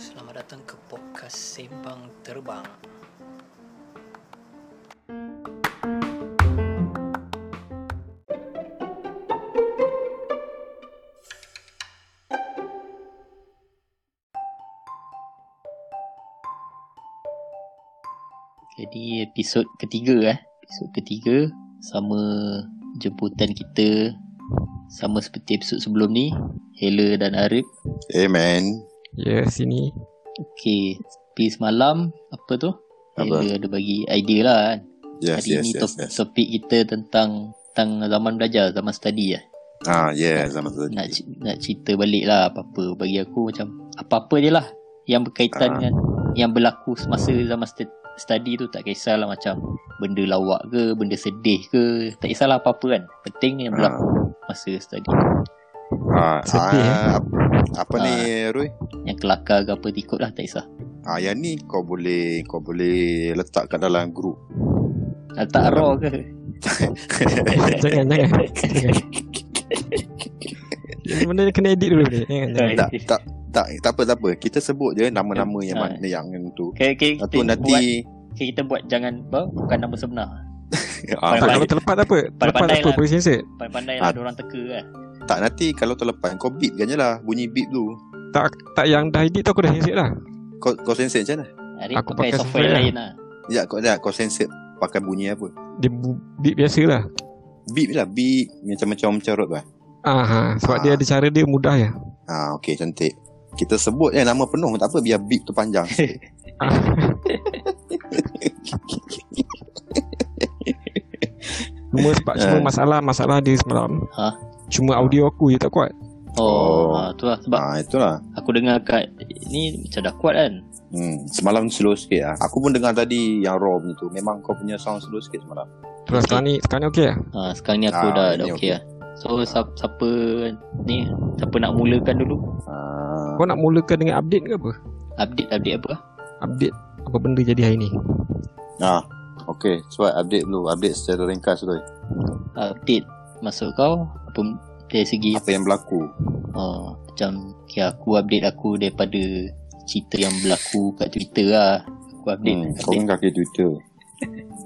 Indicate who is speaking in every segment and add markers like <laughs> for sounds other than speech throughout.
Speaker 1: Selamat datang ke podcast Sembang Terbang.
Speaker 2: Jadi episod ketiga eh. Episod ketiga sama jemputan kita sama seperti episod sebelum ni, Hela dan Arif.
Speaker 3: Hey man
Speaker 4: Ya, sini.
Speaker 2: Okey, tapi semalam apa tu?
Speaker 3: Apa?
Speaker 2: Hela ada bagi idea lah kan.
Speaker 3: Yes
Speaker 2: Hari
Speaker 3: yes
Speaker 2: ni
Speaker 3: yes
Speaker 2: top-
Speaker 3: yes
Speaker 2: topik kita tentang tentang zaman belajar, zaman study lah.
Speaker 3: Ah yeah zaman tu
Speaker 2: Nak ci- nak cerita balik lah apa-apa bagi aku macam apa-apa je lah yang berkaitan
Speaker 3: Ah.
Speaker 2: dengan yang berlaku semasa zaman st- study tu tak kisahlah macam benda lawak ke, benda sedih ke, tak kisahlah apa-apa kan. Penting yang berlaku masa study.
Speaker 3: ah,
Speaker 4: Sedih,
Speaker 3: ah, ap- Apa ni
Speaker 2: Ah.
Speaker 3: Rui
Speaker 2: Yang kelakar ke apa ikut lah tak kisah.
Speaker 3: ah, Yang ni kau boleh Kau boleh letak kat dalam grup
Speaker 2: Letak raw ke?
Speaker 3: <laughs>
Speaker 4: Jangan, jangan. jangan. Ini benda ni kena edit dulu ni. Jangan, jangan.
Speaker 3: Tak tak tak, tak apa tak apa Kita sebut je nama-nama yang
Speaker 2: Ah.
Speaker 3: mana yang tu
Speaker 2: Okay, okay, kita
Speaker 3: Lepas tu
Speaker 2: buat,
Speaker 3: nanti
Speaker 2: okay, kita buat jangan apa, bukan nama sebenar.
Speaker 3: ah,
Speaker 4: Tak,
Speaker 3: tak,
Speaker 4: kalau terlepas tak apa? Terlepas
Speaker 2: pandai
Speaker 4: tak apa?
Speaker 2: lah.
Speaker 4: Boleh sensor?
Speaker 2: Pandai-pandai lah
Speaker 3: Ah.
Speaker 2: orang teka kan.
Speaker 3: tak nanti kalau terlepas Kau beep kan je lah Bunyi beep tu
Speaker 4: Tak, tak yang dah edit tu aku dah sensor lah.
Speaker 3: Kau, kau sensor macam mana
Speaker 2: Arif Ah,
Speaker 4: Aku
Speaker 2: pakai
Speaker 4: pakai
Speaker 2: software
Speaker 4: software
Speaker 2: lain lah.
Speaker 3: Ya kau dah Kau sensor pakai bunyi apa
Speaker 4: Dia bu- beat biasa lah.
Speaker 3: Beep lah Beep Macam-macam macam road lah
Speaker 4: Aha, sebab
Speaker 3: Ah.
Speaker 4: dia ada cara dia mudah ya.
Speaker 3: ah, Okay cantik Kita sebut je nama penuh Tak apa biar beep tu
Speaker 2: <laughs>
Speaker 3: panjang
Speaker 4: Cuma sebab cuma
Speaker 3: Ah.
Speaker 4: masalah masalah dia semalam.
Speaker 2: Eh. Ha?
Speaker 4: Cuma audio aku je tak kuat.
Speaker 2: Oh,
Speaker 3: Oh.
Speaker 2: oh. tu lah sebab
Speaker 3: ah, Itulah
Speaker 2: aku dengar kat ni macam dah kuat kan.
Speaker 3: Hmm, semalam slow sikit lah. Aku pun dengar tadi yang raw punya tu. Memang kau punya sound slow sikit semalam.
Speaker 4: Terus sekarang ni sekarang ni okey lah.
Speaker 2: Ha, sekarang ni aku
Speaker 3: Ah,
Speaker 2: dah,
Speaker 3: ini
Speaker 2: dah okey
Speaker 3: okey.
Speaker 2: lah. So siapa, siapa ni siapa nak mulakan dulu?
Speaker 3: Ah,
Speaker 4: Kau nak mulakan dengan update ke apa?
Speaker 2: Update update apa?
Speaker 4: Update apa benda jadi hari ni?
Speaker 3: ah okay. Cuba update dulu. Update secara ringkas tu.
Speaker 2: Update masuk kau apa dari segi
Speaker 3: Apa yang berlaku?
Speaker 2: ha, macam okay, aku update aku daripada cerita yang berlaku kat Twitter lah. Aku update,
Speaker 3: Hmm,
Speaker 2: update
Speaker 3: kau kan kaki Twitter.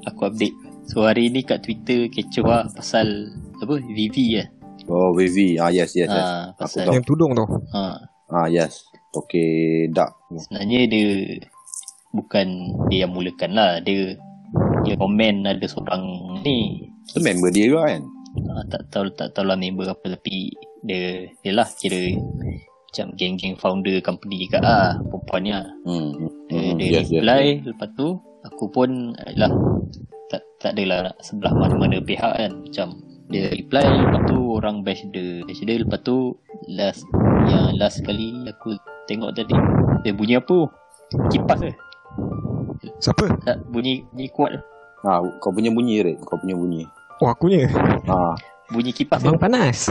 Speaker 2: aku update. So hari ni kat Twitter kecoh lah pasal apa VV lah.
Speaker 3: Oh, wavy. Ah, yes, yes, yes.
Speaker 2: Ha,
Speaker 3: Aku
Speaker 2: pasal
Speaker 3: tahu.
Speaker 4: Yang tudung tu.
Speaker 2: ha,
Speaker 3: Ah, yes. Okay, dak.
Speaker 2: Sebenarnya dia bukan dia yang mulakan lah. Dia dia komen ada seorang ni
Speaker 3: Tu member dia juga kan?
Speaker 2: ah, tak tahu tak tahu lah member apa tapi dia dia lah kira macam geng-geng founder company juga ah perempuan ni lah.
Speaker 3: Hmm.
Speaker 2: Dia, dia reply lepas tu aku pun lah tak tak adalah nak sebelah mana-mana pihak kan macam dia reply lepas tu orang bash dia bash dia lepas tu last yang last kali aku tengok tadi dia bunyi apa kipas ke
Speaker 4: Siapa?
Speaker 2: tak bunyi bunyi kuat ke?
Speaker 3: Ah, kau punya bunyi, Red. Kau punya bunyi.
Speaker 4: Oh, akunya.
Speaker 3: Ah,
Speaker 2: bunyi kipas ke?
Speaker 4: Abang panas.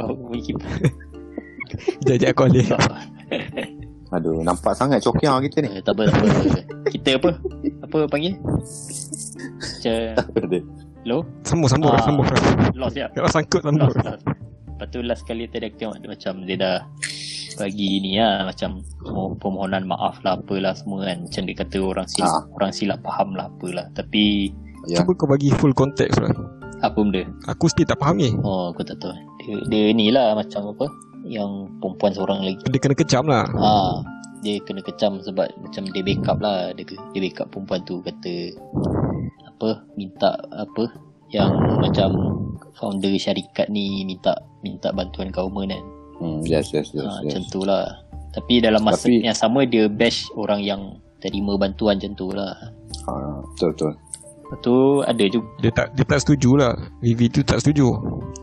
Speaker 2: Oh, bunyi kipas
Speaker 4: Jajak kau boleh.
Speaker 3: aduh. Nampak sangat cokiang kita ni.
Speaker 2: Eh, tak apa, tak apa, tak apa. Kita apa? Apa panggil? Macam Hmm. low?
Speaker 4: Sambung, sambung,
Speaker 2: Ah.
Speaker 4: sambung.
Speaker 2: Lost ya?
Speaker 4: Kalau sangkut sambung.
Speaker 2: Lost, lost. Lepas tu last kali tadi aku tengok dia macam dia dah bagi ni lah macam oh, permohonan maaf lah apalah semua kan. Macam dia kata orang silap,
Speaker 3: Ah.
Speaker 2: orang silap faham lah apalah. Tapi
Speaker 3: Ya.
Speaker 4: Cuba kau bagi full konteks lah.
Speaker 2: apa benda?
Speaker 4: Aku still tak faham ni.
Speaker 2: Oh aku tak tahu. Dia, dia ni lah macam apa? Yang perempuan seorang lagi
Speaker 4: Dia kena kecam lah.
Speaker 2: Ah, dia kena kecam sebab macam dia backup lah. Dia, dia backup perempuan tu kata apa minta apa yang macam founder syarikat ni minta minta bantuan government kan.
Speaker 3: Hmm, yes, yes, yes.
Speaker 2: Ah,
Speaker 3: yes.
Speaker 2: macam tu lah. Tapi dalam masa
Speaker 3: Tapi-
Speaker 2: yang sama dia bash orang yang terima bantuan macam tu lah.
Speaker 3: Ah, betul, betul.
Speaker 2: Lepas tu ada juga
Speaker 4: Dia tak dia tak setuju lah. Vivi tu tak setuju.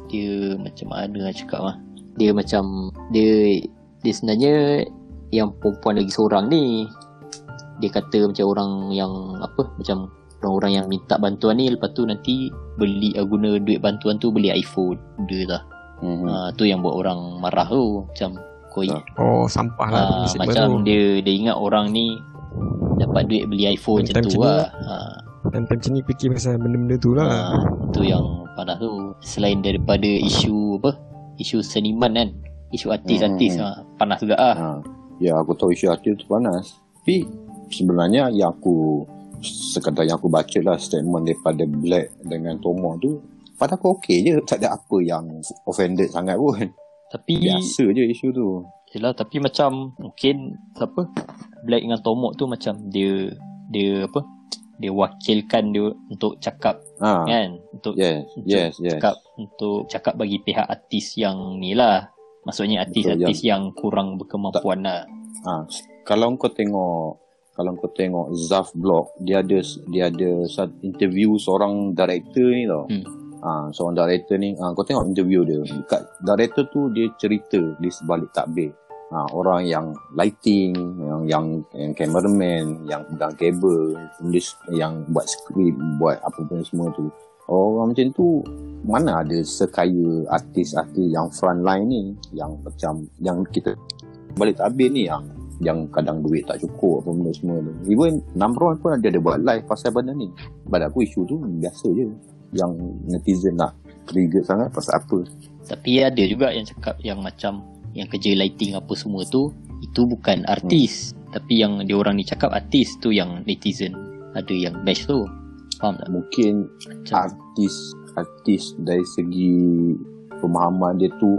Speaker 2: dia macam mana nak cakap lah. Dia macam dia dia sebenarnya yang perempuan lagi seorang ni dia kata macam orang yang apa macam orang-orang yang minta bantuan ni lepas tu nanti beli uh, guna duit bantuan tu beli iPhone dia lah hmm.
Speaker 3: Hmm.
Speaker 2: uh, tu yang buat orang marah tu macam koi
Speaker 3: Ah,
Speaker 4: Oh, sampah lah.
Speaker 2: uh,
Speaker 4: Nasib
Speaker 2: macam
Speaker 4: baru.
Speaker 2: dia dia ingat orang ni dapat duit beli iPhone macam
Speaker 4: Time
Speaker 2: tu
Speaker 4: macam ni.
Speaker 2: lah uh,
Speaker 4: Time macam ni fikir pasal benda-benda tu
Speaker 3: Ha.
Speaker 4: lah
Speaker 2: Ah, tu yang panas tu selain daripada isu apa isu seniman kan isu artis-artis
Speaker 3: Hmm.
Speaker 2: ah, panas juga ah
Speaker 3: Ha. Ya, aku tahu isu hati tu panas. Tapi sebenarnya yang aku sekadar yang aku baca lah statement daripada Black dengan Tomo tu pada aku okey je tak ada apa yang offended sangat pun
Speaker 2: tapi
Speaker 3: biasa je isu tu
Speaker 2: Yelah tapi macam mungkin siapa Black dengan Tomok tu macam dia dia apa dia wakilkan dia untuk cakap
Speaker 3: ha
Speaker 2: kan untuk
Speaker 3: yes yes yes
Speaker 2: cakap untuk cakap bagi pihak artis yang ni lah maksudnya artis-artis yang kurang berkemampuan lah
Speaker 3: ha. kalau kau tengok kalau kau tengok Zaf Block dia ada dia ada satu interview seorang director ni tau
Speaker 2: Hmm.
Speaker 3: ha, seorang director ni ha, kau tengok interview dia dekat director tu dia cerita di sebalik takbir ha, orang yang lighting yang yang, yang cameraman yang pegang kabel penulis yang buat skrip buat apa pun semua tu orang macam tu mana ada sekaya artis-artis yang frontline ni yang macam yang kita balik takbir ni yang yang kadang duit tak cukup apa benda semua tu even Namron pun dia ada buat live pasal benda ni pada aku isu tu biasa je yang netizen nak trigger sangat pasal apa
Speaker 2: tapi ada juga yang cakap yang macam yang kerja lighting apa semua tu itu bukan artis tapi yang dia orang ni cakap artis tu yang netizen ada yang bash tu faham tak
Speaker 3: mungkin Ah.
Speaker 2: macam
Speaker 3: artis artis dari segi pemahaman dia tu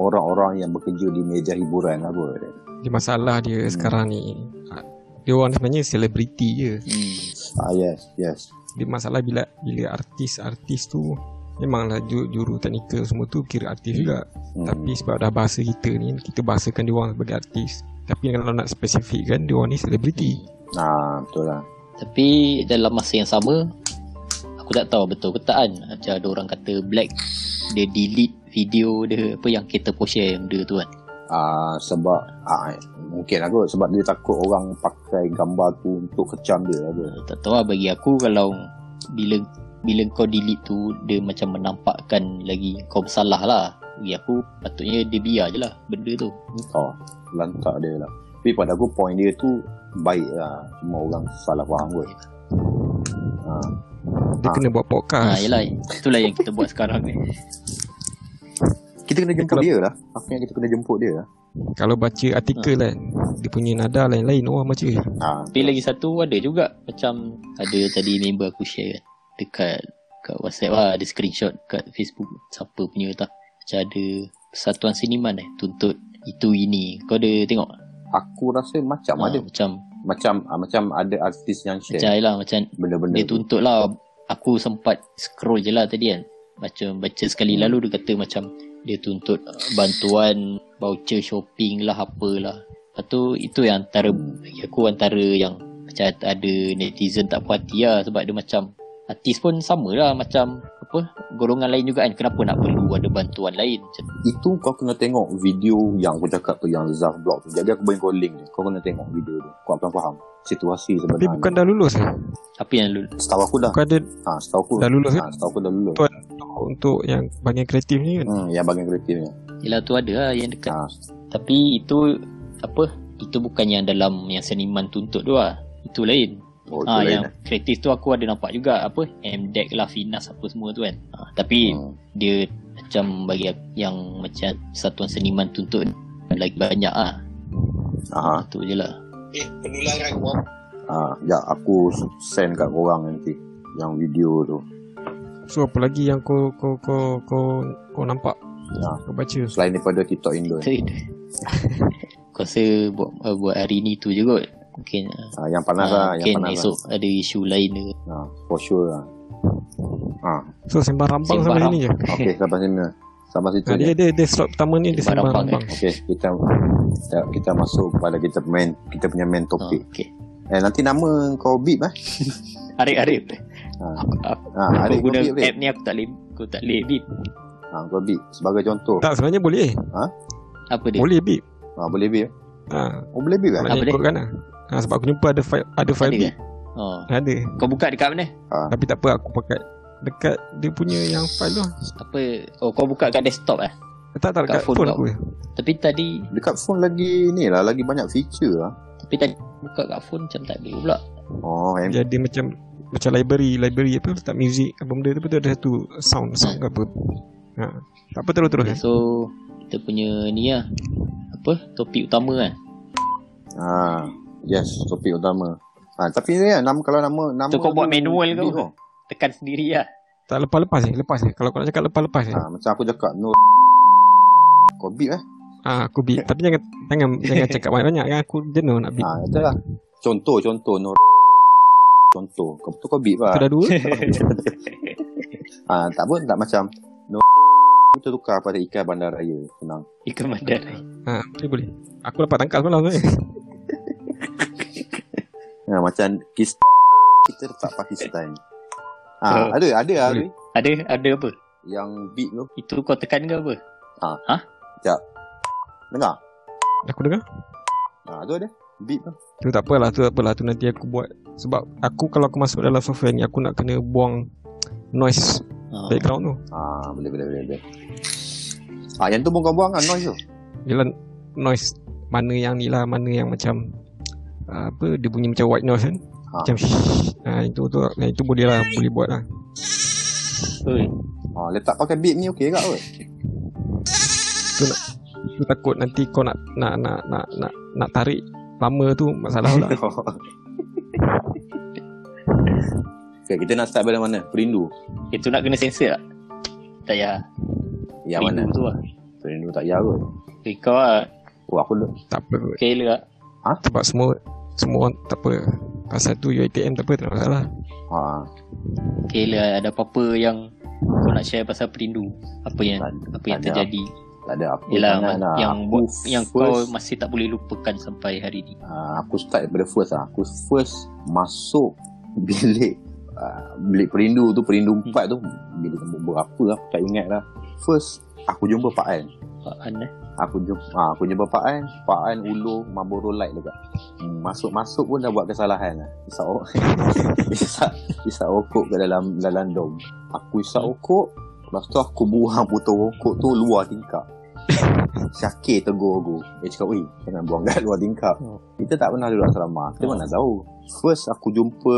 Speaker 3: orang-orang yang bekerja di media hiburan lah kot
Speaker 4: Dia masalah dia
Speaker 3: Hmm.
Speaker 4: sekarang ni Ah, Dia orang sebenarnya selebriti je
Speaker 2: hmm.
Speaker 3: ah yes yes
Speaker 4: Dia masalah bila bila artis-artis tu Memanglah ju- juru teknikal semua tu kira artis
Speaker 2: Hmm.
Speaker 4: juga Tapi sebab dah bahasa kita ni Kita bahasakan dia orang sebagai artis Tapi kalau nak spesifik kan Dia orang ni selebriti
Speaker 3: ah betul lah
Speaker 2: Tapi dalam masa yang sama Aku tak tahu betul ke tak kan Macam ada orang kata Black Dia delete video dia Apa yang kita post share benda tu kan
Speaker 3: ah sebab ah, mungkin lah kot sebab dia takut orang pakai gambar tu untuk kecam dia lah kot
Speaker 2: Tak tahu lah bagi aku kalau Bila bila kau delete tu Dia macam menampakkan lagi kau bersalah lah Bagi aku patutnya dia biar je lah benda tu
Speaker 3: oh, lantak dia lah tapi pada aku point dia tu baik lah cuma orang salah faham kot ah,
Speaker 4: Dia
Speaker 3: Ah.
Speaker 4: kena buat
Speaker 2: Ha
Speaker 4: podcast
Speaker 2: yelah Itulah yang kita buat sekarang ni
Speaker 3: kita kena jemput
Speaker 4: Kalau-
Speaker 3: dia lah akhirnya kita kena jemput dia lah
Speaker 4: Kalau baca artikel
Speaker 2: Ah.
Speaker 4: kan Dia punya nada lain-lain orang baca
Speaker 3: ah,
Speaker 2: Tapi lagi satu ada juga Macam ada tadi member aku share kan Dekat Kat whatsapp lah Ada screenshot kat facebook Siapa punya tak Macam ada Persatuan Seniman eh Tuntut Itu ini Kau ada tengok
Speaker 3: aku rasa macam
Speaker 4: Ha.
Speaker 2: Ah,
Speaker 3: ada
Speaker 2: Macam
Speaker 3: macam ah, macam ada artis yang
Speaker 2: Macam
Speaker 3: share
Speaker 2: lah Macam
Speaker 3: benda-benda
Speaker 2: Dia tuntut lah Aku sempat Scroll je lah tadi kan Macam baca sekali lalu Dia kata macam Dia tuntut uh, Bantuan Voucher shopping lah Apalah Lepas tu Itu yang antara Bagi aku antara yang Macam ada netizen tak puas hati lah Sebab dia macam Artis pun sama lah Macam Apa Golongan lain juga kan Kenapa nak perlu Ada bantuan lain Macam tu
Speaker 3: itu kau kena tengok video yang aku cakap tu yang Zaf blog tu jadi aku bagi kau link dia kau kena tengok video dia kau akan faham situasi
Speaker 4: Tapi
Speaker 3: sebenarnya
Speaker 4: bukan dah lulus eh?
Speaker 2: Apa yang lu
Speaker 3: setahu aku dah
Speaker 4: Bukan ada
Speaker 3: ha, setahu aku
Speaker 4: Dah lulus, ya?
Speaker 3: ha, setahu aku dah lulus
Speaker 4: Betul. untuk yang bagian kreatif ni kan
Speaker 3: hmm, yang bagian kreatif ni
Speaker 2: Yelah tu ada lah Yang dekat
Speaker 3: ha,
Speaker 2: Tapi itu Apa Itu bukan yang dalam Yang seniman tuntut tu lah Itu lain
Speaker 3: oh,
Speaker 2: Ah,
Speaker 3: tu
Speaker 2: yang
Speaker 3: lain eh.
Speaker 2: kreatif tu aku ada nampak juga apa MDEC lah Finas apa semua tu kan ah, tapi
Speaker 3: Hmm.
Speaker 2: dia macam bagi aku- yang macam satuan seniman tuntut lagi banyak ah
Speaker 3: Aha.
Speaker 2: tu je lah <laughs>
Speaker 3: Ha, ya, aku send kat korang nanti yang video tu.
Speaker 4: So apa lagi yang kau kau kau kau, kau nampak
Speaker 3: Ya.
Speaker 4: Kau baca
Speaker 3: Selain daripada TikTok Indo.
Speaker 2: tu je. aku rasa buat, uh, buat hari ni tu je kot mungkin ah,
Speaker 3: Ha, yang
Speaker 2: ah,
Speaker 3: panas lah, yang
Speaker 2: mungkin
Speaker 3: panas
Speaker 2: esok ada isu lain ke
Speaker 3: lah. Ha, for sure lah. Ha,
Speaker 4: So sembah rambang
Speaker 2: Sembah lah. Ah,
Speaker 4: sampai sini je
Speaker 3: okay, sampai sini. Sampai situ
Speaker 4: ha,
Speaker 3: je.
Speaker 4: dia, dia, dia slot pertama ni
Speaker 2: Sembah
Speaker 4: dia sembah
Speaker 2: rambang, eh.
Speaker 4: rambang
Speaker 3: Okay, kita, kita kita masuk kepada kita main kita punya
Speaker 2: ah,
Speaker 3: main topik.
Speaker 2: okay.
Speaker 3: Eh nanti nama kau beep eh.
Speaker 2: Arif Arif
Speaker 3: Ha.
Speaker 2: aku, aku,
Speaker 3: Ha,
Speaker 2: aku
Speaker 3: Arif kau
Speaker 2: guna
Speaker 3: beep. Arif.
Speaker 2: app ni aku tak boleh aku tak boleh bip
Speaker 3: Ha, kau beep sebagai contoh.
Speaker 4: Tak sebenarnya boleh eh.
Speaker 2: apa dia
Speaker 4: Boleh bib
Speaker 3: Ha, boleh beep. eh?
Speaker 4: ha,
Speaker 3: Oh, boleh beep
Speaker 4: Kalau
Speaker 2: Ah,
Speaker 3: kan?
Speaker 4: nak
Speaker 2: boleh.
Speaker 4: ikut kan ah. ha, Sebab aku jumpa ada file, ada file
Speaker 2: ada
Speaker 4: bib
Speaker 2: kan oh.
Speaker 4: Ada
Speaker 2: kau buka dekat mana
Speaker 4: Tapi tak apa aku pakai Dekat dia punya yang file tu lah.
Speaker 2: apa oh kau buka kat desktop eh
Speaker 4: Tak tak
Speaker 2: Kat
Speaker 4: dekat
Speaker 2: phone
Speaker 4: phone
Speaker 2: kau.
Speaker 4: aku je.
Speaker 2: tapi tadi
Speaker 3: Dekat phone lagi ni lah lagi banyak feature lah.
Speaker 2: Tapi tadi buka kat phone macam tak ada pula
Speaker 3: Oh, yang
Speaker 4: Dia ada macam macam library library apa letak music apa benda tu betul ada satu sound sound ke apa ha. tak apa terus terus eh?
Speaker 2: So kita punya ni lah apa topik utama kan
Speaker 3: Ha, yes, topik utama. Ha, tapi ni kan, nama, kalau nama... nama
Speaker 2: Tu kau buat manual ke
Speaker 3: pelik
Speaker 2: apa? tekan sendiri lah
Speaker 4: tak lepas-lepas eh lepas eh kalau kau nak cakap lepas-lepas eh
Speaker 3: Ha, macam aku cakap, no... Kau beep eh.
Speaker 4: ah aku beat tapi jangan jangan jangan cakap banyak-banyak kan aku jenuh nak beat
Speaker 3: Ha, itulah. Contoh, contoh, no... Contoh. Kau betul kau beep lah.
Speaker 4: tu dah dua
Speaker 3: Ha, tak pun, tak macam... No... Kita tukar pada ikan bandar raya. Senang.
Speaker 1: Ikan bandar
Speaker 4: ha, boleh boleh aku dapat tangkal semalam tu eh.
Speaker 3: Ha, macam... Kis... Kita letak Pakistan.
Speaker 1: Oh.
Speaker 3: Ha, ada, ada, ada.
Speaker 1: Ada ada apa?
Speaker 3: Yang beat tu.
Speaker 1: Itu kau tekan ke apa?
Speaker 3: Dengar?
Speaker 4: aku dengar
Speaker 3: Ha, tu ada. Beat tu.
Speaker 4: tu tak apalah tu tak apalah tu nanti aku buat sebab aku kalau aku masuk dalam software ni aku nak kena buang noise
Speaker 2: ha.
Speaker 4: background tu
Speaker 3: Ha, boleh, boleh, boleh. boleh. Ha, yang tu pun kau buang kan noise tu.
Speaker 4: Yelah noise mana yang ni lah mana yang macam uh, apa dia bunyi macam white noise kan
Speaker 3: Ha.
Speaker 4: macam ha, itu tu nah, itu boleh lah boleh buat lah
Speaker 1: Oi,
Speaker 3: Ha, letak pakai beat ni okey kat kot.
Speaker 4: tu takut nanti kau nak nak nak nak nak, nak tarik lama tu masalah
Speaker 3: <laughs>
Speaker 4: lah
Speaker 3: okay, kita nak start pada mana? Perindu.
Speaker 1: itu nak kena sensor tak? Tak payah.
Speaker 3: Yang Ya, mana?
Speaker 1: Rindu tu lah.
Speaker 3: Perindu tak ya Oh, payah kot.
Speaker 1: Eh, kau lah.
Speaker 3: Wah, aku dah-
Speaker 4: tak apa kot.
Speaker 1: Kela lah.
Speaker 4: sebab semua semua orang tak apa pasal tu UiTM tak apa tak ada masalah
Speaker 3: ha,
Speaker 1: Kela lah. ada apa-apa yang kau nak share pasal perindu. Apa yang
Speaker 3: tak,
Speaker 1: Ya, apa yang
Speaker 3: ada-
Speaker 1: terjadi?
Speaker 3: Tak ada apa
Speaker 1: Yelah,
Speaker 3: sangat
Speaker 1: ma-
Speaker 3: lah.
Speaker 1: yang
Speaker 3: aku
Speaker 1: buat, yang kau
Speaker 3: first-
Speaker 1: masih tak boleh lupakan sampai hari ni.
Speaker 3: Ah, aku start daripada first lah. Aku first masuk <laughs> bilik ah, bilik perindu tu, perindu empat tu. Bilik nombor berapa lah, aku tak ingat lah. First, aku jumpa Pak An.
Speaker 1: Pak An eh.
Speaker 3: Aku jumpa, ha, aku jumpa Pak An. Pak An ulu Marlboro Light dekat. Hmm, Masuk-masuk pun dah buat kesalahan lah. Isak, <laughs> o- isak, isak okok ke dalam dalam dom. Aku isak okok. Lepas tu aku buang botol okok tu luar tingkap. <laughs> Syakir tegur aku. Dia cakap, weh, jangan buang kat luar tingkap.
Speaker 1: Oh.
Speaker 3: Kita tak pernah duduk asrama. Kita mana tahu. First aku jumpa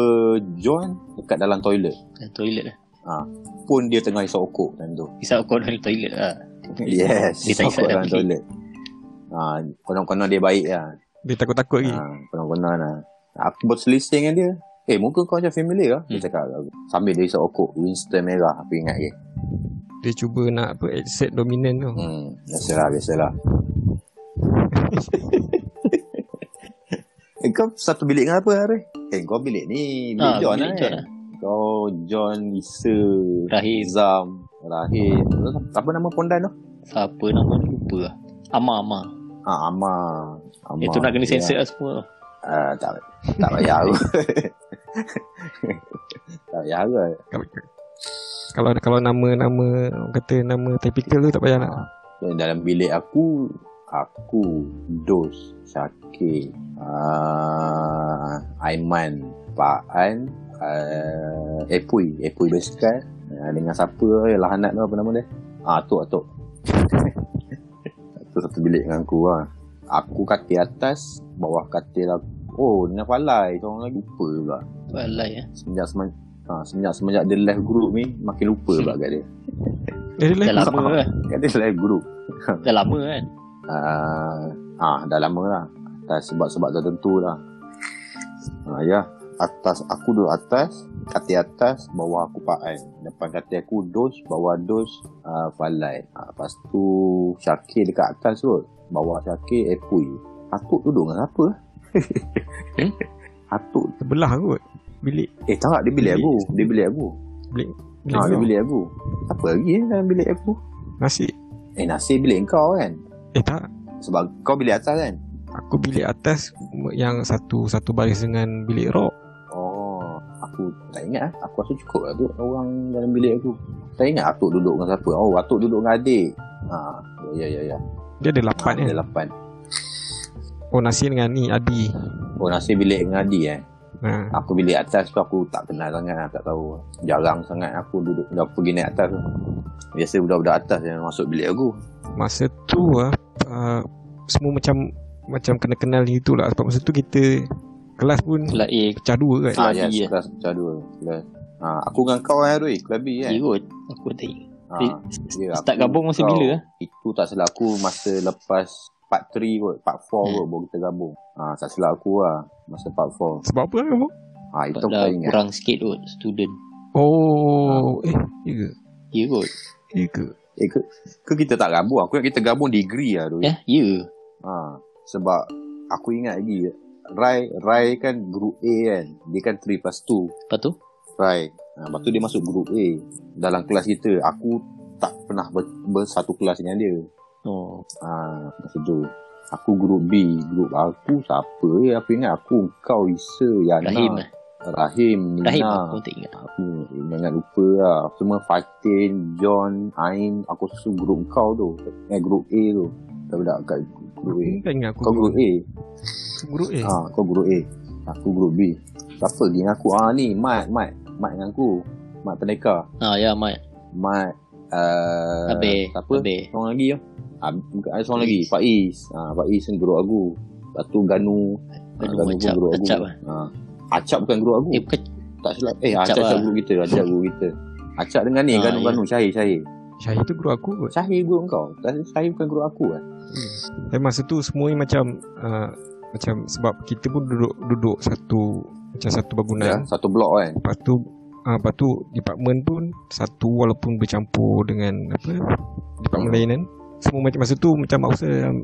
Speaker 3: John dekat dalam toilet.
Speaker 1: Dalam toilet lah.
Speaker 3: Pun dia tengah isak okok time tu.
Speaker 1: Isap kau dalam toilet lah.
Speaker 3: Yes.
Speaker 1: Dia tak isap
Speaker 3: Isak okok
Speaker 1: dalam
Speaker 3: dalam
Speaker 1: bilik.
Speaker 3: toilet. Ha, konon-konon dia baik lah.
Speaker 4: dia takut-takut lagi
Speaker 3: Ha, benar-benar lah. Aku berselisih dengan dia. Eh, muka kau macam family lah. Dia
Speaker 1: Hmm.
Speaker 3: cakap kat aku. Sambil dia isap okok Winston merah. Aku ingat dia.
Speaker 4: dia cuba nak apa accept dominant tu
Speaker 3: Hmm, biasalah, biasalah. <laughs> eh, kau satu bilik dengan apa hari? Eh, kau bilik ni. Bilik
Speaker 1: Ah,
Speaker 3: John
Speaker 1: bilik
Speaker 3: lah
Speaker 1: John
Speaker 3: kan?
Speaker 1: lah.
Speaker 3: Kau John, Lisa,
Speaker 1: Rahim.
Speaker 3: Izam, Rahim. Apa nama pondan tu?
Speaker 1: Siapa nama tu lupa lah. Amar, Amar.
Speaker 3: Ah, Amar. Amar.
Speaker 1: Itu nak kena
Speaker 3: Ya.
Speaker 1: sensor lah semua.
Speaker 3: Ah, tak, tak payah aku. <laughs> tak payah aku.
Speaker 4: kalau kalau nama-nama orang kata nama typical tu tak payah nak
Speaker 3: Dan dalam bilik aku Aku Dos Syakir uh, Aiman Pak An uh, Epui Epui Beskar uh, Dengan siapa eh, Lahanat tu apa nama dia Ah, Atuk Atuk Atuk <laughs> satu bilik dengan aku lah Aku katil atas Bawah katil aku Oh dengan Falai Seorang lagi lupa pula
Speaker 1: Balai eh.
Speaker 3: Semenjak semenjak Ha, semenjak semenjak dia left group ni makin lupa pula kat dia.
Speaker 4: eh, dia
Speaker 1: Dah
Speaker 4: lain
Speaker 1: lama lah.
Speaker 3: Kat dia left group.
Speaker 1: Dah lama kan.
Speaker 3: Ah, ah dah lama lah. Atas sebab-sebab tertentu lah. Ah, ya. Atas aku duduk atas, katil atas, bawah aku pakai. Depan katil aku dos, bawah dos, ah, falai. Ah, lepas tu Syakir dekat atas kot. Bawah Syakir, Epui. Atuk duduk dengan apa? <laughs>
Speaker 1: Hmm?
Speaker 3: Atuk
Speaker 4: sebelah kot bilik
Speaker 3: Eh tak, dia bilik aku Dia bilik aku
Speaker 4: bilik,
Speaker 3: ha, Dia
Speaker 4: kau.
Speaker 3: bilik aku Apa lagi eh dalam bilik aku
Speaker 4: nasi
Speaker 3: Eh Nasir bilik kau kan
Speaker 4: eh tak
Speaker 3: Sebab kau bilik atas kan
Speaker 4: Aku bilik atas yang satu satu baris dengan bilik rock.
Speaker 3: Oh, aku tak ingat lah. Aku rasa cukup lah tu orang dalam bilik aku. Tak ingat Atuk duduk dengan siapa. Oh, Atuk duduk dengan adik. Ha, ya, ya, ya. ya.
Speaker 4: Dia ada lapan
Speaker 3: Ada
Speaker 4: kan.
Speaker 3: lapan.
Speaker 4: Oh nasi dengan ni Adi.
Speaker 3: Oh, nasib bilik dengan adik eh.
Speaker 4: Ha.
Speaker 3: Aku bilik atas tu aku tak kenal sangat lah. Tak tahu. Jarang sangat aku duduk. Dah pergi naik atas tu. Biasa budak-budak atas yang masuk bilik aku.
Speaker 4: Masa ah, tu ah uh, semua macam macam kena kenal gitu lah sebab masa tu kita Kelas pun
Speaker 1: Kelas A
Speaker 4: pecah dua kan.
Speaker 1: Ah,
Speaker 3: Ah,
Speaker 1: Kelabi,
Speaker 3: yes,
Speaker 1: eh.
Speaker 3: kelas pecah dua. Kelas. Ah, aku dengan kau eh, Rui. Kelabi kan?
Speaker 1: yeah. kot Aku tak ingat
Speaker 3: Ah, ya,
Speaker 1: yeah, Start gabung masa
Speaker 3: kau.
Speaker 1: bila eh?
Speaker 3: Itu tak salah aku masa lepas part 3 kot. Part
Speaker 1: Hmm.
Speaker 3: 4 hmm. kot baru kita gabung. Ah, tak salah aku lah. Masa part 4.
Speaker 4: Sebab apa lah, kamu?
Speaker 3: Ah, itu
Speaker 1: Sebab
Speaker 3: aku
Speaker 1: dah
Speaker 3: tak ingat.
Speaker 1: kurang sikit kot Student
Speaker 4: Oh, eh, ya ke?
Speaker 1: Ya kot
Speaker 4: Ya ke?
Speaker 3: Eh, ke, ke kita tak gabung? Aku ingat kita gabung degree lah, Rui.
Speaker 1: Eh ya
Speaker 3: Ha, sebab aku ingat lagi Rai Rai kan group A kan. Dia kan 3 plus 2
Speaker 1: Lepas tu
Speaker 3: Rai. Ha, lepas tu dia masuk group A dalam kelas kita. Aku tak pernah ber, bersatu kelas dengan dia.
Speaker 1: Oh
Speaker 3: Ha, masa tu. Aku group B, group aku siapa? eh? Aku ingat aku kau Isa Yana.
Speaker 1: Rahim eh
Speaker 3: Rahim, Nina.
Speaker 1: Rahim aku tak ingat
Speaker 3: Aku jangan lupa lah. Semua Fatin, John, Ain. Aku susun group kau tu. Eh, group A tu. Tak boleh kat group A.
Speaker 4: Kan ingat aku
Speaker 3: Kau group A?
Speaker 4: Guru eh.
Speaker 3: Ha, kau group A. Aku group B. Siapa lagi dengan aku? Ah ni, Mat, Mat. Mat dengan aku. Mat Pendeka.
Speaker 1: Ha ya Mat
Speaker 3: Mat uh,
Speaker 1: Habis
Speaker 3: Eh, Siapa?
Speaker 1: Habis
Speaker 3: Seorang lagi ya. Ah, bukan ada seorang lagi. Faiz. Ah, Faiz ni group aku. Lepas tu Ganu. Ah,
Speaker 1: Aduh macam
Speaker 3: group aku.
Speaker 1: Acap lah
Speaker 3: Ah. Acap bukan group aku.
Speaker 1: Eh
Speaker 3: Eh,
Speaker 1: bukan
Speaker 3: tak silap. Eh,
Speaker 1: Acap
Speaker 3: Acap, Acap
Speaker 1: lah.
Speaker 3: group kita. Acap group kita. Acap dengan ni,
Speaker 1: Ah,
Speaker 3: Ganu,
Speaker 1: ya.
Speaker 3: Ganu. Syahir, Syahir.
Speaker 4: Syahir tu guru aku kot.
Speaker 3: Syahir group kau. Tak- Syahir bukan group aku kan?
Speaker 4: Tapi masa tu semua ni macam uh, macam sebab kita pun duduk duduk satu macam satu
Speaker 3: Ya,
Speaker 4: bangunan.
Speaker 3: satu blok kan?
Speaker 4: Lepas tu uh, lepas tu department pun satu walaupun bercampur dengan apa department lain kan. Semua macam masa tu macam aku rasa dalam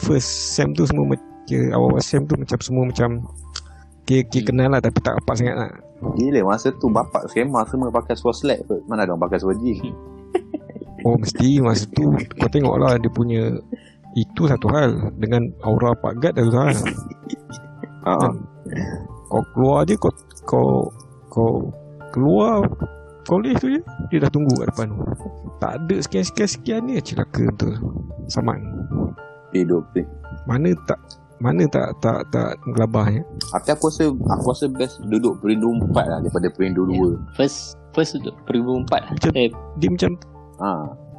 Speaker 4: first sem tu semua macam awal-awal sem tu macam semua macam kira, kira kenal lah tapi tak rapat sangat lah.
Speaker 3: Gila, masa tu bapak skema semua pakai seluar slack kot. Mana ada orang pakai seluar jeans?
Speaker 4: Oh mesti masa tu kau tengok lah dia punya itu satu hal dengan aura Pak Gad satu hal.
Speaker 1: Hmm.
Speaker 3: Ah, ah.
Speaker 4: Kau keluar je kau kau kau keluar kolej tu je dia dah tunggu kat depan tu. Tak ada sekian-sekian sekian ni celaka betul. Saman.
Speaker 3: Hidup tu.
Speaker 4: Mana tak mana tak tak tak ya? gelabahnya.
Speaker 3: Tapi aku rasa Aku rasa best Duduk perindu empat lah Daripada perindu
Speaker 1: Ya.
Speaker 3: dua
Speaker 1: First First untuk 2004 lah
Speaker 4: Macam-
Speaker 1: Eh
Speaker 4: Dia macam
Speaker 3: ha.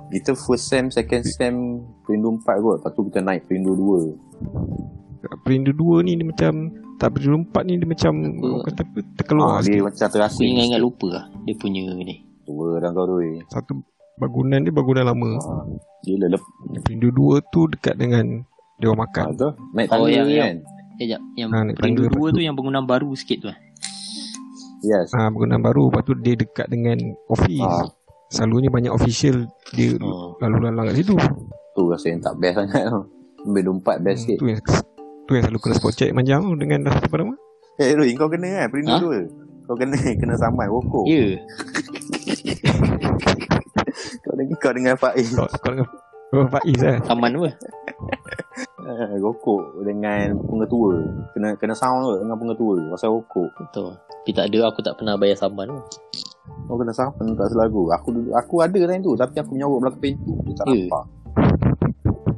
Speaker 3: Kita first sem Second sem Perindu empat kot Lepas tu kita naik perindu dua
Speaker 4: perindu dua ni dia macam tak perindu empat ni dia macam
Speaker 1: Aku-
Speaker 4: orang kata apa
Speaker 3: ha,
Speaker 4: terkeluar.
Speaker 3: Dia
Speaker 4: sikit.
Speaker 3: macam terasa
Speaker 1: Aku ingat-ingat lupa lah Dia punya ni
Speaker 3: Tua dah kau tu eh.
Speaker 4: Satu bangunan dia bangunan lama.
Speaker 3: ha. Gila lep
Speaker 4: Perindu dua tu dekat dengan dia orang makan.
Speaker 3: ha, tu. Naik
Speaker 1: Oh,
Speaker 3: tangga
Speaker 1: yang-
Speaker 3: kan
Speaker 1: yang- Sekejap Eh, Yang
Speaker 4: Ha, ni
Speaker 1: perindu
Speaker 4: panggil
Speaker 1: dua
Speaker 4: lepas
Speaker 1: tu yang bangunan baru sikit tu eh
Speaker 3: Yes
Speaker 4: Ah, bangunan baru Lepas tu dia dekat dengan office
Speaker 3: Ah.
Speaker 4: Selalunya banyak official Dia
Speaker 1: Oh.
Speaker 4: lalu lalang kat situ
Speaker 3: Tu rasa yang tak best sangat tu Perindu empat best
Speaker 4: Itu
Speaker 3: sikit
Speaker 4: yang Tu yang selalu kena spot check panjang tu Dengan dah apa nama
Speaker 3: Eh Rui kau kena kan Perindu
Speaker 1: Ha?
Speaker 3: dua Kau kena <laughs> Kena saman Woko
Speaker 1: Ya
Speaker 3: Kau, dengan- kau dengan Faiz
Speaker 4: Kau, kau dengan Kau Faiz lah
Speaker 1: Taman apa
Speaker 3: Eh, Rokok Dengan pengetua Kena kena sound tu Dengan pengetua Pasal rokok
Speaker 1: Betul Tapi tak ada Aku tak pernah bayar saman tu
Speaker 3: Kau kena saman tak salah aku. Aku duduk, aku ada time tu tapi aku menyorok belakang pintu. Dia tak
Speaker 1: Ya.
Speaker 3: nampak.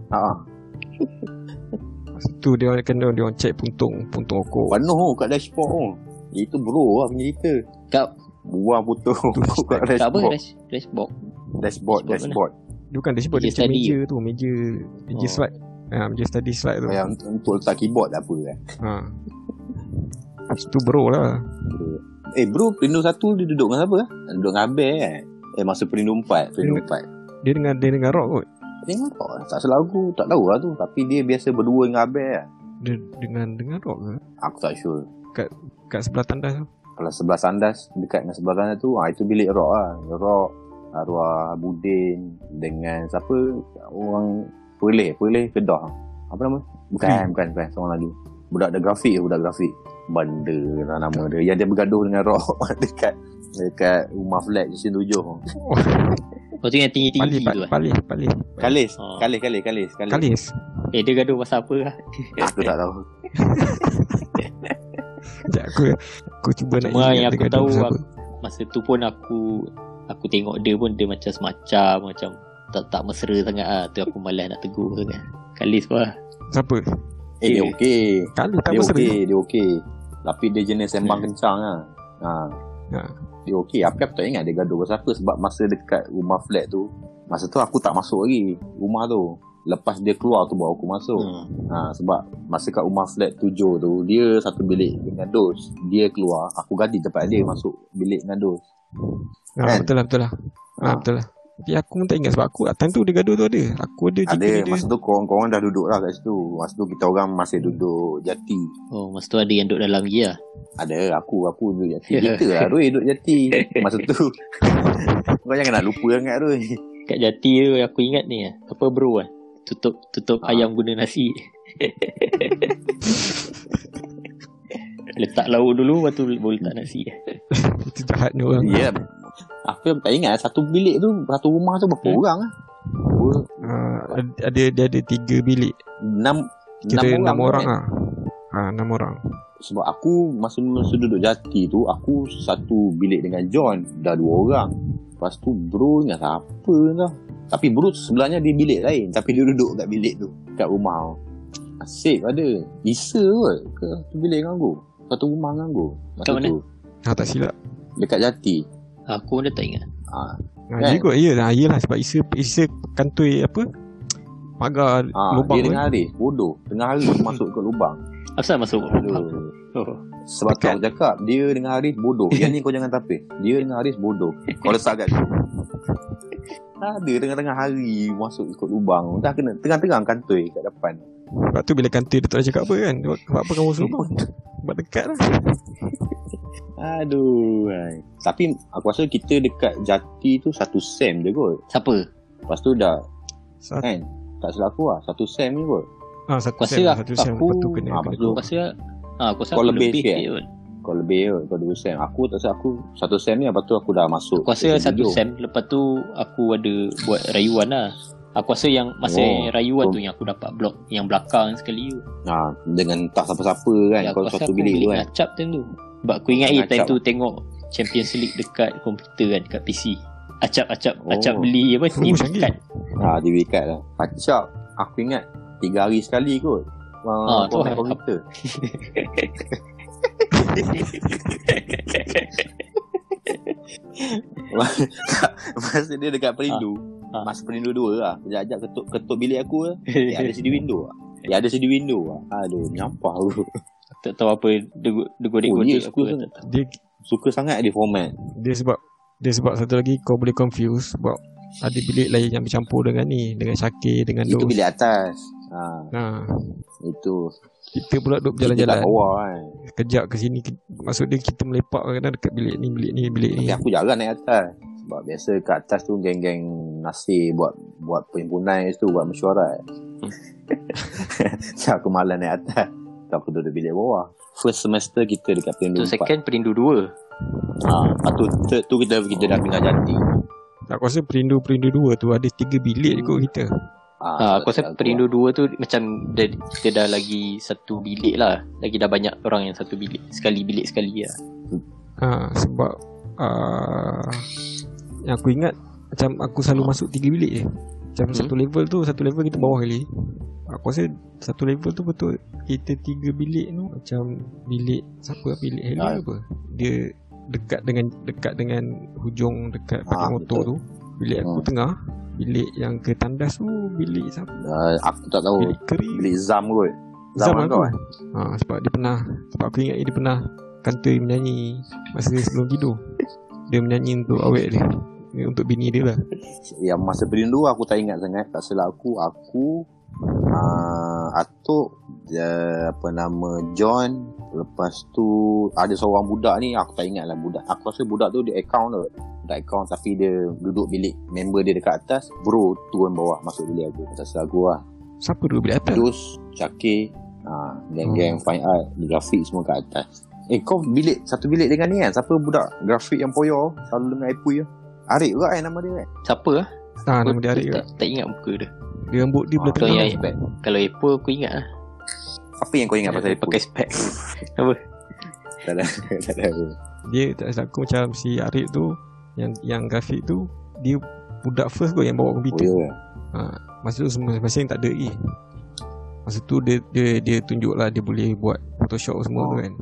Speaker 3: Ha ah.
Speaker 4: Masa tu dia orang kena Dia orang check puntung Puntung okok
Speaker 3: Penuh tu oh, kat dashboard tu. Itu bro lah punya cerita.
Speaker 1: Kau-
Speaker 3: buang putus rokok kat
Speaker 1: Tak apa
Speaker 2: lah.
Speaker 3: dashboard.
Speaker 1: Rash Rashbox
Speaker 3: Dashboard,
Speaker 1: Dashboard
Speaker 3: dashboard.
Speaker 4: Dia bukan dashboard Dia
Speaker 1: Meja
Speaker 4: macam
Speaker 1: study.
Speaker 4: meja tu Meja Meja
Speaker 1: Oh.
Speaker 4: slide Ha, meja study slide tu
Speaker 3: Yang untuk- untuk letak keyboard tak apa eh.
Speaker 4: ha. Lepas tu bro lah
Speaker 3: Eh bro, perindu satu dia duduk dengan siapa? eh? Duduk dengan Abel eh. Eh masa perindu empat, perindu
Speaker 4: Ya.
Speaker 3: empat.
Speaker 4: Dia dengan Dia dengan rock kot
Speaker 3: Tengok tak, tak salah aku, tak tahu lah tu. Tapi dia biasa berdua dengan Abel eh.
Speaker 4: Dia dengan Dengan rock ke
Speaker 3: Aku tak sure.
Speaker 4: Kat sebelah tandas tu
Speaker 3: Kalau sebelah sandas Dekat dengan sebelah sandas tu ha, Itu bilik Rock lah Rock Arwah Budin Dengan siapa Orang Perleh Perleh Kedah Apa nama Bukan
Speaker 4: Hmm.
Speaker 3: bukan bukan Seorang lagi Budak ada grafik ke Budak grafik Benda lah nama dia Yang dia bergaduh dengan Rock <laughs> Dekat Dekat rumah flat Section 7
Speaker 1: Lepas tu yang tinggi-tinggi
Speaker 4: Palih
Speaker 1: tu eh.
Speaker 4: Palih Palih
Speaker 3: Kalis
Speaker 1: Oh.
Speaker 3: Kalis Kalis Kalis Kalis, Eh,
Speaker 4: Kalis <laughs>
Speaker 1: Eh dia gaduh pasal apa lah
Speaker 3: Aku tak tahu
Speaker 4: Sekejap aku Aku cuba nak
Speaker 1: Cuma
Speaker 4: ingat
Speaker 1: yang aku
Speaker 4: dia gaduh
Speaker 1: tahu
Speaker 4: pasal apa.
Speaker 1: aku, Masa tu pun aku Aku tengok dia pun Dia macam semacam Macam tak tak mesra sangat lah Tu aku malas nak tegur sangat Kalis pun lah
Speaker 4: Siapa?
Speaker 3: Eh dia okey
Speaker 4: Kali tak
Speaker 3: Dia
Speaker 4: mesra
Speaker 3: okey Dia okey Tapi dia jenis sembang
Speaker 1: Hmm.
Speaker 3: kencang lah ha.
Speaker 4: Ha.
Speaker 3: Dia okey Tapi aku tak ingat dia gaduh pasal apa Sebab masa dekat rumah flat tu Masa tu aku tak masuk lagi Rumah tu Lepas dia keluar tu baru aku masuk
Speaker 2: Hmm.
Speaker 3: ha, Sebab masa kat rumah flat tujuh tu Dia satu bilik dengan dos Dia keluar Aku ganti tempat dia masuk bilik dengan dos
Speaker 4: Ha,
Speaker 3: Kan?
Speaker 4: betul lah betul lah. Ha,
Speaker 3: Ah.
Speaker 4: betul lah. Tapi aku pun tak ingat sebab aku time tu dia gaduh tu ada. Aku ada cerita
Speaker 3: Ada
Speaker 4: dia.
Speaker 3: masa tu korang-korang dah duduk lah kat situ Masa tu kita orang masih duduk jati
Speaker 2: Oh, masa tu ada yang duduk dalam je lah.
Speaker 3: Ada aku Aku duduk jati
Speaker 2: Ya.
Speaker 3: Kita lah Rui duduk jati Masa tu <laughs> Kau jangan nak lupa sangat Rui
Speaker 2: Kat Jati tu aku ingat ni lah. Apa bro lah. Tutup tutup
Speaker 3: Ah.
Speaker 2: ayam guna nasi. letak lauk dulu lepas tu boleh letak nasi.
Speaker 4: Itu jahat ni orang.
Speaker 3: Ya Aku yang tak ingat Satu bilik tu Satu rumah tu berapa orang lah Dua,
Speaker 4: Ah, ad- ada dia ada tiga bilik.
Speaker 3: Enam
Speaker 4: Kita enam orang
Speaker 3: kan?
Speaker 4: ah. Ha, enam orang.
Speaker 3: Sebab aku Masa masa duduk jati tu Aku satu bilik dengan John Dah dua orang Lepas tu bro ingat siapa tau Tapi bro sebelahnya di bilik lain Tapi dia duduk kat bilik tu Kat rumah tu Asyik ada Isa kot ke Satu bilik dengan aku Satu rumah dengan aku Masa
Speaker 2: Kat mana?
Speaker 3: tu
Speaker 4: Ha, tak silap.
Speaker 3: Dekat jati
Speaker 2: Aku pun dah tak ingat.
Speaker 3: ha,
Speaker 4: Ha,
Speaker 3: Kan?
Speaker 4: kan? juga ya lah, yelah sebab isa isa kantoi apa? Pagar
Speaker 3: ha,
Speaker 4: lubang
Speaker 3: Dia
Speaker 4: tu.
Speaker 3: dengan Haris Bodoh Tengah hari masuk ke lubang
Speaker 2: Apa pasal masuk?
Speaker 3: Aduh
Speaker 2: Oh.
Speaker 3: Sebab tu
Speaker 4: Dekat.
Speaker 3: aku cakap Dia dengan Haris bodoh Yang ni kau jangan tapis Dia dengan Haris bodoh Kau letak kat situ Ada tengah-tengah hari Masuk ikut lubang Dah kena Tengah-tengah kantoi kat depan
Speaker 4: Sebab tu bila kantoi dia tak nak cakap apa kan. Sebab sebab apa kamu masuk lubang? Sebab dekat lah.
Speaker 3: Aduh hai. Tapi aku rasa kita dekat jati tu Satu sem je kot
Speaker 2: Siapa?
Speaker 3: Lepas tu dah
Speaker 4: Satu,
Speaker 3: Kan Tak silap aku lah Satu sem je kot
Speaker 4: ah, satu
Speaker 2: Aku rasa
Speaker 4: sen lah,
Speaker 2: aku-
Speaker 4: satu sen.
Speaker 2: aku-
Speaker 4: Lepas tu kena,
Speaker 3: ah, lepas
Speaker 4: kena
Speaker 2: Aku
Speaker 3: tu-
Speaker 4: keluar.
Speaker 2: rasa Ah, aku rasa aku
Speaker 3: Kau lebih
Speaker 2: lebih
Speaker 3: sikit, eh?
Speaker 2: sikit pun.
Speaker 3: Kau lebih kot Kau dua sem Aku tak silap aku Satu sem ni Lepas tu aku dah masuk
Speaker 2: Aku rasa
Speaker 3: sesi
Speaker 2: satu
Speaker 3: tujuh.
Speaker 2: sem Lepas tu Aku ada Buat rayuan lah Aku rasa yang Masa
Speaker 3: Oh.
Speaker 2: rayuan
Speaker 3: Oh.
Speaker 2: tu Yang aku dapat blok Yang belakang sekali tu
Speaker 3: ha, Dengan tak siapa-siapa kan
Speaker 2: Ya,
Speaker 3: Kau
Speaker 2: aku rasa
Speaker 3: satu
Speaker 2: aku
Speaker 3: bilik tu kan
Speaker 2: Ngacap time tu Sebab aku ingat eh Time
Speaker 3: Ngacap. lah.
Speaker 2: tu tengok Champions League dekat komputer kan Dekat PC Acap-acap
Speaker 3: Oh.
Speaker 2: Acap beli apa
Speaker 4: Oh,
Speaker 2: Ni kan?
Speaker 4: canggih.
Speaker 3: <laughs>
Speaker 2: bukan
Speaker 3: Ha, TV card lah. Pacak, aku ingat tiga hari sekali kot.
Speaker 2: Ah,
Speaker 3: Uh,
Speaker 2: tu
Speaker 3: kau main
Speaker 2: lah. <laughs>
Speaker 3: komputer. Masa dia dekat Perindu
Speaker 2: Ah, ah.
Speaker 3: Masa Perindu 2 lah Sekejap-sekejap ketuk, ketuk bilik aku lah Dia ada sedi window lah Dia ada sedi window lah Aduh, menyampah aku
Speaker 2: Tak tahu apa
Speaker 3: Oh,
Speaker 2: Degorek-gorek
Speaker 3: dia
Speaker 2: apa
Speaker 3: suka
Speaker 2: tak
Speaker 3: sangat.
Speaker 2: tahu.
Speaker 4: Dia
Speaker 3: Suka sangat dia format
Speaker 4: Dia sebab Dia sebab satu lagi Kau boleh confuse Sebab Ada bilik lain yang bercampur dengan ni Dengan Syakir Dengan
Speaker 3: Itu
Speaker 4: Dos
Speaker 3: bilik atas ha,
Speaker 4: ha,
Speaker 3: Itu
Speaker 4: Kita pula
Speaker 3: Kita
Speaker 4: duduk
Speaker 3: kat
Speaker 4: jalan-jalan
Speaker 3: bawah kan
Speaker 4: Kejap ke sini ke, Maksud dia kita melepak kadang Dekat bilik ni Bilik ni Bilik ni
Speaker 3: Tapi aku jarang naik atas Sebab biasa kat atas tu Geng-geng Nasir Buat buat perhimpunan kat situ Buat mesyuarat So <laughs> aku malas naik atas So aku duduk bilik bawah First semester kita dekat
Speaker 2: Tu
Speaker 3: Perindu 4
Speaker 2: second Perindu 2
Speaker 3: ha, Lepas tu third tu kita, kita dah pindah jati
Speaker 4: Aku rasa perindu-perindu dua tu Ada tiga bilik kot kita
Speaker 3: ha,
Speaker 1: Ah,
Speaker 2: ha, Aku rasa Perindu 2 tu Macam dia, dia dah lagi Satu bilik lah Lagi dah banyak orang yang satu bilik Sekali bilik sekali lah
Speaker 4: ha, Sebab uh, Yang aku ingat Macam aku selalu masuk tiga bilik je Macam
Speaker 2: Hmm.
Speaker 4: satu level tu Satu level kita bawah kali Aku rasa Satu level tu betul Kita tiga bilik tu Macam Bilik Siapa bilik Heli
Speaker 3: Ah.
Speaker 4: apa Dia Dekat dengan Dekat dengan Hujung Dekat pakai
Speaker 3: Ah,
Speaker 4: motor tu Bilik aku
Speaker 3: Hmm.
Speaker 4: tengah Bilik yang ke tandas tu Bilik siapa
Speaker 3: uh, Aku tak tahu
Speaker 4: Bilik kering
Speaker 3: Bilik Zam kot Zam
Speaker 4: Zaman
Speaker 3: kau
Speaker 4: tu
Speaker 3: kan
Speaker 4: ha, Sebab dia pernah Sebab aku ingat dia pernah Kantoi menyanyi Masa dia sebelum tidur Dia menyanyi untuk awet dia Ni Untuk bini dia lah
Speaker 3: Yang masa Perindu Aku tak ingat sangat Tak silap aku Aku uh, Atuk uh, Apa nama John Lepas tu Ada seorang budak ni Aku tak ingat lah budak Aku rasa budak tu Dia account tu Budak account Tapi dia duduk bilik Member dia dekat atas Bro turun bawah Masuk bilik aku Tak silap aku lah
Speaker 4: Siapa dulu bilik atas?
Speaker 3: Dus Syakir uh, Geng-geng Fine art Grafik semua kat atas Eh kau bilik Satu bilik dengan ni kan Siapa budak Grafik yang poyo Selalu dengan Ipui tu Arik juga kan nama dia kan
Speaker 2: Siapa
Speaker 1: ah?
Speaker 2: lah
Speaker 4: Ha, nama
Speaker 2: Aku
Speaker 4: dia Arik
Speaker 2: tak,
Speaker 4: kan?
Speaker 2: tak ingat muka dia
Speaker 4: Dia rambut dia belah
Speaker 3: Ah,
Speaker 2: Kau
Speaker 4: tengah
Speaker 2: ingat Kalau Apple aku ingat lah
Speaker 3: Apa yang kau ingat pasal Ipui
Speaker 2: Pakai spek
Speaker 3: Tak ada <laughs> Tak ada
Speaker 4: Dia tak salah aku macam si Arik tu Yang yang grafik tu Dia budak first kot yang
Speaker 3: Oh
Speaker 4: bawa komputer
Speaker 3: ya yeah.
Speaker 4: Masa tu semua Masa yang tak ada lagi Masa tu dia dia, dia tunjuk lah Dia boleh buat Photoshop semua
Speaker 3: Oh.
Speaker 4: tu kan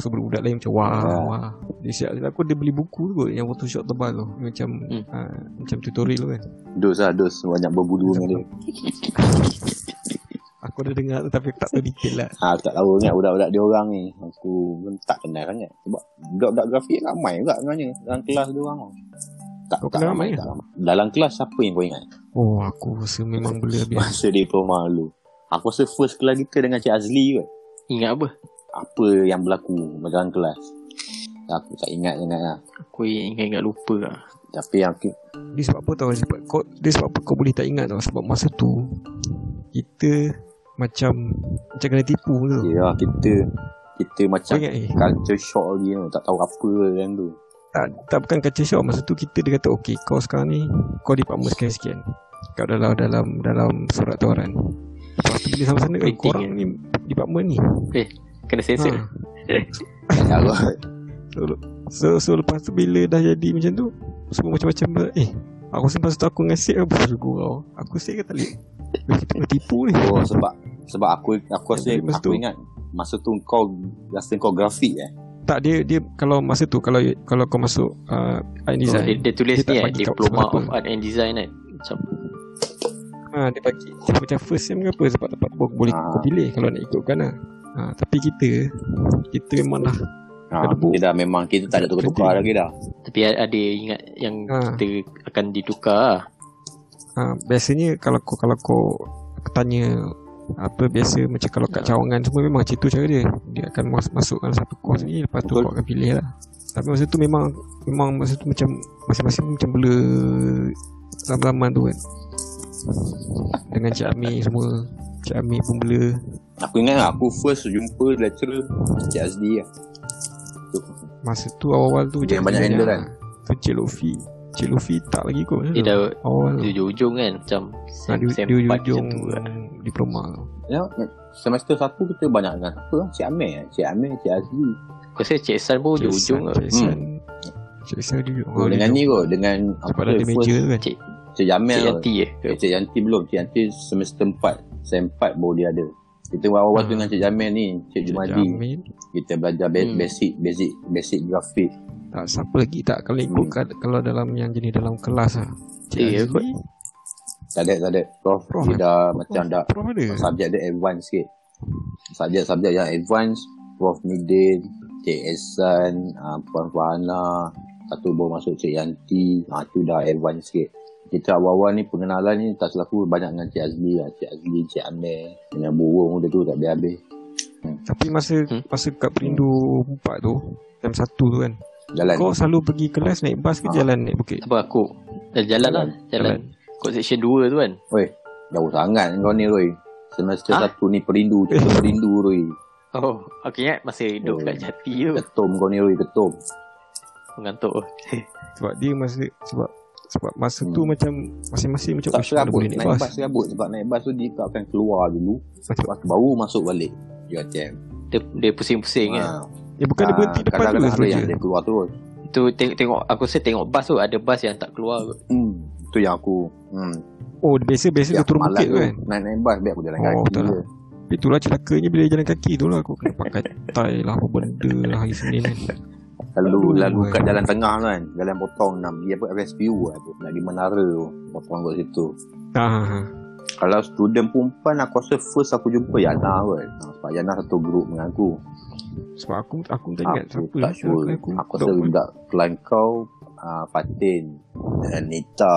Speaker 4: So budak-budak lain macam Wah,
Speaker 3: Ah.
Speaker 4: wah Dia siap aku dia beli buku tu kot yang Photoshop tebal tu macam
Speaker 1: Hmm.
Speaker 4: hmm. uh, macam tutorial tu kan.
Speaker 3: Dos lah, dos. Banyak berbulu dengan dia.
Speaker 4: Aku ada dengar tu tapi tak tahu detail <laughs> lah.
Speaker 3: Ha, aku tak tahu ingat budak-budak dia orang ni. Aku pun tak kenal sangat. Sebab budak-budak grafik ramai juga sebenarnya. Dalam kelas dia orang. tau. Tak,
Speaker 4: Kau
Speaker 3: tak
Speaker 4: kenal
Speaker 3: ramai,
Speaker 4: ramai
Speaker 3: tak ramai. Dalam kelas siapa yang kau
Speaker 4: <laughs>
Speaker 3: ingat?
Speaker 4: Oh, aku rasa memang <laughs> bela habis.
Speaker 3: Masa diploma dulu. Aku rasa first kelas kita dengan Cik Azli kot.
Speaker 1: Ingat apa?
Speaker 3: Apa yang berlaku dalam kelas. Aku tak ingat sangat lah.
Speaker 1: Aku ingat-ingat lupa lah.
Speaker 3: Tapi yang ki-
Speaker 4: Dia sebab apa tau sebab kau dia sebab apa kau boleh tak ingat tau sebab masa tu kita macam macam kena tipu tu.
Speaker 3: ya, kita kita macam
Speaker 4: Kau ingat eh?
Speaker 3: culture shock lagi tu. Tak tahu apa yang tu.
Speaker 4: tak, tak bukan kaca shock masa tu kita dia kata okey kau sekarang ni kau department sekian-sekian kau dalam dalam dalam surat tawaran lepas tu bila sama sana eh
Speaker 1: Penting,
Speaker 4: korang
Speaker 1: eh?
Speaker 4: ni department ni
Speaker 1: Kena sensor.
Speaker 4: ha.
Speaker 3: Ya, aku, <laughs>
Speaker 4: so, so, so lepas tu bila dah jadi macam tu semua macam-macam eh aku rasa masa tu aku dengan Sik apa suruh kau aku Sik ke tak boleh Eh, kita kena tipu ni
Speaker 3: oh, sebab sebab aku aku rasa
Speaker 4: Yang beli masa
Speaker 3: aku
Speaker 4: tu.
Speaker 3: ingat masa tu kau rasa kau grafik eh.
Speaker 4: tak dia dia kalau masa tu kalau kalau kau masuk uh, art and
Speaker 1: Dia,
Speaker 4: design
Speaker 1: dia tulis
Speaker 4: Dia tak
Speaker 1: ni kan,
Speaker 4: bagi kat
Speaker 1: Diploma
Speaker 4: siapa-siapa.
Speaker 1: of Art and Design kan. Macam
Speaker 4: ha, dia bagi dia macam first sem ke apa sebab dapat kau boleh
Speaker 3: Ah.
Speaker 4: kau pilih kalau nak ikutkan lah ha, tapi kita kita memang dah
Speaker 3: Ha,
Speaker 4: Ada bu-
Speaker 3: kita dah memang kita tak ada tukar-tukar lagi dah.
Speaker 1: Tapi a- ada ingat yang
Speaker 4: Ha.
Speaker 1: kita akan ditukar lah.
Speaker 4: ha, biasanya kalau kau kalau kau aku tanya apa biasa macam kalau
Speaker 1: Ya.
Speaker 4: kat cawangan semua memang macam tu cara dia dia akan mas- masukkan satu course ni lepas tu
Speaker 3: Betul.
Speaker 4: kau akan pilih lah tapi masa tu memang memang masa tu macam masing-masing macam bela lama-lama tu kan dengan Cik Amir semua Cik Amir pun bela
Speaker 3: Aku ingat lah, aku first jumpa lecturer Cik Azli lah. Tu.
Speaker 4: masa tu awal-awal tu
Speaker 3: Dia
Speaker 4: Cik
Speaker 3: banyak
Speaker 4: Amir
Speaker 3: handle
Speaker 4: dah- Tu Cik Luffy Cik Luffy tak lagi kot masa
Speaker 1: kan? Dia
Speaker 4: tu.
Speaker 1: dah
Speaker 4: Awal tu
Speaker 1: dia hujung-hujung kan. Macam
Speaker 4: ha,
Speaker 1: sem,
Speaker 4: Dia,
Speaker 1: sem
Speaker 4: dia
Speaker 1: empat
Speaker 4: hujung
Speaker 1: macam tu lah.
Speaker 4: diploma tu
Speaker 3: Ya, semester satu kita banyak dengan apa? Cik Amir, eh. Cik Amir, Cik Azli.
Speaker 1: Kau rasa Cik San pun hujung-hujung lah.
Speaker 4: Jason Jason dia
Speaker 3: Hmm. Oh, dengan ni kot, dengan
Speaker 4: Sebab dah ada meja tu kan
Speaker 1: Cik,
Speaker 3: Cik Jamil.
Speaker 1: Cik eh? Yanti
Speaker 3: Cik Yanti.
Speaker 1: je. ke?
Speaker 3: Cik Yanti belum, Cik Yanti semester empat. Sem empat baru dia ada. Kita awal-awal tu
Speaker 4: Hmm.
Speaker 3: dengan Cik Jamil ni, Cik Jumadi.
Speaker 4: Jamin
Speaker 3: Kita belajar ba-
Speaker 1: Hmm.
Speaker 3: basic, basic, basic grafik.
Speaker 4: Tak siapa lagi tak Kalau ikut
Speaker 3: Hmm.
Speaker 4: kad- Kalau dalam yang jenis dalam kelas lah Cik
Speaker 1: Eh,
Speaker 4: Azli
Speaker 3: Tak ada, tak ada. Prof,
Speaker 4: Prof,
Speaker 3: dia
Speaker 4: eh?
Speaker 3: dah macam dah
Speaker 4: Prof Eh. ada
Speaker 3: subjek dia advance sikit subjek-subjek yang advance Prof Midin Cik Ehsan uh, Puan Fahana satu baru masuk Cik Yanti uh, tu dah advance sikit kita awal-awal ni pengenalan ni tak selaku banyak dengan Cik Azli lah Cik Azli, Cik Amir dengan burung dia tu tak boleh habis
Speaker 4: Tapi masa
Speaker 1: Hmm.
Speaker 4: Masa kat perindu Empat tu Jam satu tu kan
Speaker 3: jalan
Speaker 4: Kau selalu pergi kelas Naik bas ke
Speaker 3: Ah.
Speaker 4: jalan naik bukit
Speaker 1: Apa aku? Eh, Jalan lah. Jalan. Kau section 2 tu kan.
Speaker 3: oi jauh sangat kau ni Roy semester
Speaker 1: Ha?
Speaker 3: satu ni perindu tu
Speaker 4: Eh.
Speaker 3: perindu Roy
Speaker 1: Oh, aku ingat masa duduk
Speaker 3: Oh.
Speaker 4: Hmm.
Speaker 1: kat jati tu.
Speaker 3: ketum kau ni Roy ketum
Speaker 1: Mengantuk.
Speaker 4: Sebab dia masa Sebab sebab masa
Speaker 3: Hmm.
Speaker 4: tu macam masing-masing macam
Speaker 3: tak
Speaker 4: "Ush, mana
Speaker 3: serabut
Speaker 4: boleh
Speaker 3: naik
Speaker 4: naik
Speaker 3: bas
Speaker 4: bas
Speaker 3: serabut sebab naik bas tu dia tak akan keluar dulu
Speaker 4: Macam
Speaker 3: lepas tu baru masuk balik "Ah, UTM
Speaker 1: Dia, dia pusing-pusing kan.
Speaker 3: Ha.
Speaker 4: Eh bukan dia berhenti
Speaker 3: Ah,
Speaker 4: depan tu
Speaker 3: kadang-kadang
Speaker 4: lah
Speaker 3: ada yang
Speaker 4: sebenarnya
Speaker 3: dia keluar terus
Speaker 1: Tu tengok, tengok aku rasa tengok bas tu ada bas yang tak keluar kot.
Speaker 3: hmm. tu yang aku hmm.
Speaker 4: Oh biasa-biasa
Speaker 3: yang
Speaker 4: dia turun
Speaker 3: malas
Speaker 4: bukit tu kan
Speaker 3: naik-naik bas biar aku jalan
Speaker 4: Oh,
Speaker 3: kaki
Speaker 4: betul
Speaker 3: je.
Speaker 4: Itulah celakanya bila jalan kaki tu lah Aku kena pakai tie lah Apa benda lah hari Senin kan
Speaker 3: lalu
Speaker 4: Aduh, eh.
Speaker 3: lalu
Speaker 4: boy.
Speaker 3: kat jalan tengah tu kan jalan potong nak pergi apa FSPU lah tu nak di menara tu potong kat situ
Speaker 4: ah,
Speaker 3: kalau student perempuan aku rasa first aku jumpa Yana kot Ha, sebab Yana satu group dengan aku
Speaker 4: Sebab aku aku tak ingat
Speaker 3: aku
Speaker 4: siapa
Speaker 3: tak sure
Speaker 4: Aku,
Speaker 3: aku,
Speaker 4: aku,
Speaker 3: rasa budak klien kau ah, Fatin dan Nita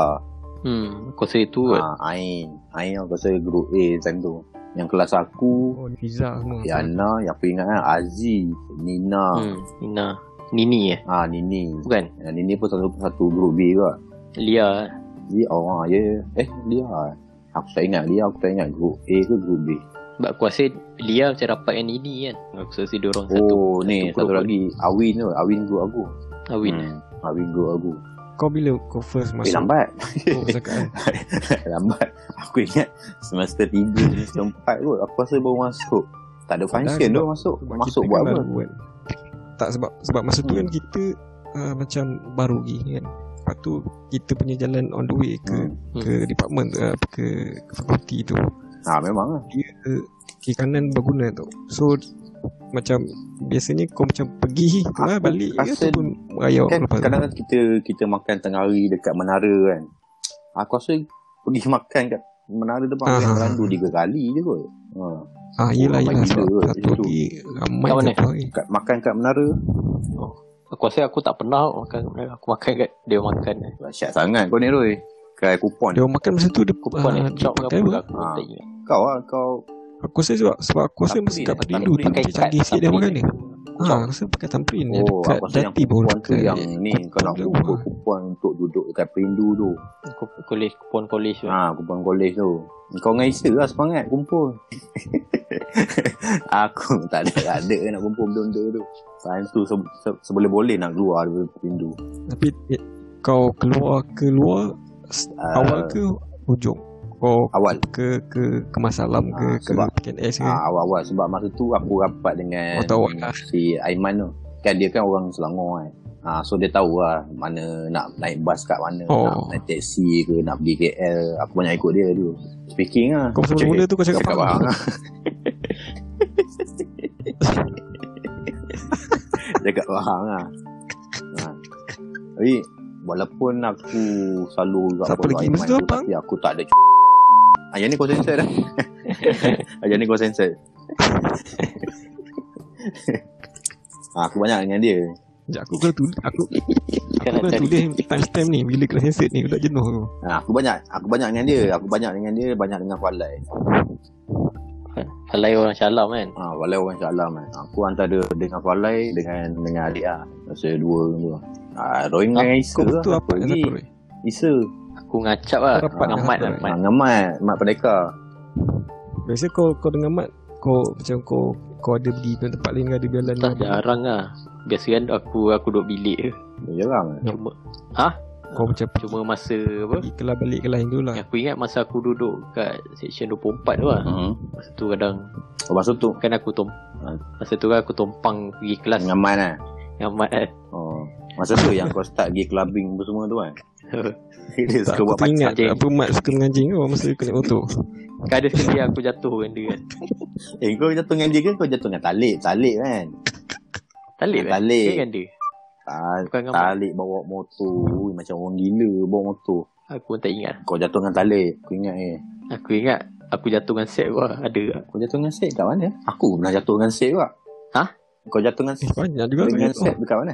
Speaker 1: Hmm, aku rasa itu kot.
Speaker 3: ah, Ain Ain aku rasa group A time tu yang kelas aku
Speaker 4: Oh Fiza semua
Speaker 3: Yana yang aku ingat kan Aziz Nina
Speaker 1: Hmm, Nina. Nini eh?
Speaker 3: ah Nini
Speaker 1: Bukan?
Speaker 3: yang Nini pun satu satu group B juga
Speaker 1: Lia.
Speaker 3: dia orang ya eh dia aku tak ingat dia aku tak ingat group A ke group B
Speaker 1: Sebab aku rasa Lia macam rapat dengan Nini kan. Aku rasa dia orang satu.
Speaker 3: oh ni
Speaker 1: satu
Speaker 3: satu,
Speaker 1: group.
Speaker 3: lagi Awin tu Awin group aku
Speaker 1: Awin.
Speaker 3: hmm. Awin group aku
Speaker 4: Kau bila kau first
Speaker 3: eh
Speaker 4: masuk
Speaker 3: lambat <laughs>
Speaker 4: Oh cakap
Speaker 3: lambat aku ingat semester 3 semester 4 kot aku rasa baru masuk tak ada function
Speaker 4: sebab-
Speaker 3: tu masuk masuk buat apa Hmm.
Speaker 4: buat. Tak sebab sebab masa tu kan kita ah, Macam baru lagi kan Lepas tu kita punya jalan on the way ke
Speaker 3: hmm.
Speaker 4: ke department tu, ah, ke, ke fakulti tu
Speaker 3: ha memang lah
Speaker 4: dia kiri kanan berguna tu so macam biasanya kau macam pergi keluar balik ke
Speaker 3: rasa
Speaker 4: ataupun merayau
Speaker 3: kan
Speaker 4: lepas tu?
Speaker 3: kadang-kadang kita kita makan tengah hari dekat menara kan. Aku rasa pergi <laughs> makan kat menara depan
Speaker 4: Ah.
Speaker 3: aku yang berandu tiga kali je kot. Ha.
Speaker 4: Ah, yelah,
Speaker 3: Ramai
Speaker 4: yelah. Sebab
Speaker 3: gila
Speaker 4: satu
Speaker 3: situ.
Speaker 4: hari ramai
Speaker 2: Kat mana?
Speaker 4: satu hari.
Speaker 3: Kat, makan kat menara
Speaker 2: Aku rasa aku tak pernah makan aku makan kat dia makan.
Speaker 3: Syak sangat kau ni Roy Kai kupon
Speaker 4: Dia orang makan masa tu dia,
Speaker 2: Kupon
Speaker 4: ah,
Speaker 2: eh,
Speaker 4: dia
Speaker 2: chop ke
Speaker 4: pakai
Speaker 2: apa
Speaker 4: apa?
Speaker 2: ke aku
Speaker 3: Ah.
Speaker 2: tak ingat.
Speaker 3: Kau lah kau
Speaker 4: Aku rasa sebab, sebab aku rasa masa
Speaker 3: Tamprin
Speaker 4: tak
Speaker 3: eh,
Speaker 4: pada dulu tu
Speaker 2: Tamprin
Speaker 4: Macam
Speaker 2: kat-
Speaker 4: canggih
Speaker 2: kat
Speaker 4: sikit dia
Speaker 2: tamprin
Speaker 4: makan
Speaker 2: eh.
Speaker 4: ni Ha, aku rasa pakai tamprin Dia
Speaker 3: Oh
Speaker 4: dekat
Speaker 3: aku rasa yang
Speaker 4: dati
Speaker 3: kupon
Speaker 4: baru
Speaker 3: tu
Speaker 4: dekat-
Speaker 3: yang ni Kau nak
Speaker 4: jauh
Speaker 3: kumpul
Speaker 4: lah.
Speaker 3: kupon untuk duduk dekat perindu tu
Speaker 2: Ku- Kolej kupon kolej
Speaker 4: Ah,
Speaker 2: tu.
Speaker 3: Ha kupon kolej tu Kau dengan Isa lah semangat kumpul <laughs> Aku tak ada tak ada nak kumpul benda-benda tu Time tu se- se- seboleh-boleh nak keluar daripada perindu
Speaker 4: Tapi eh, kau keluar keluar s-
Speaker 3: Ah.
Speaker 4: awal ke hujung? Kau
Speaker 3: Awal.
Speaker 4: ke ke ke masalam ke
Speaker 3: Ah,
Speaker 4: ke
Speaker 3: sebab-
Speaker 4: PKS ke?
Speaker 3: Ah, awal-awal sebab masa tu aku rapat dengan
Speaker 4: Oh, tahu lah.
Speaker 3: si Aiman tu. Kan dia kan orang Selangor kan. Ah, so dia tahu lah mana nak naik bas kat mana,
Speaker 4: Oh.
Speaker 3: nak naik taksi ke, nak pergi KL. Aku banyak ikut dia tu. Speaking lah.
Speaker 4: Kau pasal mula tu kau cakap
Speaker 3: Cakap
Speaker 4: faham.
Speaker 3: faham <laughs> lah. cakap faham lah. Ha. Tapi walaupun aku selalu juga
Speaker 4: Siapa
Speaker 3: follow
Speaker 4: lagi
Speaker 3: Aiman
Speaker 4: masa tu, abang?
Speaker 3: Tapi aku tak ada c***. Ah, yang ni kau sensor <laughs> dah. ah, yang ni kau sensor. <laughs> ah, aku banyak dengan dia.
Speaker 4: Sekejap, aku kena tulis aku aku
Speaker 1: Kan
Speaker 3: Kan
Speaker 2: Kena
Speaker 4: kena
Speaker 2: cari.
Speaker 4: tulis timestamp ni bila kena censored ni aku tak jenuh tu.
Speaker 3: Ah, aku banyak, aku banyak dengan dia. Aku banyak dengan dia, banyak dengan Falai.
Speaker 2: Halai orang syalam kan.
Speaker 3: Ah, Falai orang Syaklam kan. Aku antara dengan Falai dengan dengan adik ah. Masa dua tu. Ah, Roy dengan Isa.
Speaker 4: Kau betul
Speaker 3: lah.
Speaker 4: apa yang
Speaker 3: Pergi.
Speaker 4: aku ni?
Speaker 3: Isa.
Speaker 2: Aku ngacap lah.
Speaker 4: Kau rapat
Speaker 2: Ngamat
Speaker 4: dengan
Speaker 2: lah.
Speaker 4: aku,
Speaker 2: Mat.
Speaker 3: Ah, dengan Mat, Mat Pendeka.
Speaker 4: Biasa kau kau dengan mat kau macam kau kau ada pergi ke tempat lain ke ada jalan
Speaker 2: Tak jarang lah. Biasa kan aku aku duduk bilik je.
Speaker 3: Dia jarang.
Speaker 2: Cuma
Speaker 4: kau macam
Speaker 2: cuma masa apa?
Speaker 4: pergi kelah balik kelah yang dulu lah.
Speaker 3: Ya,
Speaker 2: Yang aku ingat masa aku duduk kat section 24 tu lah.
Speaker 3: Hmm.
Speaker 2: Masa tu kadang
Speaker 3: Oh, masa tu
Speaker 2: kan aku tom
Speaker 3: Ah.
Speaker 2: Masa tu kan aku tompang pergi kelas
Speaker 3: dengan Mat eh.
Speaker 2: Ngamat kan.
Speaker 3: Oh. Masa tu yang kau start pergi clubbing apa semua tu <laughs> kan. Dia suka
Speaker 4: Tak, aku
Speaker 3: buat
Speaker 4: tu ingat
Speaker 2: pancing.
Speaker 4: apa mat suka menganjing kau masa kau naik
Speaker 3: <laughs>
Speaker 4: motor.
Speaker 2: Kan ada sekali aku jatuh dengan dia kan.
Speaker 3: Eh kau jatuh dengan dia ke kau jatuh dengan Talib? Talib kan?
Speaker 2: Talib kan?
Speaker 3: Talib.
Speaker 2: Dia dengan dia.
Speaker 3: Ta-
Speaker 2: Bukan dengan
Speaker 3: Talib bawa motor Ui, Macam orang gila bawa motor
Speaker 2: Aku pun tak ingat.
Speaker 3: Kau jatuh dengan Talib Aku ingat eh
Speaker 2: Aku ingat aku jatuh dengan set lah.
Speaker 4: Ya,
Speaker 2: Ada.
Speaker 3: Kau jatuh dengan Sek kat mana? Aku pernah jatuh dengan Sek juga
Speaker 2: Hah?
Speaker 3: Ha? Eh, Kau jatuh dengan Sek
Speaker 4: Eh, Banyak juga
Speaker 3: Dengan
Speaker 4: tu.
Speaker 3: Sek dekat mana?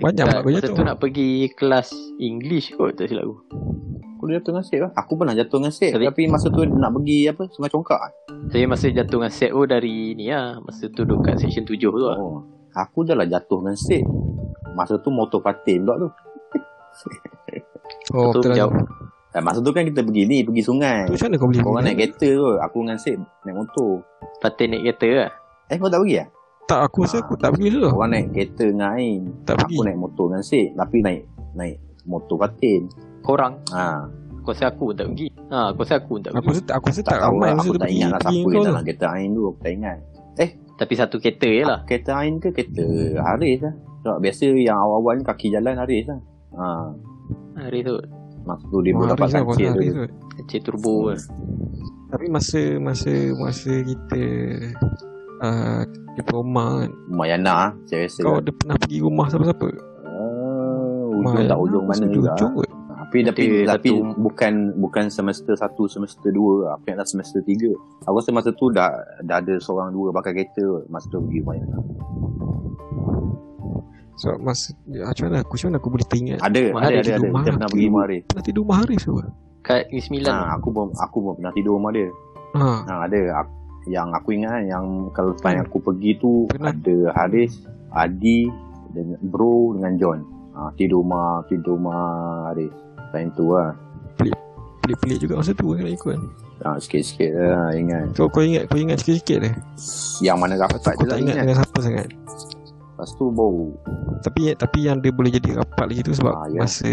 Speaker 4: Banyak
Speaker 2: Tak,
Speaker 4: Oh, pula kau
Speaker 2: masa
Speaker 4: jatuh.
Speaker 2: tu nak pergi kelas English kot tak silap aku.
Speaker 3: Kau jatuh dengan Sek lah Aku pernah jatuh dengan Sek
Speaker 2: Tapi-
Speaker 3: Tapi masa tu nak pergi apa Sungai Congkak
Speaker 2: Saya masa jatuh dengan set tu dari ni lah. Masa tu duduk kat section 7 tu lah.
Speaker 3: oh. Aku dah lah jatuh dengan Sek Masa tu motor Fatim pula tu
Speaker 4: Oh,
Speaker 2: tu
Speaker 4: betul. lah.
Speaker 2: jauh.
Speaker 3: Eh, Masa tu kan kita pergi ni Pergi sungai
Speaker 4: Tu macam mana kau boleh?
Speaker 3: Korang
Speaker 4: pergi?
Speaker 3: naik kereta tu Aku dengan Sek naik motor
Speaker 2: Patin naik kereta lah.
Speaker 3: Eh kau tak pergi lah?
Speaker 4: Tak, aku rasa aku tak pergi tu.
Speaker 3: Korang naik kereta dengan Ain
Speaker 4: Oh. Tak pergi.
Speaker 3: Aku naik motor dengan Sik Tapi naik Naik motor Fatin
Speaker 2: Korang.
Speaker 3: ha,
Speaker 2: Aku rasa aku pun tak pergi. Ha, aku rasa aku pun tak
Speaker 4: Aku
Speaker 2: pergi.
Speaker 4: rasa tak, aku rasa
Speaker 3: Tak
Speaker 4: tak
Speaker 3: tahu
Speaker 4: ramai
Speaker 3: lah
Speaker 4: masa
Speaker 3: Aku
Speaker 4: tu
Speaker 3: tak
Speaker 4: pergi
Speaker 3: ingat lah
Speaker 4: pergi
Speaker 3: Siapa
Speaker 4: dengan
Speaker 3: yang
Speaker 4: kau
Speaker 3: dalam
Speaker 4: tu.
Speaker 3: kereta Ain tu Aku tak ingat
Speaker 2: Tapi satu kereta je lah.
Speaker 3: Kereta Ain ke kereta Haris lah Sebab biasa yang awal-awal ni Kaki jalan Haris lah ha,
Speaker 2: Hari tu.
Speaker 3: Masa tu dia
Speaker 4: Wah,
Speaker 3: belum dapat
Speaker 4: Haris lah, kau
Speaker 3: kancil tu
Speaker 4: rasa Haris tu.
Speaker 2: Kecil turbo lah.
Speaker 4: Tapi masa masa masa kita uh, diploma kan.
Speaker 3: Rumah Yana ah, Saya rasa
Speaker 4: Kau
Speaker 3: Kau
Speaker 4: ada pernah pergi rumah siapa-siapa?
Speaker 3: Oh, Ujung tak ujung mana juga
Speaker 4: Ujung kot.
Speaker 3: Tapi tapi,
Speaker 2: Dia
Speaker 3: tapi
Speaker 2: satu-
Speaker 3: bukan bukan semester satu semester dua lah. Aku ingat dah semester tiga Aku rasa masa tu dah dah ada seorang dua pakai kereta kot. Masa tu pergi rumah Yana
Speaker 4: So masa ya, macam mana aku macam mana aku boleh teringat?
Speaker 3: Ada
Speaker 2: Rumah
Speaker 3: ada
Speaker 2: Haris
Speaker 3: ada,
Speaker 4: di
Speaker 3: ada.
Speaker 4: rumah
Speaker 3: Kita
Speaker 4: lah.
Speaker 3: pernah pergi rumah Haris
Speaker 4: Pernah tidur rumah Haris tu.
Speaker 2: Kat Negeri Sembilan tu.
Speaker 3: Ha, aku pun aku pun pernah tidur rumah dia.
Speaker 4: Ha.
Speaker 3: Ha, ada aku, yang aku ingat kan, yang kalau time aku pergi tu
Speaker 4: Hmm. Pernah.
Speaker 3: ada Haris, Adi dengan bro dengan John. Ha, tidur rumah tidur rumah Haris. Time tu lah.
Speaker 4: Pelik-pelik juga masa tu kan nak ikut. kan.
Speaker 3: Ha, sikit-sikit lah ingat.
Speaker 4: So kau ingat kau ingat sikit-sikit lah.
Speaker 3: Yang mana
Speaker 4: Lepas tu
Speaker 3: rapat
Speaker 4: kau
Speaker 3: je
Speaker 4: tak
Speaker 3: lah
Speaker 4: ingat
Speaker 3: ingat.
Speaker 4: dengan siapa sangat.
Speaker 3: Lepas tu bau.
Speaker 4: Tapi tapi yang dia boleh jadi rapat lagi tu sebab
Speaker 3: Ah, ya.
Speaker 4: masa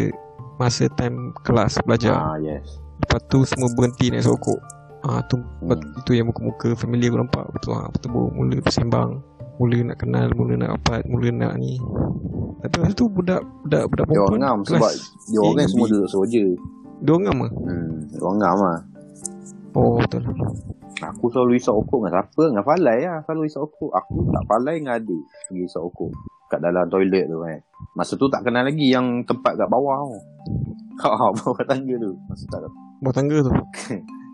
Speaker 4: masa time kelas belajar.
Speaker 3: Ha, yes.
Speaker 4: Lepas tu semua berhenti naik sokok. Ah tu
Speaker 3: Hmm.
Speaker 4: itu yang muka-muka family aku nampak betul ah betul baru mula bersembang. Mula nak kenal, mula nak rapat, mula nak ni. Tapi masa tu budak budak budak
Speaker 3: Dia orang
Speaker 4: perempuan
Speaker 3: ngam
Speaker 4: kelas
Speaker 3: sebab dia orang kan
Speaker 4: AB.
Speaker 3: semua duduk soldier.
Speaker 4: dia orang ngam ah.
Speaker 3: Hmm, dia orang ngam lah.
Speaker 4: Oh betul
Speaker 3: Aku selalu risau okok dengan siapa? Dengan Falai lah. Selalu risau okok. Aku tak Falai dengan adik. Pergi risau okok. Kat dalam toilet tu kan. Masa tu tak kenal lagi yang tempat kat bawah tu. <laughs> Ha, bawah tangga tu. Masa tak
Speaker 4: Buat tangga tu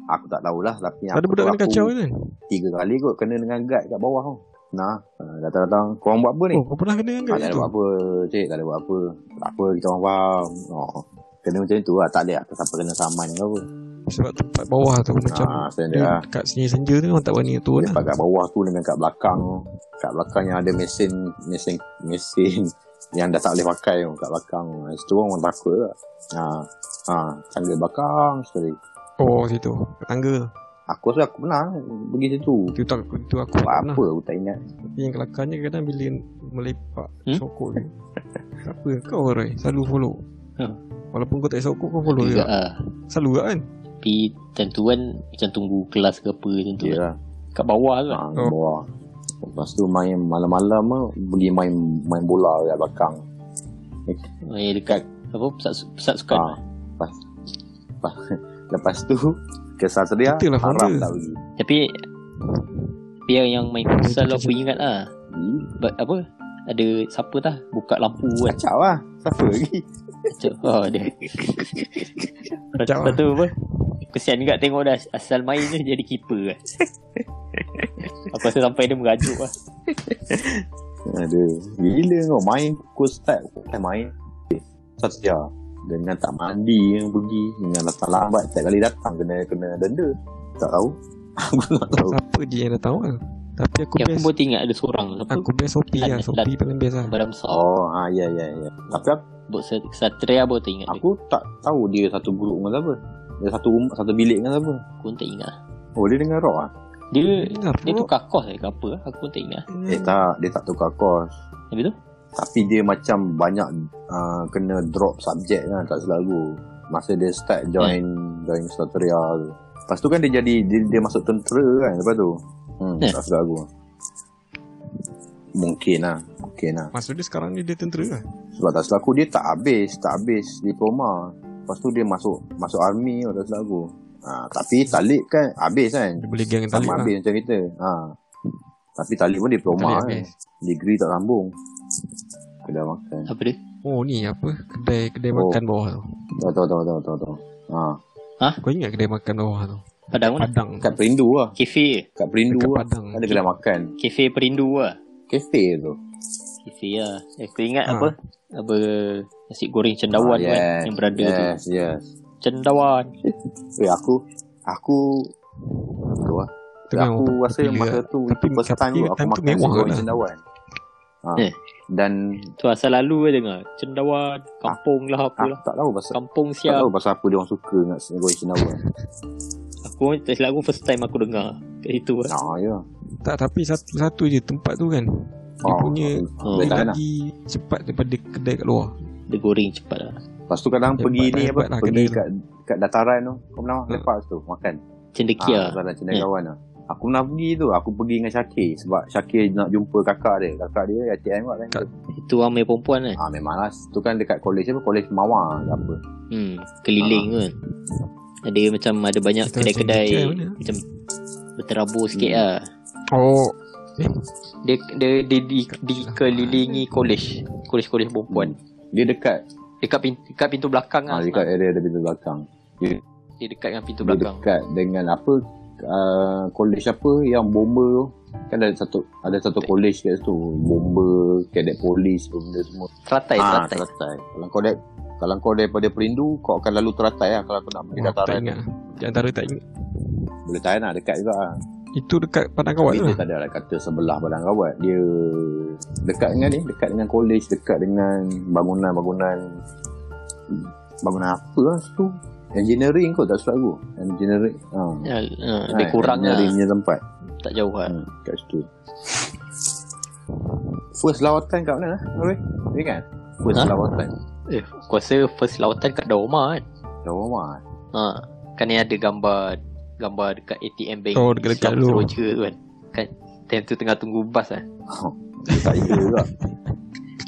Speaker 3: Aku tak tahulah tapi
Speaker 4: Ada budak kena kacau kan
Speaker 3: Tiga kali kot kena dengan guard kat bawah tu. Nah, ah, datang-datang korang buat apa ni?
Speaker 4: Oh kau pernah kena
Speaker 3: Ah, tak
Speaker 4: kan kat
Speaker 3: ada
Speaker 4: situ
Speaker 3: buat apa Cik tak ada buat apa Tak apa kita orang faham oh. Kena macam tu lah Tak ada atas apa kena saman ke apa
Speaker 4: Sebab tempat bawah tu Macam
Speaker 3: Haa standard lah
Speaker 4: dia Kat senja-senja tu Orang tak berani turun lah
Speaker 3: Lepas kat bawah tu dengan kat belakang tu. Kat belakang yang ada mesin Mesin Mesin <laughs> Yang dah tak boleh pakai tu Kat belakang tu. Situ orang takut lah Haa Haa Tangga ah, belakang sekali
Speaker 4: Oh situ Kat tangga
Speaker 3: Aku rasa aku pernah Pergi situ
Speaker 4: Itu tak Itu aku
Speaker 3: Buat
Speaker 4: tak
Speaker 3: apa
Speaker 4: pernah
Speaker 3: aku tak ingat
Speaker 4: Tapi yang kelakarnya kadang Bila melepak
Speaker 2: Hmm?
Speaker 4: Sokok tu Apa kau Roy Selalu follow
Speaker 2: Ha.
Speaker 4: Walaupun kau tak sokok Kau follow
Speaker 2: juga
Speaker 4: juga
Speaker 2: ah.
Speaker 4: Selalu juga kan
Speaker 2: Tapi macam tu kan Macam tunggu kelas ke apa macam tu kan.
Speaker 3: Yelah
Speaker 2: Kat bawah tu lah
Speaker 3: Haa
Speaker 4: Oh.
Speaker 3: Ah, Bawah Lepas tu main malam-malam tu Pergi main main bola kat belakang
Speaker 2: Eh, Dekat apa pusat, pusat
Speaker 4: Kan?
Speaker 2: sukan
Speaker 3: Ah, lepas, lepas, <laughs> lepas tu ke Satria
Speaker 4: Kita lah
Speaker 3: haram
Speaker 4: founder.
Speaker 3: tak pergi.
Speaker 2: Tapi Tapi yang, yang main futsal lah aku ingat lah
Speaker 3: Hmm,
Speaker 2: But, Apa Ada siapa tah Buka lampu kan
Speaker 3: kacau lah. Siapa lagi?
Speaker 2: Macam Oh
Speaker 4: <laughs>
Speaker 2: dia
Speaker 4: Kacau
Speaker 2: Lepas tu apa Kesian juga tengok dah Asal main je jadi
Speaker 4: <laughs>
Speaker 2: keeper kan Aku rasa sampai dia merajuk lah
Speaker 3: Ada. Gila kau main pukul start. Tak main. Eh, Satria. Dengan tak mandi yang pergi. Dengan datang lambat. Tak kali datang kena kena denda. Tak tahu. <laughs> Aku tak tahu.
Speaker 4: Siapa dia yang dah tahu lah Tapi aku
Speaker 2: Yang aku
Speaker 4: best
Speaker 2: buat ingat ada seorang Siapa
Speaker 4: Aku best Sopi
Speaker 2: Lan-
Speaker 4: lah Sopi paling best lah
Speaker 2: Baram Sah
Speaker 3: Oh, ha, ya, ya, ya. Tapi aku,
Speaker 2: Buat Sat- Satria baru tak ingat dia
Speaker 3: aku tak tahu dia satu grup dengan siapa. Dia satu rumah, satu bilik dengan siapa.
Speaker 2: Aku pun tak ingat lah.
Speaker 3: Oh, dia dengan Rock ah.
Speaker 2: Dia
Speaker 4: Ingat
Speaker 2: Dia
Speaker 4: pun.
Speaker 2: tukar kos ke apa lah. Aku pun tak ingat lah.
Speaker 3: Eh, tak. Dia tak tukar kos.
Speaker 2: Habis tu
Speaker 3: Tapi dia macam banyak uh, kena drop subjek kan tak selalu. Masa dia start join hmm. join Satria tu. Lepas tu kan dia jadi dia, dia masuk tentera kan lepas tu. Hmm,
Speaker 2: Eh.
Speaker 3: tak selalu. Mungkin lah Mungkin lah
Speaker 4: Maksud dia sekarang ni dia tentera lah
Speaker 3: Sebab tak selaku dia tak habis Tak habis diploma Lepas tu dia masuk Masuk army tau tak selaku ha, Tapi talib kan habis kan
Speaker 4: Dia boleh gang dengan
Speaker 3: Sama
Speaker 4: Talib lah
Speaker 3: habis macam kita ha. Tapi talib pun diploma
Speaker 4: Talib
Speaker 3: kan
Speaker 4: habis.
Speaker 3: Degree tak sambung Kedai makan
Speaker 2: Apa dia
Speaker 4: Oh ni apa Kedai kedai
Speaker 3: Oh.
Speaker 4: makan bawah tu
Speaker 3: Tahu tahu tahu tahu tahu tahu. Ha,
Speaker 4: Kau ingat kedai makan bawah tu
Speaker 2: Padang mana
Speaker 4: Padang tu
Speaker 3: Oh, kat Perindu lah.
Speaker 2: Kafe je.
Speaker 3: Kat Perindu
Speaker 4: Dekat
Speaker 3: lah.
Speaker 4: Padang.
Speaker 3: Ada kedai makan.
Speaker 2: Kafe perindu lah
Speaker 3: Kafe tu.
Speaker 2: Kafe lah Aku ingat
Speaker 4: Ha.
Speaker 2: apa Apa Nasi goreng cendawan
Speaker 3: Ah,
Speaker 2: tu kan
Speaker 3: yes,
Speaker 2: Yang berada tu
Speaker 3: Yes, yes.
Speaker 2: Cendawan
Speaker 3: Eh, aku aku tu lah.
Speaker 4: Tu memang
Speaker 3: aku rasa
Speaker 4: popular.
Speaker 3: masa tu
Speaker 4: Tapi
Speaker 3: itu first
Speaker 4: kat
Speaker 3: time tu
Speaker 4: period
Speaker 3: aku
Speaker 4: time tu
Speaker 3: makan
Speaker 4: mewah
Speaker 3: nasi goreng
Speaker 4: lah.
Speaker 3: cendawan. Ha.
Speaker 2: Eh.
Speaker 3: Dan
Speaker 2: Tu asal lalu je dengar Cendawan
Speaker 3: Ah.
Speaker 2: Kampung lah
Speaker 3: aku
Speaker 2: apalah
Speaker 3: tak tahu pasal
Speaker 2: Kampung
Speaker 3: tak
Speaker 2: siap
Speaker 3: tahu pasal apa dia orang suka dengan nasi goreng
Speaker 2: <laughs>
Speaker 3: cendawan.
Speaker 2: Aku tak silap aku first time aku dengar Kat situ lah
Speaker 3: Nah, ya.
Speaker 4: Tak tapi satu-satu je tempat tu kan Dia
Speaker 3: Oh,
Speaker 4: punya
Speaker 2: Oh,
Speaker 4: Dia
Speaker 3: tak nak.
Speaker 4: lagi cepat daripada kedai kat luar
Speaker 2: Dia goreng cepat lah
Speaker 3: Lepas tu kadang
Speaker 4: Dia
Speaker 3: pergi
Speaker 4: hebat-
Speaker 3: ni
Speaker 4: hebat
Speaker 3: apa?
Speaker 4: lah
Speaker 3: Pergi
Speaker 4: kedai tu.
Speaker 3: kat kat dataran tu. Kau pernah lepas tu makan.
Speaker 2: Cendekia
Speaker 3: Ah, Zalan Cendekiawan lah. Aku pernah pergi tu. Aku pergi dengan Syakir. Sebab Syakir nak jumpa kakak dia. Kakak dia ATM kat kan.
Speaker 4: Kat-
Speaker 2: Itu ramai perempuan kan
Speaker 3: Ah, memang lah. Tu kan dekat college apa? College Mawar ke apa.
Speaker 2: hmm, Keliling
Speaker 3: Ah.
Speaker 2: kan Ada macam Ada banyak
Speaker 4: Kita
Speaker 2: kedai-kedai
Speaker 4: cendekia mana?
Speaker 2: Macam Berterabur sikit
Speaker 3: Hmm.
Speaker 2: lah
Speaker 4: Oh
Speaker 2: Dia dia dia di, dikelilingi kolej, kolej-kolej perempuan.
Speaker 3: Dia dekat.
Speaker 2: Dekat pintu, dekat pintu belakang ah.
Speaker 3: Ah, dekat area dari pintu belakang.
Speaker 2: Dia dekat dengan pintu
Speaker 3: Dia
Speaker 2: belakang.
Speaker 3: dekat dengan apa? Uh, college apa yang bomber tu kan ada satu ada satu college kat situ bomber cadet polis apa benda semua
Speaker 2: Teratai,
Speaker 3: ah
Speaker 2: teratai.
Speaker 3: teratai kalau kau dek kalau kau daripada perindu kau akan lalu teratai lah kalau kau nak pergi
Speaker 4: Wah, aku
Speaker 3: dataran
Speaker 4: tak ingat Di antara tak ingat
Speaker 3: boleh tahan lah dekat juga lah
Speaker 4: Itu dekat Padang Kawat tu
Speaker 3: Tapi dia
Speaker 4: lah
Speaker 3: tak ada lah kata sebelah Padang Rawat. Dia dekat dengan ni, dekat dengan college, dekat dengan bangunan-bangunan bangunan apa lah tu? Engineering kot tak silap aku. Engineering. Ha.
Speaker 2: Ya, ha,
Speaker 3: Ha,
Speaker 2: lebih kurang lah.
Speaker 3: Engineering punya tempat.
Speaker 2: Tak jauh lah.
Speaker 3: Hmm, kat situ. First lawatan kat mana? Alright. Ingat? First
Speaker 2: Ha?
Speaker 3: lawatan.
Speaker 2: Eh, aku rasa first lautan kat Dawama kan.
Speaker 3: Lawama.
Speaker 2: Ha. Kan yang ada gambar gambar dekat ATM bank.
Speaker 4: Oh, dekat-dekat
Speaker 2: Islam
Speaker 4: dulu.
Speaker 2: Seroja tu kan. Kan time tu tengah tunggu bas lah.
Speaker 3: Dia tak ada
Speaker 2: <laughs>
Speaker 3: juga.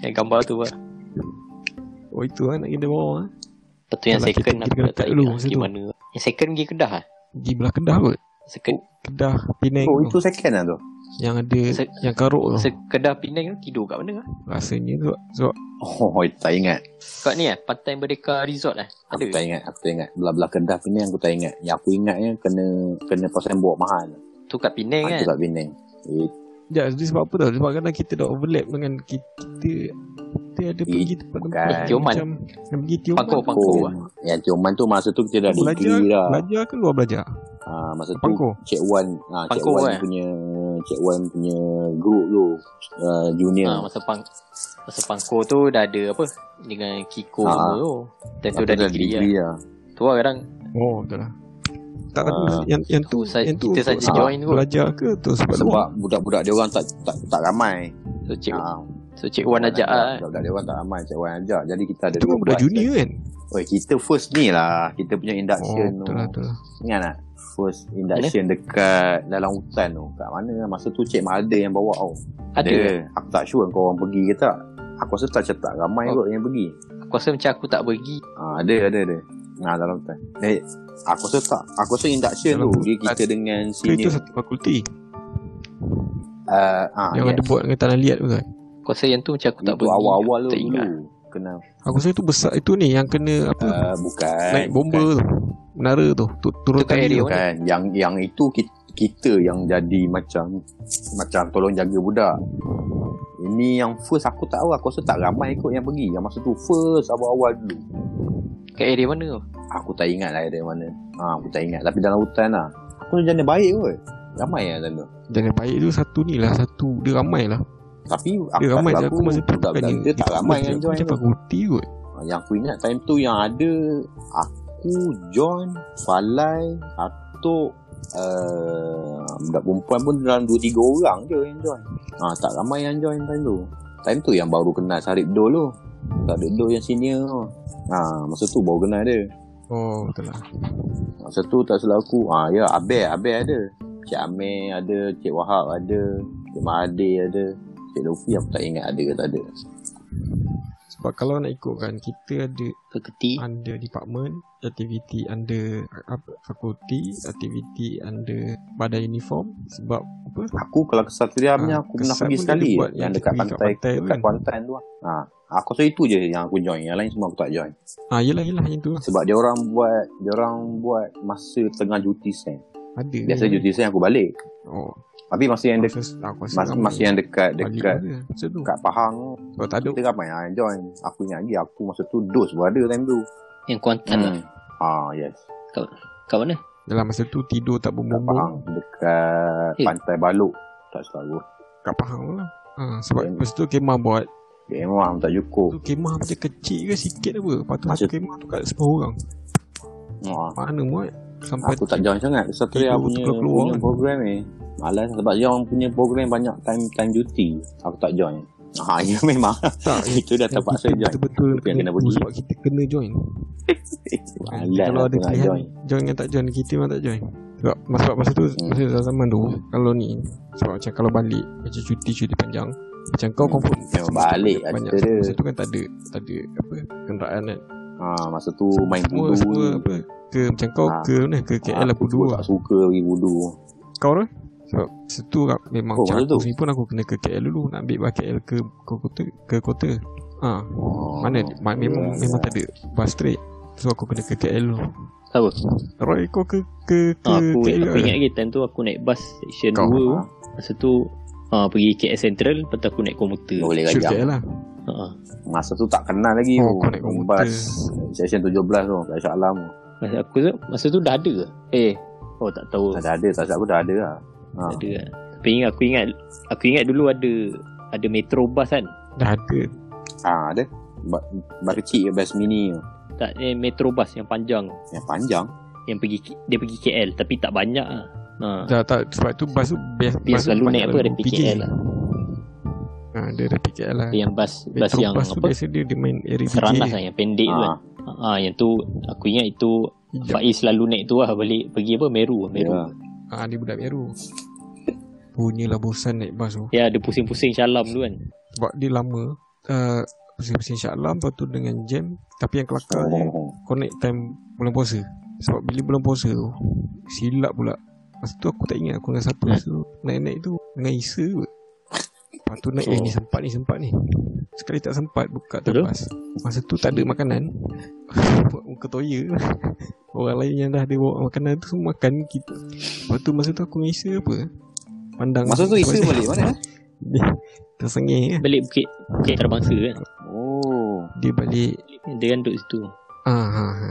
Speaker 2: Yang gambar tu lah.
Speaker 4: Oh itu lah nak kena bawah lah
Speaker 2: Lepas tu yang
Speaker 4: Alah,
Speaker 2: second
Speaker 4: kita-
Speaker 2: aku
Speaker 4: kita
Speaker 2: tak
Speaker 4: letak
Speaker 2: tahu
Speaker 4: dulu
Speaker 2: lah
Speaker 4: masa
Speaker 2: pergi
Speaker 4: tu.
Speaker 2: mana. Yang second pergi Kedah lah.
Speaker 4: Pergi belah Kedah kot
Speaker 2: Seke,
Speaker 4: Kedah Penang
Speaker 3: Oh,
Speaker 4: tu
Speaker 3: itu second lah tu.
Speaker 4: Yang ada
Speaker 2: Se-
Speaker 4: Yang karuk tu
Speaker 2: sekedah Penang tu tidur kat mana? lah.
Speaker 4: Rasanya tu Sebab
Speaker 3: Oh, aku tak ingat.
Speaker 2: Kat ni eh Pantai Merdeka Resort eh Ada
Speaker 3: Aku tak ingat, aku tak ingat. Belah-belah Kedah ni yang aku tak ingat. Yang aku ingatnya kena kena pasal bawa mahal.
Speaker 2: Tu kat Penang
Speaker 3: Aku
Speaker 2: kan
Speaker 3: kat Penang. Eh,
Speaker 4: Ya, jadi sebab apa tau? Sebab kadang kita dah overlap dengan kita kita ada
Speaker 3: Eh,
Speaker 4: pergi tempat-tempat
Speaker 3: bukan.
Speaker 4: yang
Speaker 2: Tioman.
Speaker 4: macam yang pergi Tioman.
Speaker 2: Pangkor
Speaker 4: tu.
Speaker 2: Pangkor
Speaker 3: oh,
Speaker 2: lah.
Speaker 3: yang Tioman tu masa tu kita dah
Speaker 4: Belajar,
Speaker 3: degree dah.
Speaker 4: belajar ke luar belajar?
Speaker 3: Ha, masa tu
Speaker 4: Pangkor.
Speaker 3: Cik Wan, ha, Cik
Speaker 2: Pangkor
Speaker 3: Wan
Speaker 2: kan?
Speaker 3: punya Cik Wan punya group tu uh,
Speaker 2: ha,
Speaker 3: junior.
Speaker 2: Masa pang Masa pangkor tu Dah ada apa Dengan Kiko
Speaker 3: Ah.
Speaker 2: semua tu Dan Ha. tu
Speaker 3: Aku
Speaker 2: dah degree lah
Speaker 3: lah.
Speaker 2: Tu lah kadang
Speaker 4: Oh, betul lah. Tak tahu
Speaker 3: Ah.
Speaker 4: yang yang
Speaker 2: Tu
Speaker 4: tu
Speaker 2: saya,
Speaker 4: yang tu
Speaker 2: kita
Speaker 4: untuk ha,
Speaker 2: saja
Speaker 4: sebab
Speaker 2: join kot
Speaker 4: belajar ke tu sebab, luar?
Speaker 3: lah. Sebab budak-budak dia orang tak tak tak ramai.
Speaker 2: So Cik,
Speaker 3: Ha,
Speaker 2: so, cik Wan ajak lah eh.
Speaker 3: Budak-budak dia orang tak ramai Cik Wan ajak. Jadi kita ada
Speaker 4: Itu kan budak junior kan?
Speaker 3: Oi, kita first ni lah. Kita punya
Speaker 4: Oh,
Speaker 3: induction tu.
Speaker 4: betul lah, betul lah.
Speaker 3: Ingat tak? First induction dekat dalam hutan tu. Kat mana? Masa tu Cik Mahathir yang bawa tau.
Speaker 2: Ada
Speaker 3: Dia,
Speaker 2: eh?
Speaker 3: Aku tak sure kau orang pergi ke tak. Aku rasa tak cetak ramai
Speaker 2: Oh.
Speaker 3: kot yang pergi.
Speaker 2: Aku rasa macam aku tak pergi
Speaker 3: Ha, ada, ada, ada. Nah, dalam hutan. Eh, aku rasa tak. Aku rasa induction
Speaker 4: Dalam
Speaker 3: tu. Dia kita dengan
Speaker 4: Itu, itu
Speaker 3: senior.
Speaker 4: satu fakulti
Speaker 3: Uh, ah,
Speaker 4: yang
Speaker 3: yes.
Speaker 4: ada buat dengan tanah liat tu kan.
Speaker 2: Aku rasa yang tu macam aku tak
Speaker 3: Itu
Speaker 2: pergi
Speaker 3: awal-awal tu
Speaker 2: Tak
Speaker 3: dulu.
Speaker 2: ingat
Speaker 3: Kena
Speaker 4: Aku rasa itu besar itu ni yang kena apa?
Speaker 3: uh, bukan.
Speaker 4: Hmm. naik bomba tu. Menara tu, tu turun
Speaker 2: Dekat
Speaker 4: tali
Speaker 2: area
Speaker 4: tu.
Speaker 2: mana?
Speaker 3: Bukan. Kan? Yang yang itu kita, kita yang jadi macam macam tolong jaga budak. Ini yang first aku tak tahu. Aku rasa tak ramai kot yang pergi. Yang masa tu first awal-awal dulu.
Speaker 2: Kat area mana tu
Speaker 3: Aku tak ingat lah dari mana. Ha, aku tak ingat. Tapi dalam hutan lah. Aku jana baik kot. Ramai lah dalam tu.
Speaker 4: Dan yang baik tu satu ni lah, satu dia ramai lah.
Speaker 3: Tapi aku
Speaker 4: Dia ramai je aku masa
Speaker 3: budak,
Speaker 4: tu
Speaker 3: budak
Speaker 4: bukan
Speaker 3: dia tak ramai yang join
Speaker 4: Macam
Speaker 3: tu.
Speaker 4: fakulti kot.
Speaker 3: Ah, Yang aku ingat time tu yang ada aku, John, Falai, Atok, uh, budak perempuan pun dalam 2-3 orang je yang join. Ha, tak ramai yang join time tu. Time tu yang baru kenal Sarip Dol tu. Sarip Dol yang senior tu. Ha, masa tu baru kenal dia.
Speaker 4: Oh, betul lah.
Speaker 3: Masa tu tak salah aku. Ha, ya, Abel, Abel ada. Cik Amir ada, Cik Wahab ada, Cik Mahathir ada. Cik Luffy aku tak ingat ada ke tak ada.
Speaker 4: Sebab kalau nak ikutkan, kita ada
Speaker 2: Peketi
Speaker 4: under department, aktiviti under apa, fakulti, aktiviti under badan uniform sebab apa?
Speaker 3: Aku kalau kesatria punya
Speaker 4: Ah,
Speaker 3: aku pernah
Speaker 4: kesan
Speaker 3: pergi
Speaker 4: pun dia
Speaker 3: sekali
Speaker 4: buat
Speaker 3: yang
Speaker 4: yang
Speaker 3: dekat
Speaker 4: kita pergi kat
Speaker 3: pantai
Speaker 4: pantai tu
Speaker 3: dekat
Speaker 4: kan.
Speaker 3: Kuantan tu. lah. Ha. Aku rasa itu je yang aku join. Yang lain semua aku tak join.
Speaker 4: Ah, yelah yelah yang tu lah.
Speaker 3: Sebab dia orang buat dia orang buat masa tengah cuti sen.
Speaker 4: Hmm. Ada.
Speaker 3: Biasa cuti sen aku balik.
Speaker 4: Oh.
Speaker 3: Tapi masa yang dekat
Speaker 4: Masa, aku rasa
Speaker 3: masa,
Speaker 4: ramai.
Speaker 3: masa yang dekat
Speaker 4: Balik
Speaker 3: dekat
Speaker 4: je. Macam tu.
Speaker 3: dekat Pahang
Speaker 4: Kalau tak ada
Speaker 3: kita ramai yang join. Aku ingat lagi aku masa tu dos berada time tu.
Speaker 2: Yang Kuantan lah
Speaker 3: Hmm. Ah yes.
Speaker 2: Kat mana
Speaker 4: dalam masa tu tidur tak
Speaker 3: Dekat Pahang
Speaker 4: berbumbung
Speaker 3: dekat
Speaker 2: Eh.
Speaker 3: Pantai Baluk. Tak salah aku.
Speaker 4: kat Pahang lah. Ha, sebab
Speaker 3: Dan-
Speaker 4: lepas tu kemah buat
Speaker 3: Dia memang tak
Speaker 4: tu
Speaker 3: cukup.
Speaker 4: kemah macam kecil ke sikit apa lepas tu
Speaker 3: Maksud-
Speaker 4: satu kemah tu kat 10 orang
Speaker 3: Ha.
Speaker 4: mana muat sampai
Speaker 3: Aku tak join sangat Satria
Speaker 4: Tidur
Speaker 3: punya,
Speaker 4: tu keluar
Speaker 3: punya
Speaker 4: kan.
Speaker 3: program ni Malas sebab dia orang punya program banyak time time duty Aku tak join Ha <laughs> ya memang
Speaker 4: tak
Speaker 3: Itu dah
Speaker 4: yang
Speaker 3: terpaksa join
Speaker 4: kita betul-betul
Speaker 3: Itu yang kena
Speaker 4: kena
Speaker 3: pergi.
Speaker 4: sebab kita kena
Speaker 3: <laughs>
Speaker 4: join
Speaker 3: Malas
Speaker 4: kalau ada
Speaker 3: aku nak
Speaker 4: pilihan
Speaker 3: join
Speaker 4: join dengan tak join kita memang tak join sebab masa masa tu
Speaker 3: Hmm.
Speaker 4: masa zaman tu kalau ni sebab macam kalau balik macam cuti cuti panjang macam kau
Speaker 3: Hmm.
Speaker 4: confirm
Speaker 3: Ya, balik lah
Speaker 4: banyak
Speaker 3: cerita dia.
Speaker 4: masa tu kan tak ada tak ada apa kenderaan kan
Speaker 3: ha, Masa tu main
Speaker 4: semua
Speaker 3: budu
Speaker 4: semua apa ke macam kau
Speaker 3: Ah.
Speaker 4: ke mana ke KL lah
Speaker 3: Aku
Speaker 4: pudu
Speaker 3: pun
Speaker 4: lah
Speaker 3: tak suka pergi budu
Speaker 4: kau tu sebab situ kan memang
Speaker 3: Oh,
Speaker 4: macam
Speaker 3: masa
Speaker 4: aku
Speaker 3: tu?
Speaker 4: sendiri pun aku kena ke KL dulu nak ambil bas KL ke ke kota ke kota ah
Speaker 3: oh,
Speaker 4: mana ma- memang
Speaker 3: ya,
Speaker 4: memang
Speaker 3: ya.
Speaker 4: tak ada bus straight so aku kena ke KL dulu
Speaker 2: Apa
Speaker 4: Roy kau ke ke ke
Speaker 1: ha,
Speaker 4: lah.
Speaker 1: aku,
Speaker 4: KL
Speaker 1: aku
Speaker 4: ke?
Speaker 1: ingat lagi time tu aku naik bas section
Speaker 4: Kau.
Speaker 3: Ah,
Speaker 1: 2 Masa tu ha, pergi KL Central Lepas tu aku naik komuter
Speaker 3: Boleh
Speaker 4: Shoot
Speaker 3: kajak
Speaker 4: KL lah
Speaker 1: ha,
Speaker 3: Masa tu tak kenal lagi tu.
Speaker 4: Oh, kau naik komputer.
Speaker 3: Bas Session 17 tu Tak syak alam tu.
Speaker 1: masa, aku, masa tu dah ada ke? Eh Oh tak tahu
Speaker 3: Dah ada Tak syak aku dah ada lah ha.
Speaker 1: Tak ada kan Tapi ingat aku ingat Aku ingat dulu ada Ada metro bus kan
Speaker 4: Dah ada
Speaker 3: ha, ada Ba- Bas kecil Bas mini tu.
Speaker 1: Tak eh, metro bus yang panjang
Speaker 3: Yang panjang
Speaker 1: Yang pergi K- Dia pergi KL Tapi tak banyak lah ha.
Speaker 4: Dah tak Sebab tu bas tu bias,
Speaker 1: Dia
Speaker 4: bas tu
Speaker 1: selalu
Speaker 4: banyak
Speaker 1: naik apa
Speaker 4: lagu
Speaker 1: Ada PKL lah
Speaker 4: ha, Dia ada PKL lah
Speaker 1: Yang bus Bus
Speaker 4: Metro
Speaker 1: yang
Speaker 4: bas tu
Speaker 1: apa
Speaker 4: biasa dia, dia main area
Speaker 1: Seranas lah Yang pendek tu
Speaker 3: ha.
Speaker 1: kan ha, Yang tu Aku ingat itu
Speaker 4: Hijau.
Speaker 1: Faiz selalu naik tu lah Balik pergi apa Meru Meru
Speaker 3: Ya.
Speaker 4: ha, Dia budak meru Punyalah bosan naik bas tu
Speaker 1: Ya ada pusing-pusing syalam tu kan
Speaker 4: Sebab dia lama uh, Pusing-pusing syak alam Lepas tu dengan jam Tapi yang kelakar ni
Speaker 3: Oh.
Speaker 4: Connect time bulan puasa Sebab bila bulan puasa tu Silap pula Masa tu aku tak ingat Aku dengan siapa Masa tu Naik-naik tu Dengan Isa kot Lepas tu naik
Speaker 1: So-
Speaker 4: Eh
Speaker 3: Oh.
Speaker 4: ni sempat ni sempat ni Sekali tak sempat Buka
Speaker 1: Betul.
Speaker 4: terlepas Masa tu tak ada makanan <laughs> Muka toya Orang lain yang dah ada bawa makanan tu Semua makan kita Lepas tu masa tu aku dengan Isa apa Pandang
Speaker 3: Masa tu
Speaker 4: <laughs>
Speaker 3: Isa
Speaker 4: Masa-
Speaker 3: balik mana? eh?
Speaker 4: Tersengih kan
Speaker 1: Balik bukit Bukit Terabangsa kan
Speaker 3: Oh.
Speaker 4: Dia balik
Speaker 1: Dia kan duduk situ
Speaker 4: Ah, ha, ha.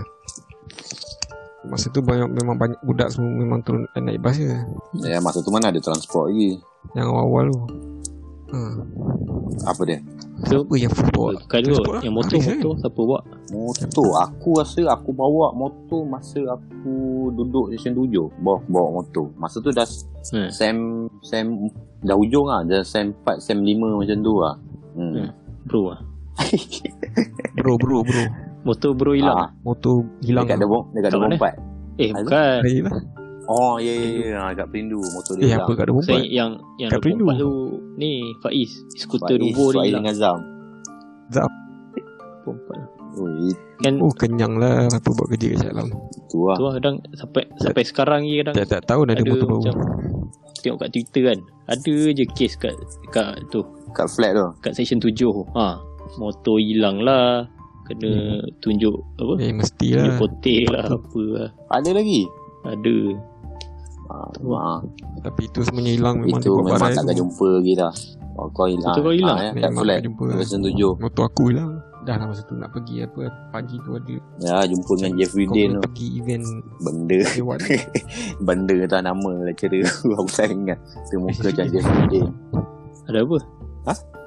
Speaker 4: Masa tu banyak memang banyak budak semua memang turun eh, naik bas je.
Speaker 3: Ya, masa tu mana ada transport lagi.
Speaker 4: Yang awal-awal tu. Ha.
Speaker 3: Apa dia?
Speaker 1: So
Speaker 4: Oh, yang full bawa.
Speaker 1: Bukan
Speaker 4: Terus
Speaker 1: kot
Speaker 4: bawa.
Speaker 1: Yang motor
Speaker 4: Habis, eh?
Speaker 1: motor Siapa bawa
Speaker 3: Motor. Aku rasa aku bawa motor masa aku duduk stesen tujuh. Bawa, bawa motor. Masa tu dah
Speaker 1: Hmm.
Speaker 3: hmm. sem, sem, dah ujung lah. Dah sem 4, sem 5 macam tu lah.
Speaker 1: Hmm.
Speaker 3: Hmm.
Speaker 1: Bro lah
Speaker 4: Bro, bro, bro.
Speaker 1: Motor bro hilang
Speaker 3: Ah,
Speaker 4: Motor hilang.
Speaker 3: dekat
Speaker 4: lah.
Speaker 3: Debong, dekat
Speaker 1: Kat
Speaker 3: Debong
Speaker 1: mana?
Speaker 3: empat.
Speaker 1: Eh
Speaker 3: Alah.
Speaker 1: bukan
Speaker 4: Lagi lah.
Speaker 3: Oh, ya, ya, ya. Ah, Kat Perindu. Motor dia
Speaker 4: Eh, apa
Speaker 3: hilang.
Speaker 4: kat Debong
Speaker 1: Saya
Speaker 4: Empat?
Speaker 1: yang yang
Speaker 4: Kat Perindu.
Speaker 1: 24 tu ni Faiz skuter
Speaker 3: Faiz,
Speaker 1: Nuvo
Speaker 3: Faiz
Speaker 1: dia hilang
Speaker 3: dengan Zam.
Speaker 1: perempuan.
Speaker 3: Oh, itu
Speaker 1: Kan
Speaker 4: Oh, kenyang lah. Apa buat kerja kat Syaklam.
Speaker 3: lah.
Speaker 1: tu lah kadang sampai sampai sekarang ni kadang
Speaker 4: Tak, tak tahu dah ada,
Speaker 1: Ada
Speaker 4: motor baru.
Speaker 1: macam- tengok kat Twitter kan ada je kes kat kat tu
Speaker 3: Kat flat tu.
Speaker 1: kat section 7 ha motor hilang lah kena
Speaker 4: Ya.
Speaker 1: tunjuk apa
Speaker 4: Eh,
Speaker 1: tunjuk
Speaker 4: mestilah.
Speaker 1: kotek lah apa lah
Speaker 3: Ada lagi?
Speaker 1: ada
Speaker 3: Ah,
Speaker 1: Tu lah.
Speaker 3: ah.
Speaker 4: Tapi itu semuanya hilang. Memang
Speaker 3: itu
Speaker 4: dia buat
Speaker 3: memang
Speaker 4: barai
Speaker 3: takkan
Speaker 4: tu.
Speaker 3: jumpa lagi dah. Oh, kau hilang.
Speaker 1: Betul kau hilang?
Speaker 3: Ah, eh, kat
Speaker 4: Memang
Speaker 3: flat.
Speaker 4: tak jumpa.
Speaker 3: Season 7.
Speaker 4: Motor aku hilang. Dah lah masa tu nak pergi apa. Pagi tu ada.
Speaker 3: Ya, jumpa dengan Jeffrey
Speaker 4: Kau
Speaker 3: Dean
Speaker 4: kena
Speaker 3: tu.
Speaker 4: pergi event.
Speaker 3: Benda.
Speaker 4: Lewat
Speaker 3: <laughs> Benda tak nama lah <laughs> lecturer tu. Aku tak ingat. Dia kan. muka macam Jeffrey Dean.
Speaker 1: ada apa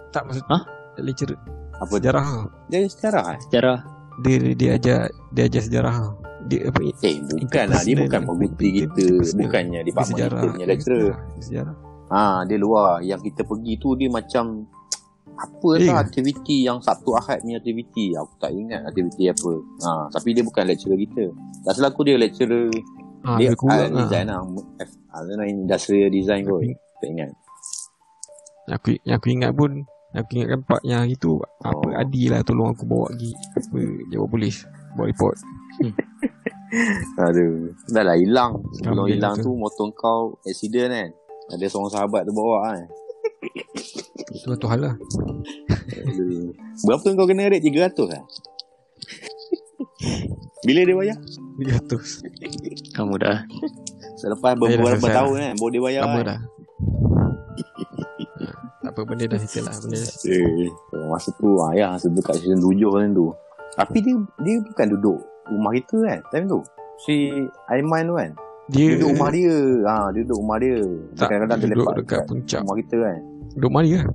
Speaker 4: Tak maksud
Speaker 1: Hah?
Speaker 4: Lecturer
Speaker 3: Apa dia?
Speaker 4: sejarah lah.
Speaker 3: Dia sejarah eh?
Speaker 1: sejarah
Speaker 4: Dia dia ajar dia ajar sejarah lah. Dia apa ni?
Speaker 3: Eh, bukan lah. Dia bukan mengikuti kita. Bukannya dia
Speaker 4: Dia
Speaker 3: pak mak kita punya lecturer.
Speaker 4: Dia Sejarah.
Speaker 3: Ha, dia luar. Yang kita pergi tu dia macam apa eh.
Speaker 4: Eh.
Speaker 3: aktiviti yang Sabtu Ahad punya aktiviti. Aku tak ingat aktiviti apa. Ha, tapi dia bukan lecturer kita. Tak salah aku dia lecturer
Speaker 4: Ha,
Speaker 3: dia
Speaker 4: dia
Speaker 3: uh,
Speaker 4: kurang
Speaker 3: design
Speaker 4: lah.
Speaker 3: lah. F- ah, dia nak industrial design kot.
Speaker 4: Tapi-
Speaker 3: Tak ingat.
Speaker 4: Yang aku, yang aku ingat pun yang aku ingatkan part yang hari tu apa
Speaker 3: Oh.
Speaker 4: Adi lah tolong aku bawa pergi apa jawab polis bawa report
Speaker 3: Aduh. Dah lah hilang. Sebelum
Speaker 4: Kambing
Speaker 3: hilang
Speaker 4: lah tu.
Speaker 3: tu motor kau accident kan. Ada seorang sahabat tu bawa kan. <laughs>
Speaker 4: itu satu hal lah
Speaker 3: Aduh. Berapa kau kena rate? 300 lah? <laughs> Bila dia bayar?
Speaker 4: 300
Speaker 1: kamu dah
Speaker 3: Selepas
Speaker 4: dah
Speaker 3: beberapa
Speaker 4: selesai
Speaker 3: tahun kan.
Speaker 4: lah.
Speaker 3: Baru dia bayar
Speaker 4: lama
Speaker 3: kan.
Speaker 4: dah <laughs> tak apa benda dah settle lah benda dah
Speaker 3: Eh, masa tu ah, ya, masa tu kat season 7 macam tu. Tapi dia dia bukan duduk rumah kita kan time tu. Si Aiman tu kan.
Speaker 4: dia
Speaker 3: Duduk rumah dia. Ha, dia duduk rumah dia. Dia
Speaker 4: tak
Speaker 3: Kadang-kadang
Speaker 4: dia duduk
Speaker 3: terlepak
Speaker 4: dekat puncak
Speaker 3: rumah kita kan.
Speaker 4: duduk mari lah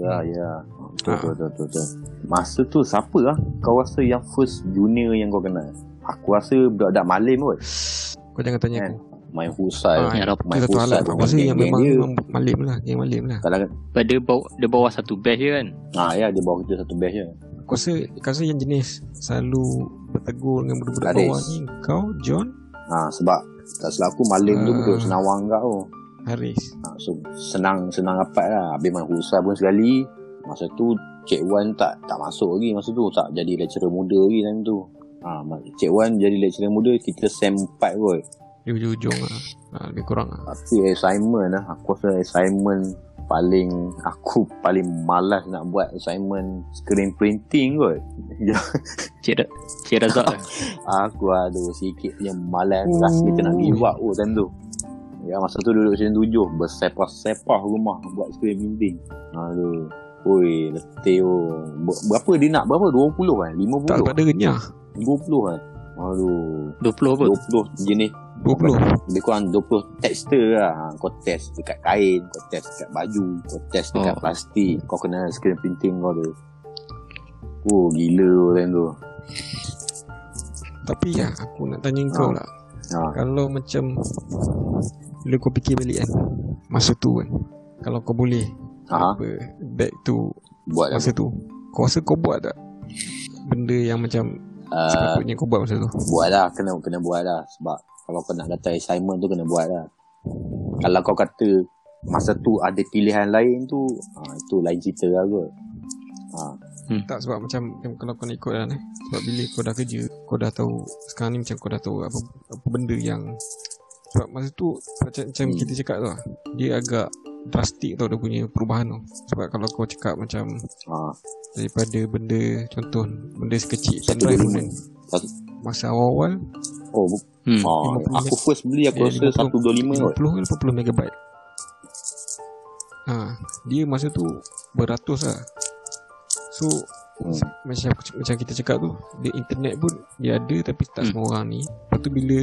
Speaker 3: Ha, ya, ya. Betul, betul,
Speaker 4: Ah.
Speaker 3: betul, betul, betul. Masa tu siapa lah kau rasa yang first junior yang kau kenal? Aku rasa budak-budak malim kot.
Speaker 4: kau jangan tanya
Speaker 3: Kan?
Speaker 4: aku
Speaker 3: Main futsal.
Speaker 4: Ah,
Speaker 1: yang rapat
Speaker 3: main
Speaker 4: Itu satu hal
Speaker 3: futsal
Speaker 4: lah. Aku
Speaker 3: dengan
Speaker 4: rasa yang
Speaker 3: geng-geng
Speaker 4: memang,
Speaker 3: dia.
Speaker 4: memang malim lah. Yang malim lah.
Speaker 3: Kalau
Speaker 1: But dia bawa, dia bawa satu batch je kan
Speaker 3: ha, ya dia bawa kita satu batch je.
Speaker 4: Aku rasa, aku rasa yang jenis selalu bertegur dengan budak-budak
Speaker 3: Haris.
Speaker 4: bawah ni. Kau, John,
Speaker 3: Ha, sebab tak salah aku malim tu
Speaker 4: Ah.
Speaker 3: duduk senawang kau.
Speaker 4: Haris.
Speaker 3: Ha, so senang senang rapat lah. Habis main futsal pun sekali. Masa tu Cik Wan tak tak masuk lagi masa tu. Tak jadi lecturer muda lagi time tu. Ha, ma- Cik Wan jadi lecturer muda kita sem 4 kot.
Speaker 4: Dia ujung-ujung lah. Ha, lebih kurang lah.
Speaker 3: Tapi assignment lah. Aku rasa assignment paling aku paling malas nak buat assignment screen printing kot.
Speaker 1: Cik, Ra- Cik Razak
Speaker 4: <laughs>
Speaker 1: lah.
Speaker 3: Aku aduh sikit je malas
Speaker 4: Oh.
Speaker 3: oh. rasa kita nak give up oh time tu. Ya masa tu duduk sini tujuh bersepah-sepah rumah buat screen bimbing. Aduh. Oi, letih oh. Ber- Berapa dia nak berapa? 20 kan? 50
Speaker 4: Tak lah.
Speaker 3: kan?
Speaker 4: pada renyah.
Speaker 3: 20 kan? Aduh.
Speaker 1: 20 apa
Speaker 3: 20 jenis
Speaker 4: 20.
Speaker 3: lebih kurang 20 texture lah Ha, Kau test dekat kain Kau test dekat baju Kau test dekat
Speaker 1: Oh.
Speaker 3: plastik Kau kena screen printing kau tu Oh gila orang tu
Speaker 4: Tapi ya, aku nak tanya kau lah.
Speaker 3: ha.
Speaker 4: Kalau macam... Bila kau fikir balik kan. Masa tu kan. Kalau kau boleh.
Speaker 3: Aha.
Speaker 4: Apa, back to
Speaker 3: Ah. Buat lah
Speaker 4: masa tu. Kau rasa kau buat tak? Benda yang macam
Speaker 3: uh,
Speaker 4: sepatutnya kau buat masa tu.
Speaker 3: Buat lah Kena kena buat lah Sebab Kalau kau nak datang assignment tu Kena buat lah Kalau kau kata Masa tu ada pilihan lain tu ha, Itu lain cerita lah kot ha.
Speaker 1: Hmm.
Speaker 4: Tak sebab macam, macam Kalau kau nak ikut lah eh. Sebab bila kau dah kerja Kau dah tahu Sekarang ni macam kau dah tahu Apa, apa benda yang Sebab masa tu Macam, macam
Speaker 3: Hmm.
Speaker 4: kita cakap tu lah Dia agak Drastik tau dia punya perubahan tu Sebab kalau kau cakap macam
Speaker 3: Ah,
Speaker 4: Daripada benda Contoh Benda sekecil
Speaker 3: Satu dua
Speaker 4: pendrive pun kan.
Speaker 3: Satu-
Speaker 4: Masa awal-awal
Speaker 3: oh, bu-
Speaker 1: Hmm.
Speaker 3: ah, aku first beli aku
Speaker 4: Eh,
Speaker 3: rasa 125 kot.
Speaker 4: 50 ke 80 megabyte ha, Dia masa tu Beratus lah So
Speaker 3: Hmm.
Speaker 4: macam, aku- macam kita cakap tu Dia internet pun Dia ada tapi
Speaker 1: Hmm.
Speaker 4: tak semua orang ni Lepas tu bila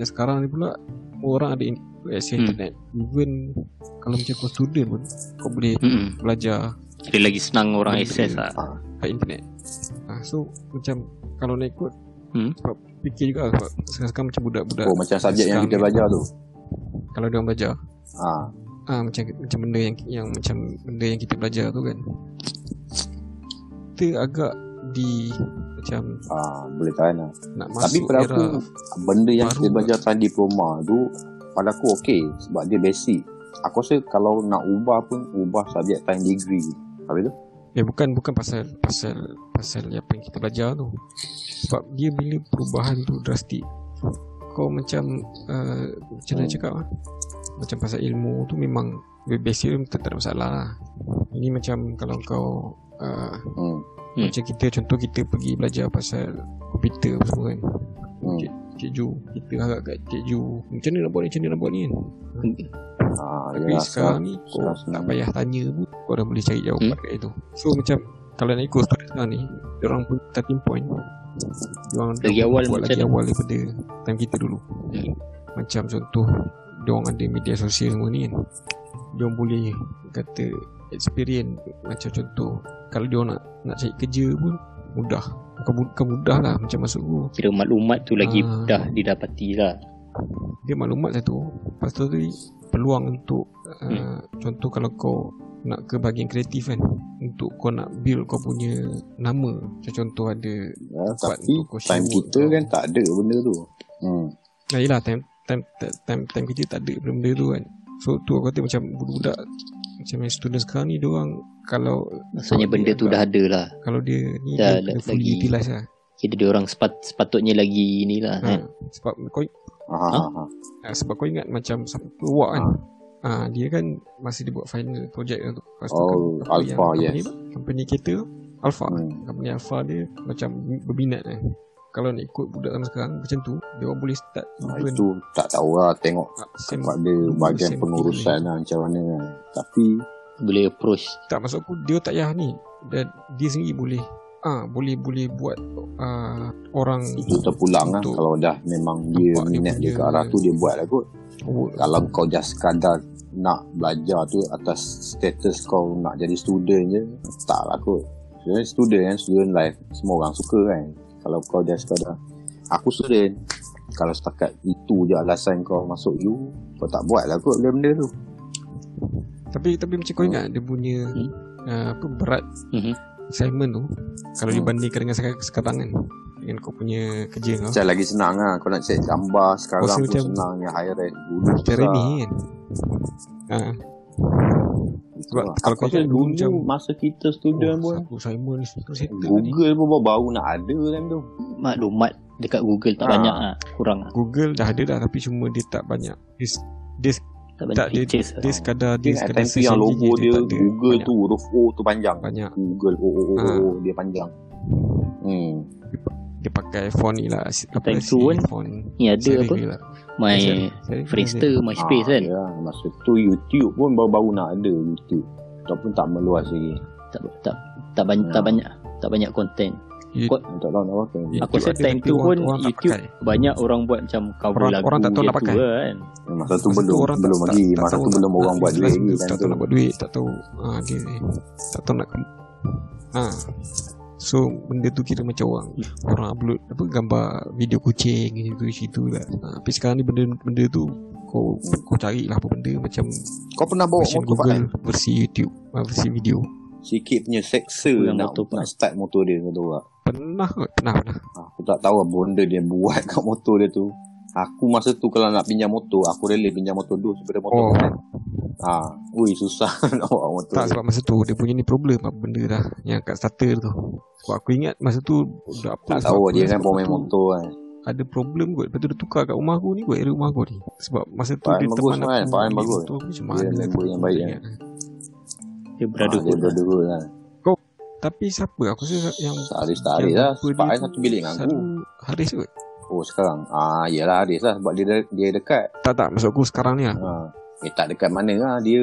Speaker 4: Yang sekarang ni pula Semua orang ada in- access
Speaker 1: Hmm.
Speaker 4: internet Even Kalau macam kau student pun Kau boleh
Speaker 1: Hmm.
Speaker 4: belajar
Speaker 1: Jadi lagi senang orang
Speaker 4: Benda-
Speaker 1: access lah.
Speaker 4: kat internet ha, So macam Kalau nak ikut
Speaker 1: Hmm.
Speaker 4: Sebab fikir juga lah, sebab sekarang-sekarang macam budak-budak
Speaker 3: Oh, macam subjek yang
Speaker 4: sekarang
Speaker 3: kita
Speaker 4: ni,
Speaker 3: belajar tu.
Speaker 4: Kalau dia orang belajar
Speaker 3: Ah,
Speaker 4: ah macam macam benda yang yang macam benda yang kita belajar tu kan kita agak di macam
Speaker 3: ah, boleh tahan lah.
Speaker 4: nak masuk
Speaker 3: Tapi pada
Speaker 4: era
Speaker 3: aku Benda yang
Speaker 4: baru lah.
Speaker 3: kita
Speaker 4: ke?
Speaker 3: belajar time diploma tu Pada aku okey Sebab dia basic Aku rasa kalau nak ubah pun Ubah subjek time degree Habis tu
Speaker 4: eh bukan bukan pasal pasal pasal apa yang kita belajar tu sebab dia bila perubahan tu drastik kau macam uh, macam mana
Speaker 3: Hmm.
Speaker 4: cakap ah macam pasal ilmu tu memang basic tu tak tak ada masalah lah ini macam kalau kau uh,
Speaker 3: hmm.
Speaker 1: Hmm.
Speaker 4: macam kita contoh kita pergi belajar pasal komputer apa semua kan
Speaker 3: Hmm.
Speaker 4: Cik Ju Kita harap kat Cik Ju Macam mana nak buat ni Macam mana nak buat ni kan
Speaker 3: Ah,
Speaker 4: Tapi
Speaker 3: yelah,
Speaker 4: sekarang ni Kau
Speaker 3: sekarang hmm.
Speaker 4: tak
Speaker 3: senang.
Speaker 4: payah tanya pun Kau dah boleh cari jawapan hmm? kat itu So macam Kalau nak ikut student sekarang ni Diorang pun starting point Diorang
Speaker 1: Lagi awal
Speaker 4: buat
Speaker 1: macam
Speaker 4: lagi
Speaker 1: mana?
Speaker 4: awal daripada Time kita dulu
Speaker 1: Hmm.
Speaker 4: Macam contoh Diorang ada media sosial semua ni kan Diorang boleh Kata Experience Macam contoh Kalau diorang nak Nak cari kerja pun Mudah Bukan, bukan mudah lah Macam masuk tu
Speaker 1: Kira maklumat tu lagi
Speaker 4: Ah.
Speaker 1: dah didapati lah.
Speaker 4: dia maklumat satu lepas tu tadi peluang untuk uh, contoh kalau kau nak ke bahagian kreatif kan untuk kau nak build kau punya nama macam contoh ada
Speaker 3: Ya,
Speaker 4: Kuat
Speaker 3: Tapi
Speaker 4: untuk kau
Speaker 3: time
Speaker 4: sibuk
Speaker 3: kita
Speaker 4: kau.
Speaker 3: kan tak ada benda tu hmm.
Speaker 4: nah yelah time time time, time, time kerja tak ada benda tu kan so tu aku kata macam budak-budak macam yang student sekarang ni dia orang kalau
Speaker 1: Maksudnya benda tu dah ada lah.
Speaker 4: kalau dia ni
Speaker 1: Dah-
Speaker 3: Ya,
Speaker 4: dia kena
Speaker 1: dah
Speaker 4: fully
Speaker 1: lagi-
Speaker 4: utilize lah
Speaker 1: Kira dia orang sepat, sepatutnya lagi ni lah.
Speaker 4: ha.
Speaker 1: Ha.
Speaker 4: sebab kau
Speaker 3: Aha,
Speaker 1: Ha?
Speaker 3: ha?
Speaker 4: Ah, sebab kau ingat macam siapa tu awak kan. Ah dia kan masa dia buat final project tu. Lepas tu
Speaker 3: Oh,
Speaker 4: apa
Speaker 3: Alpha,
Speaker 4: yang
Speaker 3: yes.
Speaker 4: Company, company kereta tu, Alpha.
Speaker 3: Hmm.
Speaker 4: Company Alpha dia macam berminat kan. Kalau nak ikut budak zaman sekarang macam tu, dia orang boleh start
Speaker 3: Ah,
Speaker 4: even
Speaker 3: Itu tak tahu lah Tengok
Speaker 4: ah, same
Speaker 3: kepada bahagian
Speaker 4: same
Speaker 3: pengurusan lah Macam mana kan Tapi
Speaker 1: Boleh approach.
Speaker 4: tak masuk aku dia tak payah ni. Dan dia sendiri boleh ah boleh boleh buat ah, orang
Speaker 3: itu terpulang lah
Speaker 4: Untuk-
Speaker 3: Kalau dah memang dia
Speaker 4: Nampak dia
Speaker 3: minat dia ke
Speaker 4: punya-
Speaker 3: arah tu Dia buat lah kot
Speaker 4: work.
Speaker 3: kalau kau just sekadar nak belajar tu atas status kau nak jadi student je tak lah kot sebenarnya student kan student life semua orang suka kan kalau kau just sekadar aku student kalau setakat itu je alasan kau masuk you kau tak buat lah kot benda-benda tu
Speaker 4: Tapi tapi macam kau ingat dia punya
Speaker 1: Hmm.
Speaker 4: ah, apa berat
Speaker 1: Mhm.
Speaker 4: assignment tu kalau
Speaker 3: Hmm.
Speaker 4: dibandingkan dengan sekarang, sekarang kan dengan kau punya kerja kau
Speaker 3: macam lagi senang lah kau nak cek gambar sekarang
Speaker 4: Rasa
Speaker 3: pun
Speaker 4: macam-
Speaker 3: senang yang higher end dulu
Speaker 4: cara
Speaker 3: susah.
Speaker 4: ni kan ha, sebab
Speaker 3: Itulah.
Speaker 4: kalau
Speaker 3: Aku
Speaker 4: kau
Speaker 3: rasa
Speaker 4: ingat dulu macam
Speaker 3: masa kita student pun
Speaker 4: aku assignment ni oh, satu settle tadi
Speaker 3: Google pun baru-baru nak ada kan tu
Speaker 1: Maklumat dekat Google tak
Speaker 3: Ah.
Speaker 1: banyak lah. Kurang lah.
Speaker 4: Google dah ada dah tapi cuma dia tak banyak dia, s- dia, s-
Speaker 1: Tak
Speaker 4: tak,
Speaker 1: banyak
Speaker 4: dia,
Speaker 1: features lah.
Speaker 4: dia sekadar dia
Speaker 3: Dia nak
Speaker 4: sekadar
Speaker 3: time tu yang
Speaker 4: search
Speaker 3: logo
Speaker 4: engine je,
Speaker 3: dia,
Speaker 4: tak ada
Speaker 3: Google
Speaker 4: banyak,
Speaker 3: tu huruf O tu panjang.
Speaker 4: banyak
Speaker 3: Google oh, O O O O,
Speaker 4: Ah.
Speaker 3: O dia panjang. Hmm.
Speaker 4: dia pakai font ni lah si- apa
Speaker 1: Time
Speaker 4: si
Speaker 1: tu pun
Speaker 4: font
Speaker 1: Ni ada
Speaker 4: Siri
Speaker 1: apa?
Speaker 4: lah.
Speaker 1: My
Speaker 4: Siri, Siri, Siri.
Speaker 1: Friendster, MySpace kan.
Speaker 3: Ya, masa tu YouTube pun baru-baru nak ada YouTube. Ataupun tak meluas lagi.
Speaker 1: Tak tak tak banyak
Speaker 3: Ya.
Speaker 1: tak banyak tak banyak konten.
Speaker 3: Aku Tak tahu nak pakai.
Speaker 4: YouTube
Speaker 1: Aku rasa
Speaker 4: ada
Speaker 1: time
Speaker 4: tapi
Speaker 1: tu pun
Speaker 4: orang- orang tak
Speaker 1: YouTube
Speaker 4: pakai.
Speaker 1: banyak orang buat macam cover
Speaker 4: Orang-
Speaker 1: lagu
Speaker 4: orang tak tahu nak
Speaker 1: macam tu
Speaker 4: pakai.
Speaker 1: lah kan.
Speaker 3: Masa tu
Speaker 4: Masa
Speaker 3: belum
Speaker 4: orang tak-
Speaker 3: belum
Speaker 4: tak-
Speaker 3: lagi.
Speaker 4: tak
Speaker 3: Masa
Speaker 4: tahu
Speaker 3: tu belum
Speaker 4: nak
Speaker 3: orang buat duit
Speaker 4: utilize
Speaker 3: lagi
Speaker 4: benda tu,
Speaker 3: kan
Speaker 4: tak
Speaker 3: tu.
Speaker 4: tahu nak buat duit tak tahu ha, dia ni tak tahu nak ha. so benda tu kira macam orang orang upload apa gambar video kucing gitu situ lah ha, tapi sekarang ni benda benda tu kau kau cari lah apa benda macam
Speaker 3: Kau pernah bawa
Speaker 4: version
Speaker 3: motor Fahad?
Speaker 4: Google versi YouTube ah, versi video
Speaker 3: Sikit punya seksa
Speaker 1: Aku yang
Speaker 3: nak,
Speaker 1: motor
Speaker 3: nak start motor dia kau tahu tak?
Speaker 4: pernah kot pernah pernah
Speaker 3: Aku tak tahu apa benda dia buat kat motor dia tu. Aku masa tu kalau nak pinjam motor, aku rela pinjam motor dulu daripada motor
Speaker 4: oh
Speaker 3: kawan. Ah, ui susah <laughs> nak buat motor.
Speaker 4: Tak sebab masa tu Dia punya ni problem Apa benda dah Yang kat starter tu Sebab aku ingat Masa tu Dah apa
Speaker 3: tak
Speaker 4: sebab
Speaker 3: tahu
Speaker 4: aku-
Speaker 3: dia kan
Speaker 4: sebab
Speaker 3: pemain
Speaker 4: tu
Speaker 3: motor kan.
Speaker 4: Ada problem kot Lepas tu dia tukar kat rumah aku ni kot Area rumah aku ni Sebab masa tu
Speaker 3: Faham
Speaker 4: Dia
Speaker 3: bagus,
Speaker 4: teman
Speaker 3: Faham.
Speaker 4: aku
Speaker 3: Faham
Speaker 4: beli
Speaker 3: bagus.
Speaker 4: motor aku macam
Speaker 3: Dia
Speaker 4: mana
Speaker 3: member
Speaker 4: tu,
Speaker 3: yang
Speaker 4: aku
Speaker 3: baik,
Speaker 4: tak
Speaker 3: kan?
Speaker 4: ingat.
Speaker 1: Dia berada
Speaker 3: Ah, dia
Speaker 1: ha,
Speaker 3: brotherhood lah.
Speaker 4: Tapi siapa Aku rasa yang
Speaker 3: Haris tak Haris lah. Sebab Haris satu bilik dengan aku.
Speaker 4: Haris kot
Speaker 3: Oh sekarang. Ah, yalah Haris lah sebab dia de- dia dekat.
Speaker 4: Tak tak Maksud aku sekarang ni lah
Speaker 3: Ha. Eh tak dekat mana lah dia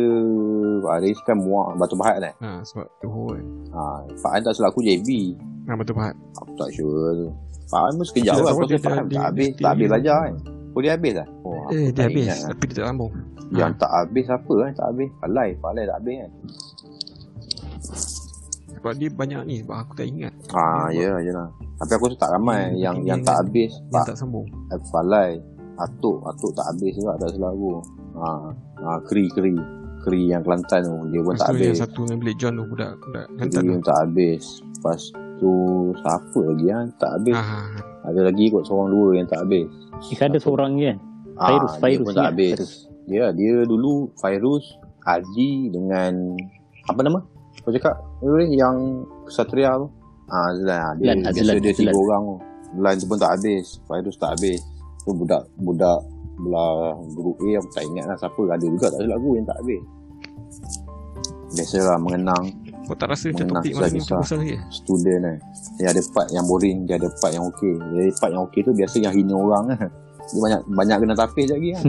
Speaker 3: Haris kan muak Batu Pahat kan
Speaker 4: ha, Sebab tu kan
Speaker 3: ha, Faan tak salah aku JB
Speaker 4: Ha betul Fahad
Speaker 3: Aku tak sure tu Faham pun sekejap lah Kau faham tak habis Tak habis belajar kan Oh dia habis lah Oh aku
Speaker 4: Eh
Speaker 3: tak
Speaker 4: dia habis
Speaker 3: ingat lah. Ya.
Speaker 4: Tapi dia tak sambung Ha,
Speaker 3: Yang tak habis apa kan Tak habis Palai Palai tak habis kan
Speaker 4: Sebab dia banyak ni Sebab aku tak ingat
Speaker 3: Ah ya je lah Tapi aku rasa tak ramai
Speaker 4: Yang
Speaker 3: Yang yang
Speaker 4: penting dia
Speaker 3: tak
Speaker 4: kan.
Speaker 3: habis
Speaker 4: Dia
Speaker 3: Pak
Speaker 4: tak sambung
Speaker 3: Palai Atuk Atuk tak habis juga Tak salah aku ha, ha, Keri Keri Keri yang Kelantan tu Dia pun tak
Speaker 4: Lepas tu yang
Speaker 3: habis
Speaker 4: satu dengan bilik John tu Budak Budak
Speaker 3: Keri
Speaker 4: Kelantan tu
Speaker 3: yang tak habis Lepas tu Siapa lagi kan Tak habis
Speaker 4: Ah,
Speaker 3: Ada lagi kot seorang dua Yang tak habis
Speaker 1: ada seorang je kan Fairuz,
Speaker 3: ah,
Speaker 1: Fairuz
Speaker 3: Dia pun tak
Speaker 1: ingat?
Speaker 3: habis
Speaker 1: Fairuz.
Speaker 3: Dia dia dulu Fairuz Haji dengan Apa nama? Kau cakap eh, Yang Kesatria tu Ah, Azlan ah, Dia
Speaker 1: Azlan,
Speaker 3: biasa
Speaker 1: Azlan,
Speaker 3: dia tiga
Speaker 1: Azlan.
Speaker 3: orang tu Azlan tu pun tak habis Fairuz tak habis Tu budak Budak Belah Group A Aku tak ingat lah siapa Ada juga tak silap aku Yang tak habis Biasalah mengenang
Speaker 4: Kau tak rasa macam
Speaker 3: Mengenang
Speaker 4: topik masa ni
Speaker 3: susah-susah.
Speaker 4: tu bosan lagi
Speaker 3: student eh. Dia ada part yang boring, dia ada part yang okey. Dia ada part yang okey tu biasa yang hina orang lah. Dia banyak banyak kena tapis lagi
Speaker 4: <laughs>
Speaker 3: lah.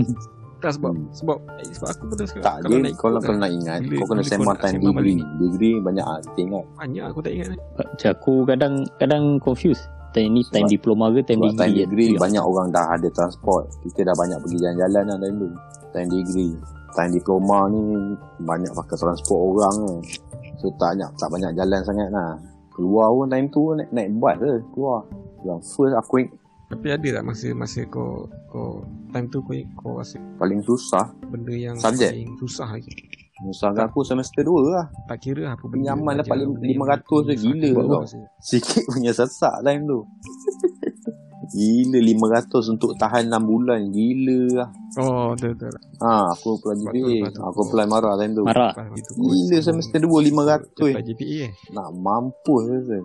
Speaker 4: Tak sebab
Speaker 3: Hmm.
Speaker 4: Sebab eh, Sebab aku pernah sekarang
Speaker 3: tak dia kalau kau nak ingat,
Speaker 4: eh. Bila-
Speaker 3: kau kena
Speaker 4: bila
Speaker 3: sembah
Speaker 4: kau nak
Speaker 3: time
Speaker 4: sembang
Speaker 3: degree. Degree banyak ah kita ingat.
Speaker 4: Banyak aku tak ingat
Speaker 1: Macam aku kadang Kadang confuse Time ni time
Speaker 3: Sebab-
Speaker 1: diploma ke Time
Speaker 3: Sebab
Speaker 1: degree
Speaker 3: time
Speaker 1: je?
Speaker 3: degree
Speaker 1: Ya.
Speaker 3: banyak orang dah ada transport. Kita dah banyak pergi jalan-jalan lah time tu. Time degree. Time diploma ni banyak pakai transport orang lah. So tak banyak, tak banyak jalan sangat lah. Keluar pun time tu naik, naik bas lah keluar. Yang first aku ing-
Speaker 4: Tapi ada tak masa Masa kau Kau Time tu kau, kau rasa
Speaker 3: paling susah,
Speaker 4: Benda yang
Speaker 3: Subjek.
Speaker 4: paling Susah lagi
Speaker 3: susah dengan aku semester 2 lah.
Speaker 4: Tak kira apa benda
Speaker 3: Pinjaman
Speaker 4: belajar,
Speaker 3: dapat lim-
Speaker 4: benda yang-
Speaker 3: 500 tu
Speaker 4: yang susah
Speaker 3: gila
Speaker 4: buat
Speaker 3: tau.
Speaker 4: masa.
Speaker 3: Sikit punya sesak time tu Gila 500 untuk tahan 6 bulan Gila lah
Speaker 4: Oh betul betul
Speaker 3: ha, Aku apply
Speaker 4: Lepas tu,
Speaker 3: GPA
Speaker 4: lepas tu.
Speaker 3: Aku apply marah time tu
Speaker 1: Marah
Speaker 4: Lepas gitu
Speaker 3: Gila semester 2
Speaker 4: Dapat
Speaker 3: RM500
Speaker 4: GPA eh
Speaker 3: Nak mampus rasa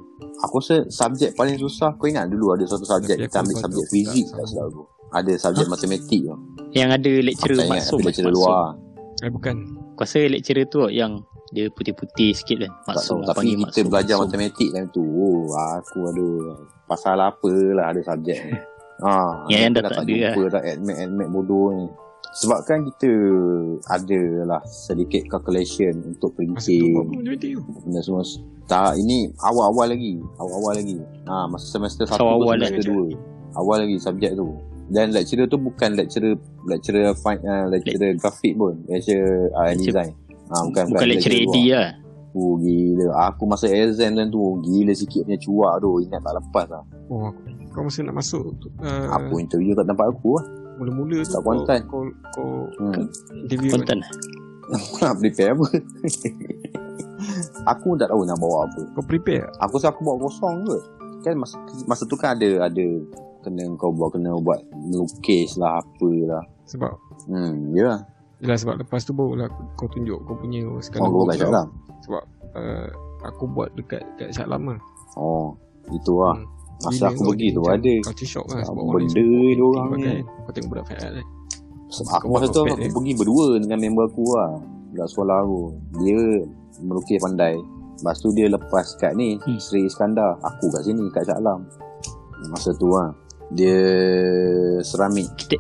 Speaker 3: Aku rasa subjek paling susah Kau ingat dulu ada satu subjek
Speaker 4: Tapi
Speaker 3: Kita
Speaker 4: aku
Speaker 3: ambil
Speaker 4: lepas tu
Speaker 3: subjek
Speaker 4: aku
Speaker 3: fizik
Speaker 4: tak
Speaker 3: tak silap aku Ada subjek matematik tu
Speaker 1: Yang ada
Speaker 3: Aku
Speaker 1: lecturer
Speaker 3: tak ingat
Speaker 1: maksum
Speaker 3: Aku
Speaker 1: eh,
Speaker 3: lecturer
Speaker 1: maksum.
Speaker 3: luar
Speaker 4: Eh bukan
Speaker 1: Kau rasa lecturer tu lah yang Dia putih-putih sikit kan
Speaker 3: Tak
Speaker 1: Maksum
Speaker 3: tahu
Speaker 1: lah
Speaker 3: Tapi
Speaker 1: panggil
Speaker 3: kita
Speaker 1: maksum,
Speaker 3: belajar
Speaker 1: maksum.
Speaker 3: matematik time tu Oh aku ada Pasal apalah ada subjek
Speaker 1: <laughs>
Speaker 3: ni ha,
Speaker 1: Ya, yang
Speaker 3: aku
Speaker 1: dah tak ada
Speaker 3: jumpa lah Admit-admit bodoh ni Sebab kan kita Adalah sedikit calculation Untuk
Speaker 4: Masa tu
Speaker 3: pencin
Speaker 4: kau pun matematik tu
Speaker 3: Benda semua Tak ini awal-awal lagi Awal-awal lagi ha, Masa semester 1
Speaker 1: Awal-awal
Speaker 3: ke semester 2 Awal lagi subjek tu Dan lecturer tu bukan lecturer Lecturer fine, uh, lecturer grafik pun Lecturer uh,
Speaker 1: Lecture-
Speaker 3: design ha, bukan,
Speaker 1: Bukan lecturer AD
Speaker 3: luar.
Speaker 1: lah
Speaker 3: Oh gila Aku masa exam time tu oh, Gila sikit punya cuak tu Ingat tak lepas lah
Speaker 4: Oh aku Kau masa nak masuk tu, uh,
Speaker 3: Aku interview kat tempat aku lah
Speaker 4: Mula-mula tu
Speaker 3: Tak kontan.
Speaker 4: Kau Kau,
Speaker 3: hmm.
Speaker 4: kau interview kan?
Speaker 1: Konten
Speaker 3: <laughs> Aku nak prepare apa <laughs> Aku tak tahu nak bawa apa
Speaker 4: Kau prepare tak?
Speaker 3: Aku rasa aku bawa kosong je Kan masa, masa tu kan ada Ada Kena kau buat Kena buat Melukis lah Apalah
Speaker 4: Sebab
Speaker 3: Hmm Yelah
Speaker 4: Yelah sebab lepas tu baru lah Kau tunjuk kau punya Sekali
Speaker 3: Kau bawa kat Syaklam
Speaker 4: Sebab uh, Aku buat dekat Dekat Syak Lama
Speaker 3: Oh Itu lah
Speaker 4: Hmm.
Speaker 3: Masa aku pergi tu ada
Speaker 4: Kau shock lah
Speaker 3: Tak
Speaker 4: Sebab
Speaker 3: benda
Speaker 4: orang lain
Speaker 3: dia orang
Speaker 4: tengok
Speaker 3: ni.
Speaker 4: kan. Kau tengok budak Fahad kan
Speaker 3: Aku
Speaker 4: Kau
Speaker 3: masa
Speaker 4: buat
Speaker 3: Ah, tu
Speaker 4: perfect,
Speaker 3: aku
Speaker 4: eh?
Speaker 3: pergi berdua dengan member aku lah Budak sekolah aku Dia melukis pandai Lepas tu dia lepas kat ni
Speaker 1: Hmm.
Speaker 3: Sri Iskandar Aku kat sini kat Shah Alam Masa tu lah Dia seramik
Speaker 1: Kita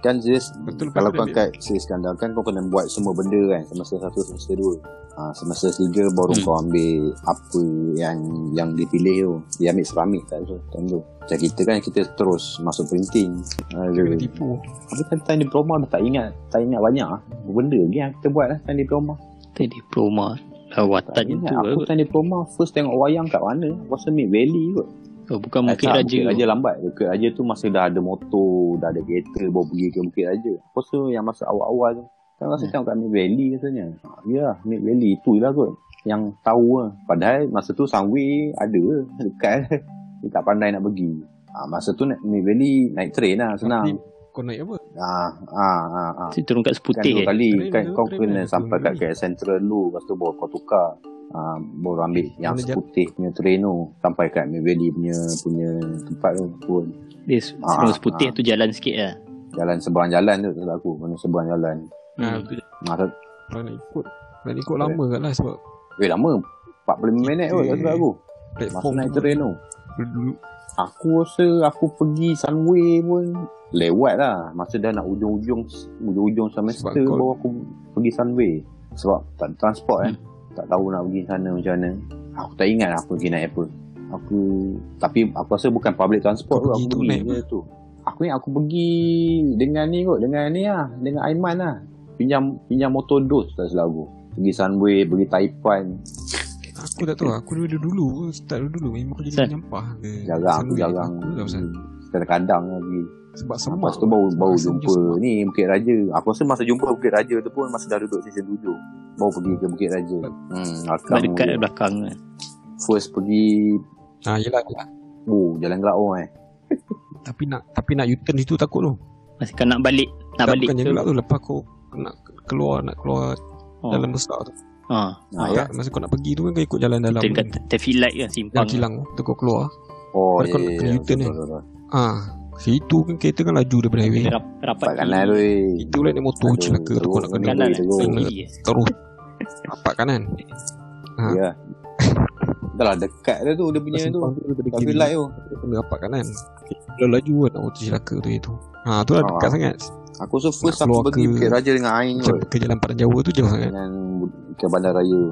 Speaker 3: Kan dia
Speaker 4: Betul,
Speaker 3: Kalau
Speaker 4: betul
Speaker 3: kau kat Sri Iskandar kan Kau kena buat semua benda kan Semester satu, semester dua ha, Semester tiga baru
Speaker 1: Hmm.
Speaker 3: kau ambil Apa yang yang dipilih tu Dia ambil seramik tak tu Time tu Macam kita kan kita terus masuk printing
Speaker 4: Kena
Speaker 3: Aduh.
Speaker 4: tipu
Speaker 3: Tapi kan time diploma dah tak ingat Tak ingat banyak lah Benda lagi yang kita buat lah Time diploma
Speaker 1: Kita diploma
Speaker 3: Tak
Speaker 1: Lawatan
Speaker 3: ingat
Speaker 1: tu lah
Speaker 3: Aku
Speaker 1: kot.
Speaker 3: time diploma First tengok wayang kat mana Aku rasa Mid Valley kot
Speaker 1: Oh, Bukan
Speaker 3: Eh,
Speaker 1: Bukit
Speaker 3: tak,
Speaker 1: Raja
Speaker 3: Bukit Raja
Speaker 1: kot.
Speaker 3: lambat Bukit Raja tu masa dah ada motor Dah ada kereta Baru pergi ke Bukit Raja Aku rasa yang masa awal-awal tu Kan rasa
Speaker 1: Hmm.
Speaker 3: tengok kat Mid Valley katanya Ya Mid Valley Itu je lah kot Yang tahu lah Padahal masa tu Sunway ada Dekat <laughs> Dia tak pandai nak pergi ha, Masa tu naik- Mid Valley Naik train lah senang
Speaker 4: Tapi Kau naik apa
Speaker 3: ah ah ah, ah.
Speaker 1: Saya turun kat
Speaker 3: Kan
Speaker 1: seputih kan,
Speaker 3: dua
Speaker 1: eh.
Speaker 3: kali
Speaker 4: Train
Speaker 3: kan
Speaker 4: dulu,
Speaker 3: kau
Speaker 4: train
Speaker 3: kena
Speaker 4: dulu.
Speaker 3: sampai kat KL Central dulu Lepas tu baru kau tukar ah, Baru ambil yang
Speaker 4: Mana jap-
Speaker 3: seputih punya train tu Sampai kat Meveli punya punya tempat tu pun
Speaker 1: Dia se-
Speaker 3: Ah,
Speaker 1: sebelum seputih
Speaker 3: ah.
Speaker 1: tu jalan sikit lah.
Speaker 3: Jalan seberang jalan tu tak aku Mana seberang jalan
Speaker 4: Ah,
Speaker 1: Hmm.
Speaker 3: nah, sat-
Speaker 4: Kalau nak ikut Nak ikut lama kat lah Sebab
Speaker 3: Eh lama 45 minit kot
Speaker 4: Kita-
Speaker 3: tak salah aku Masa
Speaker 4: platform
Speaker 3: naik
Speaker 4: tu
Speaker 3: train tu
Speaker 4: dulu
Speaker 3: Aku rasa aku pergi Sunway pun lewat lah. Masa dah nak ujung-ujung ujung-ujung semester
Speaker 4: Sebab kau-
Speaker 3: baru aku pergi Sunway. Sebab tak ada transport kan.
Speaker 4: Hmm.
Speaker 3: Tak tahu nak pergi sana macam mana. Aku tak ingat aku pergi naik apa. Aku tapi aku rasa bukan public transport tu
Speaker 4: Kau pergi
Speaker 3: aku
Speaker 4: tu
Speaker 3: pergi
Speaker 4: naik
Speaker 3: je tu. Aku ingat aku pergi dengan ni kot, dengan ni lah, dengan Aiman lah. Pinjam pinjam motor dos tak salah aku. Pergi Sunway, pergi Taipan.
Speaker 4: Aku tak tahu lah, Aku dulu dulu Start dulu dulu Memang aku jadi
Speaker 1: Sal.
Speaker 4: penyampah ke
Speaker 3: Jarang, aku
Speaker 4: Sunway.
Speaker 3: jarang.
Speaker 4: Aku tak pasal.
Speaker 3: Kadang-kadang lah lagi.
Speaker 4: Sebab
Speaker 3: Semak
Speaker 4: semak
Speaker 3: Lepas tu baru, baru
Speaker 4: Rasa
Speaker 3: jumpa
Speaker 4: dia semak.
Speaker 3: ni Bukit Raja Aku rasa masa jumpa Bukit Raja tu pun Masa dah duduk sesi duduk Baru pergi ke Bukit Raja Hmm,
Speaker 1: Sebab
Speaker 3: Akam
Speaker 1: dekat
Speaker 3: dekat
Speaker 1: belakang lah.
Speaker 3: First pergi
Speaker 4: Ah yelah yelah.
Speaker 3: Oh, Jalan Gelakong eh
Speaker 4: Tapi nak Tapi nak U-turn situ takut tu
Speaker 1: Masih kan nak balik. Nak
Speaker 4: Tak,
Speaker 1: balik
Speaker 4: Bukan lah.
Speaker 1: tu.
Speaker 4: jalan tu Lepas kau Nak keluar Nak keluar
Speaker 1: Oh.
Speaker 4: Dalam besar tu
Speaker 1: Ha.
Speaker 3: ah,
Speaker 4: Ah,
Speaker 3: ya.
Speaker 4: Masa kau nak pergi tu kan Kau ikut jalan dalam
Speaker 1: Kita dekat
Speaker 4: ni.
Speaker 1: traffic light kan
Speaker 4: Yang
Speaker 1: simpang.
Speaker 4: kilang tu Tu kau keluar
Speaker 3: Oh
Speaker 4: Kau
Speaker 3: ya
Speaker 4: nak kena
Speaker 3: ya, ya,
Speaker 4: U-turn,
Speaker 3: betul,
Speaker 4: eh?
Speaker 3: betul, betul.
Speaker 4: Ah, situ kan kereta kan laju daripada highway.
Speaker 1: Rap, rapat
Speaker 3: Empat kanan tu eh.
Speaker 4: Itu lah naik motor
Speaker 3: Aduh,
Speaker 4: celaka tu kau
Speaker 3: teruk
Speaker 4: nak kena
Speaker 1: kanan
Speaker 3: Kanan,
Speaker 1: kan.
Speaker 3: teruk.
Speaker 1: Kiri je.
Speaker 4: terus rapat kanan. Ah.
Speaker 3: Ya Dah lah dekat dia tu Dia punya tu
Speaker 4: Simpang tu daripada
Speaker 3: Tapi
Speaker 4: kiri.
Speaker 3: light tu
Speaker 4: Kena rapat kanan. Kalau laju kan nak motor celaka tu itu. Ha tu lah
Speaker 3: Ah.
Speaker 4: dekat sangat.
Speaker 3: Aku rasa first
Speaker 4: Nak
Speaker 3: aku
Speaker 4: keluar
Speaker 3: pergi
Speaker 4: ke-
Speaker 3: Bukit Raja dengan Ain
Speaker 4: Macam
Speaker 3: kot
Speaker 4: ke jalan Padang Jawa tu jauh sangat.
Speaker 3: Dengan ke bandar raya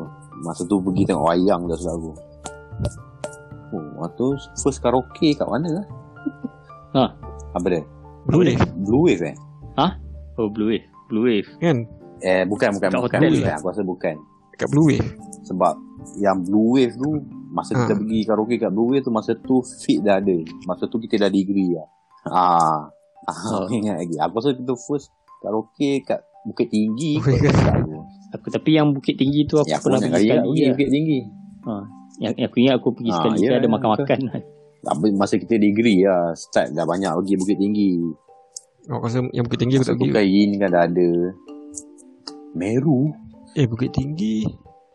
Speaker 3: Masa tu pergi tengok wayang dah sudah aku Oh, waktu tu first karaoke kat mana lah?
Speaker 1: Ha.
Speaker 3: Apa dia?
Speaker 4: Boleh
Speaker 3: Blue Wave eh?
Speaker 1: Oh, Blue Wave. Blue Wave.
Speaker 4: kan?
Speaker 3: Eh, bukan, bukan.
Speaker 1: Kat
Speaker 3: bukan,
Speaker 1: hotel
Speaker 3: bukan. Aku rasa bukan.
Speaker 4: Dekat Blue Wave.
Speaker 3: Sebab yang Blue Wave tu, masa kita
Speaker 4: Ha.
Speaker 3: pergi karaoke kat Blue Wave tu, masa tu fit dah ada. Masa tu kita dah degree lah. Ah,
Speaker 1: Ha.
Speaker 3: aku <laughs> ingat lagi. Aku rasa kita first karaoke kat Bukit Tinggi.
Speaker 4: Bukit
Speaker 3: kot,
Speaker 4: Tinggi.
Speaker 3: tak tahu.
Speaker 1: Aku tapi yang Bukit Tinggi tu aku
Speaker 3: Ya,
Speaker 1: pernah
Speaker 3: nak
Speaker 1: pergi
Speaker 3: kali lah
Speaker 1: sekali.
Speaker 3: pergi
Speaker 1: lah.
Speaker 3: Bukit Tinggi.
Speaker 1: Yang, yang aku ingat aku pergi
Speaker 3: Ah,
Speaker 1: sekali
Speaker 3: ya,
Speaker 1: yeah, ada
Speaker 3: ya,
Speaker 1: makan-makan. <laughs>
Speaker 3: Tapi masa kita degree lah, start dah banyak pergi Bukit Tinggi.
Speaker 4: Aku rasa yang Bukit Tinggi aku
Speaker 3: Masa
Speaker 4: tak
Speaker 3: tu
Speaker 4: pergi.
Speaker 3: Kain kan dah ada. Meru?
Speaker 4: Eh Bukit Tinggi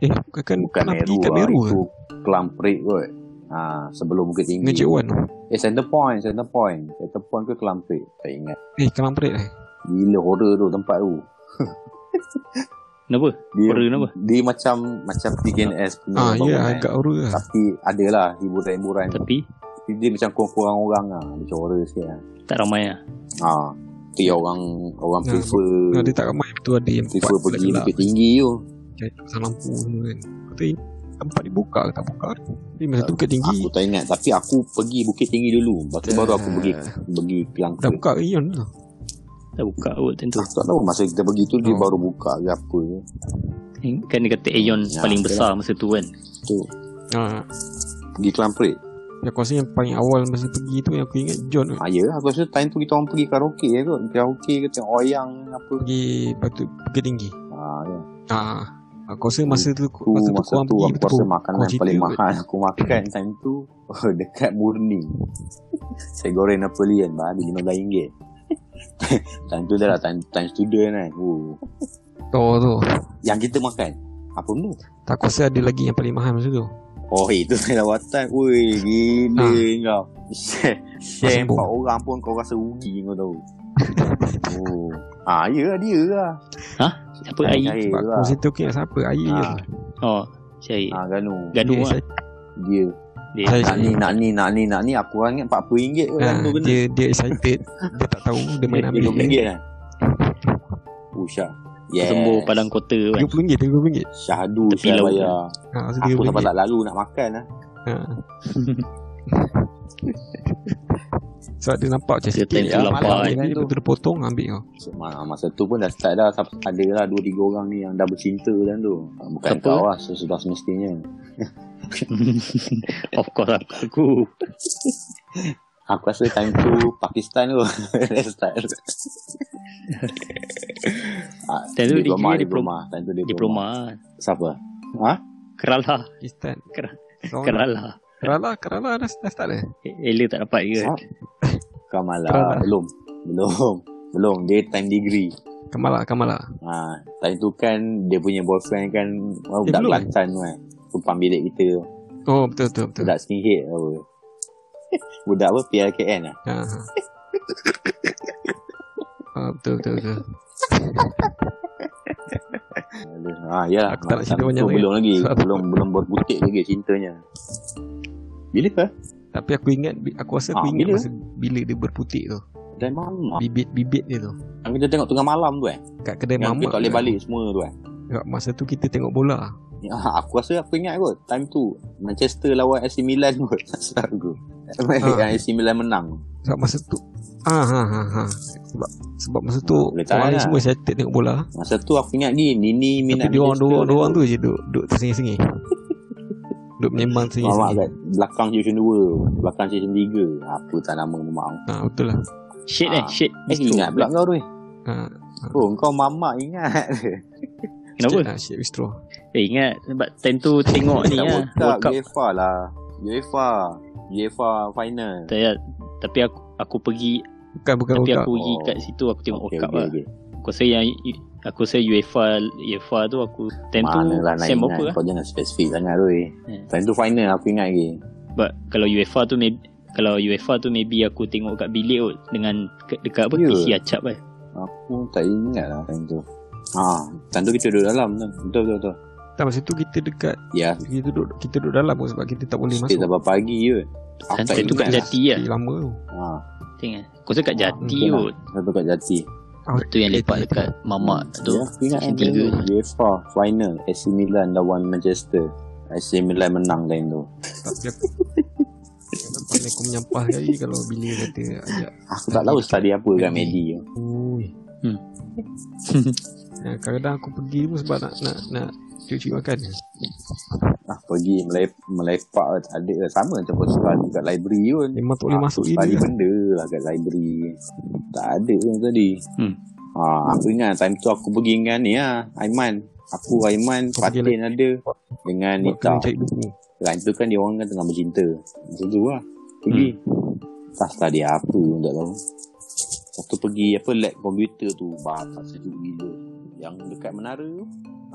Speaker 4: Eh bukan kan
Speaker 3: Bukan
Speaker 4: pernah pergi
Speaker 3: Meru
Speaker 4: kat
Speaker 3: lah.
Speaker 4: Meru kan? ke?
Speaker 3: Itu Kelamprik kot. Ha, sebelum Bukit Tinggi.
Speaker 4: Dengan Cik Wan tu.
Speaker 3: Eh center point Center point Center point ke Kelampit Tak ingat
Speaker 4: Eh Kelampret eh
Speaker 3: Gila horror tu tempat tu
Speaker 1: Kenapa?
Speaker 3: dia,
Speaker 1: Horror kenapa?
Speaker 3: Dia macam Macam PKNS punya
Speaker 4: Ah ya
Speaker 3: bangunan.
Speaker 4: agak horror lah
Speaker 3: Tapi adalah hiburan-hiburan
Speaker 1: Tapi
Speaker 3: Tapi dia macam kurang-kurang orang lah Macam horror sikit lah
Speaker 1: tak ramai lah.
Speaker 3: ha. Tapi orang Orang
Speaker 4: Nah,
Speaker 3: prefer
Speaker 4: Nah, Ya, dia tak ramai tu ada yang
Speaker 3: Prefer
Speaker 4: buat lah.
Speaker 3: pergi
Speaker 4: gelap-gelap.
Speaker 3: Bukit Tinggi tu
Speaker 4: Jadi pasang lampu semua kan Kata ini tempat dia buka ke tak buka Ni masa tu Bukit Tinggi
Speaker 3: Aku tak ingat Tapi aku pergi Bukit Tinggi dulu Lepas tu baru aku pergi
Speaker 4: Eh.
Speaker 3: Pergi
Speaker 4: Dah
Speaker 3: Kelangkut
Speaker 4: buka ke Ion lah. tu
Speaker 1: Tak buka kot tentu.
Speaker 3: Aku tak tahu masa kita pergi tu Dia
Speaker 4: Oh.
Speaker 3: baru buka ke apa ke.
Speaker 1: Kan dia kata Aeon
Speaker 3: Ya,
Speaker 1: paling
Speaker 3: betul
Speaker 1: besar masa tu kan.
Speaker 3: Tu
Speaker 4: ha,
Speaker 3: Pergi Kelamprit
Speaker 4: Hmm. Aku rasa yang paling awal masa pergi tu Yang aku ingat John tu
Speaker 3: Ah, ya, aku rasa time tu kita orang pergi karaoke je kot. Karaoke ke tengok wayang apa.
Speaker 4: Pergi Batu Bukit Tinggi
Speaker 3: Ah, ya.
Speaker 4: ha, Aku rasa masa tu
Speaker 3: Aku
Speaker 4: Masa tu
Speaker 3: masa
Speaker 4: korang
Speaker 3: tu
Speaker 4: pergi
Speaker 3: aku rasa
Speaker 4: betul
Speaker 3: makanan
Speaker 4: cerita
Speaker 3: paling
Speaker 4: kot.
Speaker 3: mahal aku makan time tu oh, <laughs> dekat Murni. Saya goreng Napoleon bah, habis RM15. <laughs> time tu dah lah time, time student kan. Oh.
Speaker 4: Oh tu
Speaker 3: Yang kita makan. Apa benda?
Speaker 4: Tak aku rasa ada lagi yang paling mahal masa tu
Speaker 3: Oh, itu saya lawatan. Ui, gila
Speaker 4: Ah.
Speaker 3: kau. Share, share
Speaker 4: Masuk
Speaker 3: empat orang pun kau rasa rugi kau
Speaker 4: <laughs>
Speaker 3: tahu. oh. Ah, ya dia lah.
Speaker 1: Siapa Aeon?
Speaker 3: Saya
Speaker 4: Sebab aku
Speaker 3: lah.
Speaker 4: masa tu aku ingat siapa Air
Speaker 3: Ah,
Speaker 4: ha,
Speaker 1: Oh, Syahid.
Speaker 3: Ah, Ganu.
Speaker 1: Gaduh
Speaker 4: dia,
Speaker 1: lah.
Speaker 3: Dia
Speaker 1: Dia
Speaker 4: Saya-
Speaker 3: Nak ni, nak ni, nak ni, nak ni Aku orang ingat RM40 ke
Speaker 4: ha,
Speaker 3: kan tu benda
Speaker 4: dia, dia excited Dia tak tahu Dia main ambil
Speaker 3: RM30 kan Oh Syah Yes
Speaker 1: sembur padang kota tu kan.
Speaker 4: RM30 RM30
Speaker 3: Syahdu
Speaker 1: Tepi
Speaker 3: Syah
Speaker 1: laut.
Speaker 3: bayar
Speaker 4: ha, Masa
Speaker 3: Aku
Speaker 4: RM30
Speaker 3: sampai tak lalu nak makan lah
Speaker 4: ha. Sebab dia nampak macam
Speaker 1: Dia time tu
Speaker 3: lah,
Speaker 1: lapar
Speaker 3: malam
Speaker 1: kan.
Speaker 3: kan
Speaker 4: Lepas
Speaker 3: tu.
Speaker 4: tu dia potong ambil kau
Speaker 3: so, ma- Masa tu pun dah start dah Sam- Ada lah 2-3 orang ni Yang dah bercinta dan tu Bukan
Speaker 1: Siapa?
Speaker 3: kau lah so, Sudah semestinya
Speaker 1: Of course lah. aku. aku.
Speaker 3: Aku rasa time tu Pakistan tu <laughs> Dah start Ah,
Speaker 1: Time tu
Speaker 3: diploma,
Speaker 1: degree,
Speaker 3: diploma. Time tu diploma.
Speaker 1: Diploma.
Speaker 3: Siapa? Ha?
Speaker 1: Kerala.
Speaker 4: Pakistan
Speaker 1: Kera-
Speaker 3: Oh.
Speaker 4: Seorang-
Speaker 1: Kerala.
Speaker 4: Kerala Kerala dah, dah start dah
Speaker 2: Ya.
Speaker 3: Ha?
Speaker 1: Ela tak dapat ke?
Speaker 3: Kamalah
Speaker 4: Kerala.
Speaker 3: lah. Belum Belum Belum, dia time degree.
Speaker 4: Kamala, Kamala.
Speaker 3: Ha, time tu kan dia punya boyfriend kan oh,
Speaker 4: Eh,
Speaker 3: budak
Speaker 4: belum.
Speaker 3: Kelantan tu kan. Tumpang bilik kita.
Speaker 4: Oh, betul betul betul.
Speaker 3: Budak skinhead apa. budak apa PLKN lah.
Speaker 4: Ha. ha. <laughs> Ah, betul betul betul.
Speaker 3: Ha, ya.
Speaker 4: Aku tak nak cerita banyak sangat.
Speaker 3: Belum lagi.
Speaker 4: Sebab-
Speaker 3: Belum belum berputik lagi cintanya. Bila eh? ke?
Speaker 4: Tapi aku ingat aku rasa
Speaker 3: Ah,
Speaker 4: aku ingat
Speaker 3: bila? Ah.
Speaker 4: masa bila dia berputik tu.
Speaker 3: Dan malam.
Speaker 4: Bibit-bibit dia tu.
Speaker 3: Yang kita tengok tengah malam tu eh.
Speaker 4: Kat kedai
Speaker 3: Yang
Speaker 4: mamak.
Speaker 3: kita tak boleh
Speaker 4: kan.
Speaker 3: balik semua tu eh.
Speaker 4: Kat Masa tu kita tengok bola.
Speaker 3: Ya, aku rasa aku ingat kot. Time tu. Manchester lawan AC Milan kot. <laughs> Tak salah aku.
Speaker 4: Ha.
Speaker 3: <laughs> Yang AC Milan menang.
Speaker 4: Sebab masa tu Ah, ha, ha, ha. Sebab, sebab masa tu
Speaker 3: Boleh tahan
Speaker 4: Orang ni
Speaker 3: lah.
Speaker 4: semua excited tengok bola
Speaker 3: Masa tu aku ingat ni Nini minat
Speaker 4: Tapi dia orang
Speaker 3: Manchester.
Speaker 4: dua orang tu je duk duk tersengih-sengih. duk menyembang
Speaker 3: Mamak kat
Speaker 4: tersengih-sengih.
Speaker 3: kan? belakang season 2 Belakang season 3 Apa tak nama mamak aku
Speaker 4: Ha betul lah.
Speaker 1: Shit eh,
Speaker 3: Ah.
Speaker 1: shit.
Speaker 3: Eh ingat pula kau tu eh
Speaker 4: Ha
Speaker 3: Oh kau mamak ingat
Speaker 1: Kenapa?
Speaker 4: Ha, shit bistro.
Speaker 1: Eh, ingat sebab time tu tengok ni lah.
Speaker 3: Tak
Speaker 1: World Cup.
Speaker 3: UEFA lah UEFA UEFA final
Speaker 1: Tak payah. Tapi aku aku pergi
Speaker 4: Bukan bukan
Speaker 1: tapi
Speaker 4: bukan.
Speaker 1: aku pergi
Speaker 3: Oh.
Speaker 1: kat situ aku tengok
Speaker 3: Okey,
Speaker 1: World Cup
Speaker 3: okey,
Speaker 1: lah.
Speaker 3: okey.
Speaker 1: Aku rasa yang aku rasa UEFA UEFA tu aku time tu
Speaker 3: Mana lah nak
Speaker 1: sem
Speaker 3: ingat
Speaker 1: berapa lah.
Speaker 3: Kau jangan spesifik sangat tu eh
Speaker 1: Hmm.
Speaker 3: Time tu final aku ingat lagi
Speaker 1: But kalau UEFA tu maybe kalau UEFA tu maybe aku tengok kat bilik kot dengan dekat, dekat apa
Speaker 3: Ya.
Speaker 1: PC acap kan.
Speaker 3: Aku tak ingat lah time tu Ha, time tu kita duduk dalam tu. Betul betul betul.
Speaker 4: Tak masa tu kita dekat
Speaker 3: Ya,
Speaker 4: kita duduk kita duduk dalam pun sebab kita tak boleh
Speaker 3: stay
Speaker 4: masuk.
Speaker 3: sampai pagi je. Aku tak
Speaker 1: Time tu kat
Speaker 3: ingat lah.
Speaker 1: Jati lah.
Speaker 4: Tapi lama tu.
Speaker 3: Ha,
Speaker 1: Tengok. Aku rasa kat Jati
Speaker 3: mungkin
Speaker 1: kot.
Speaker 3: satu kat Jati.
Speaker 4: Ah,
Speaker 1: Tu yang lepak dekat mamak tu.
Speaker 3: Ya, aku ingat
Speaker 1: season
Speaker 3: yang time
Speaker 1: tiga.
Speaker 3: tu. UEFA final AC Milan lawan Manchester. AC Milan menang time tu.
Speaker 4: Tapi aku Paling aku menyampah kali kalau bila kata ajak
Speaker 3: Aku tak tahu study apa kat Medi tu.
Speaker 4: Ui <laughs>
Speaker 1: Hmm.
Speaker 4: Nah, Ya, kadang-kadang aku pergi pun sebab nak nak nak cuci makan.
Speaker 3: Ah, pergi melep, melepak ke tak ada. Sama macam kau study kat library pun.
Speaker 4: Memang Ah, tak boleh
Speaker 3: Aku
Speaker 4: masuk
Speaker 3: study
Speaker 4: ini.
Speaker 3: benda lah kat library. Tak ada pun tadi.
Speaker 1: Hmm.
Speaker 3: Ha, aku ingat time tu aku pergi dengan ni lah. Aiman. Aku, Aiman,
Speaker 4: Kau pergi
Speaker 3: Fatin ada. Dengan
Speaker 4: Buat kena
Speaker 3: Nita.
Speaker 4: cari buku.
Speaker 3: Lain tu kan dia orang kan tengah bercinta. Macam tu lah. Pergi.
Speaker 4: Hmm.
Speaker 3: Tak study apa pun tak tahu. Lepas tu pergi apa lab komputer tu. Bah, tak sejuk gila. Yang dekat menara tu.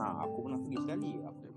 Speaker 3: Ha, aku ah, pernah pergi sekali. Aku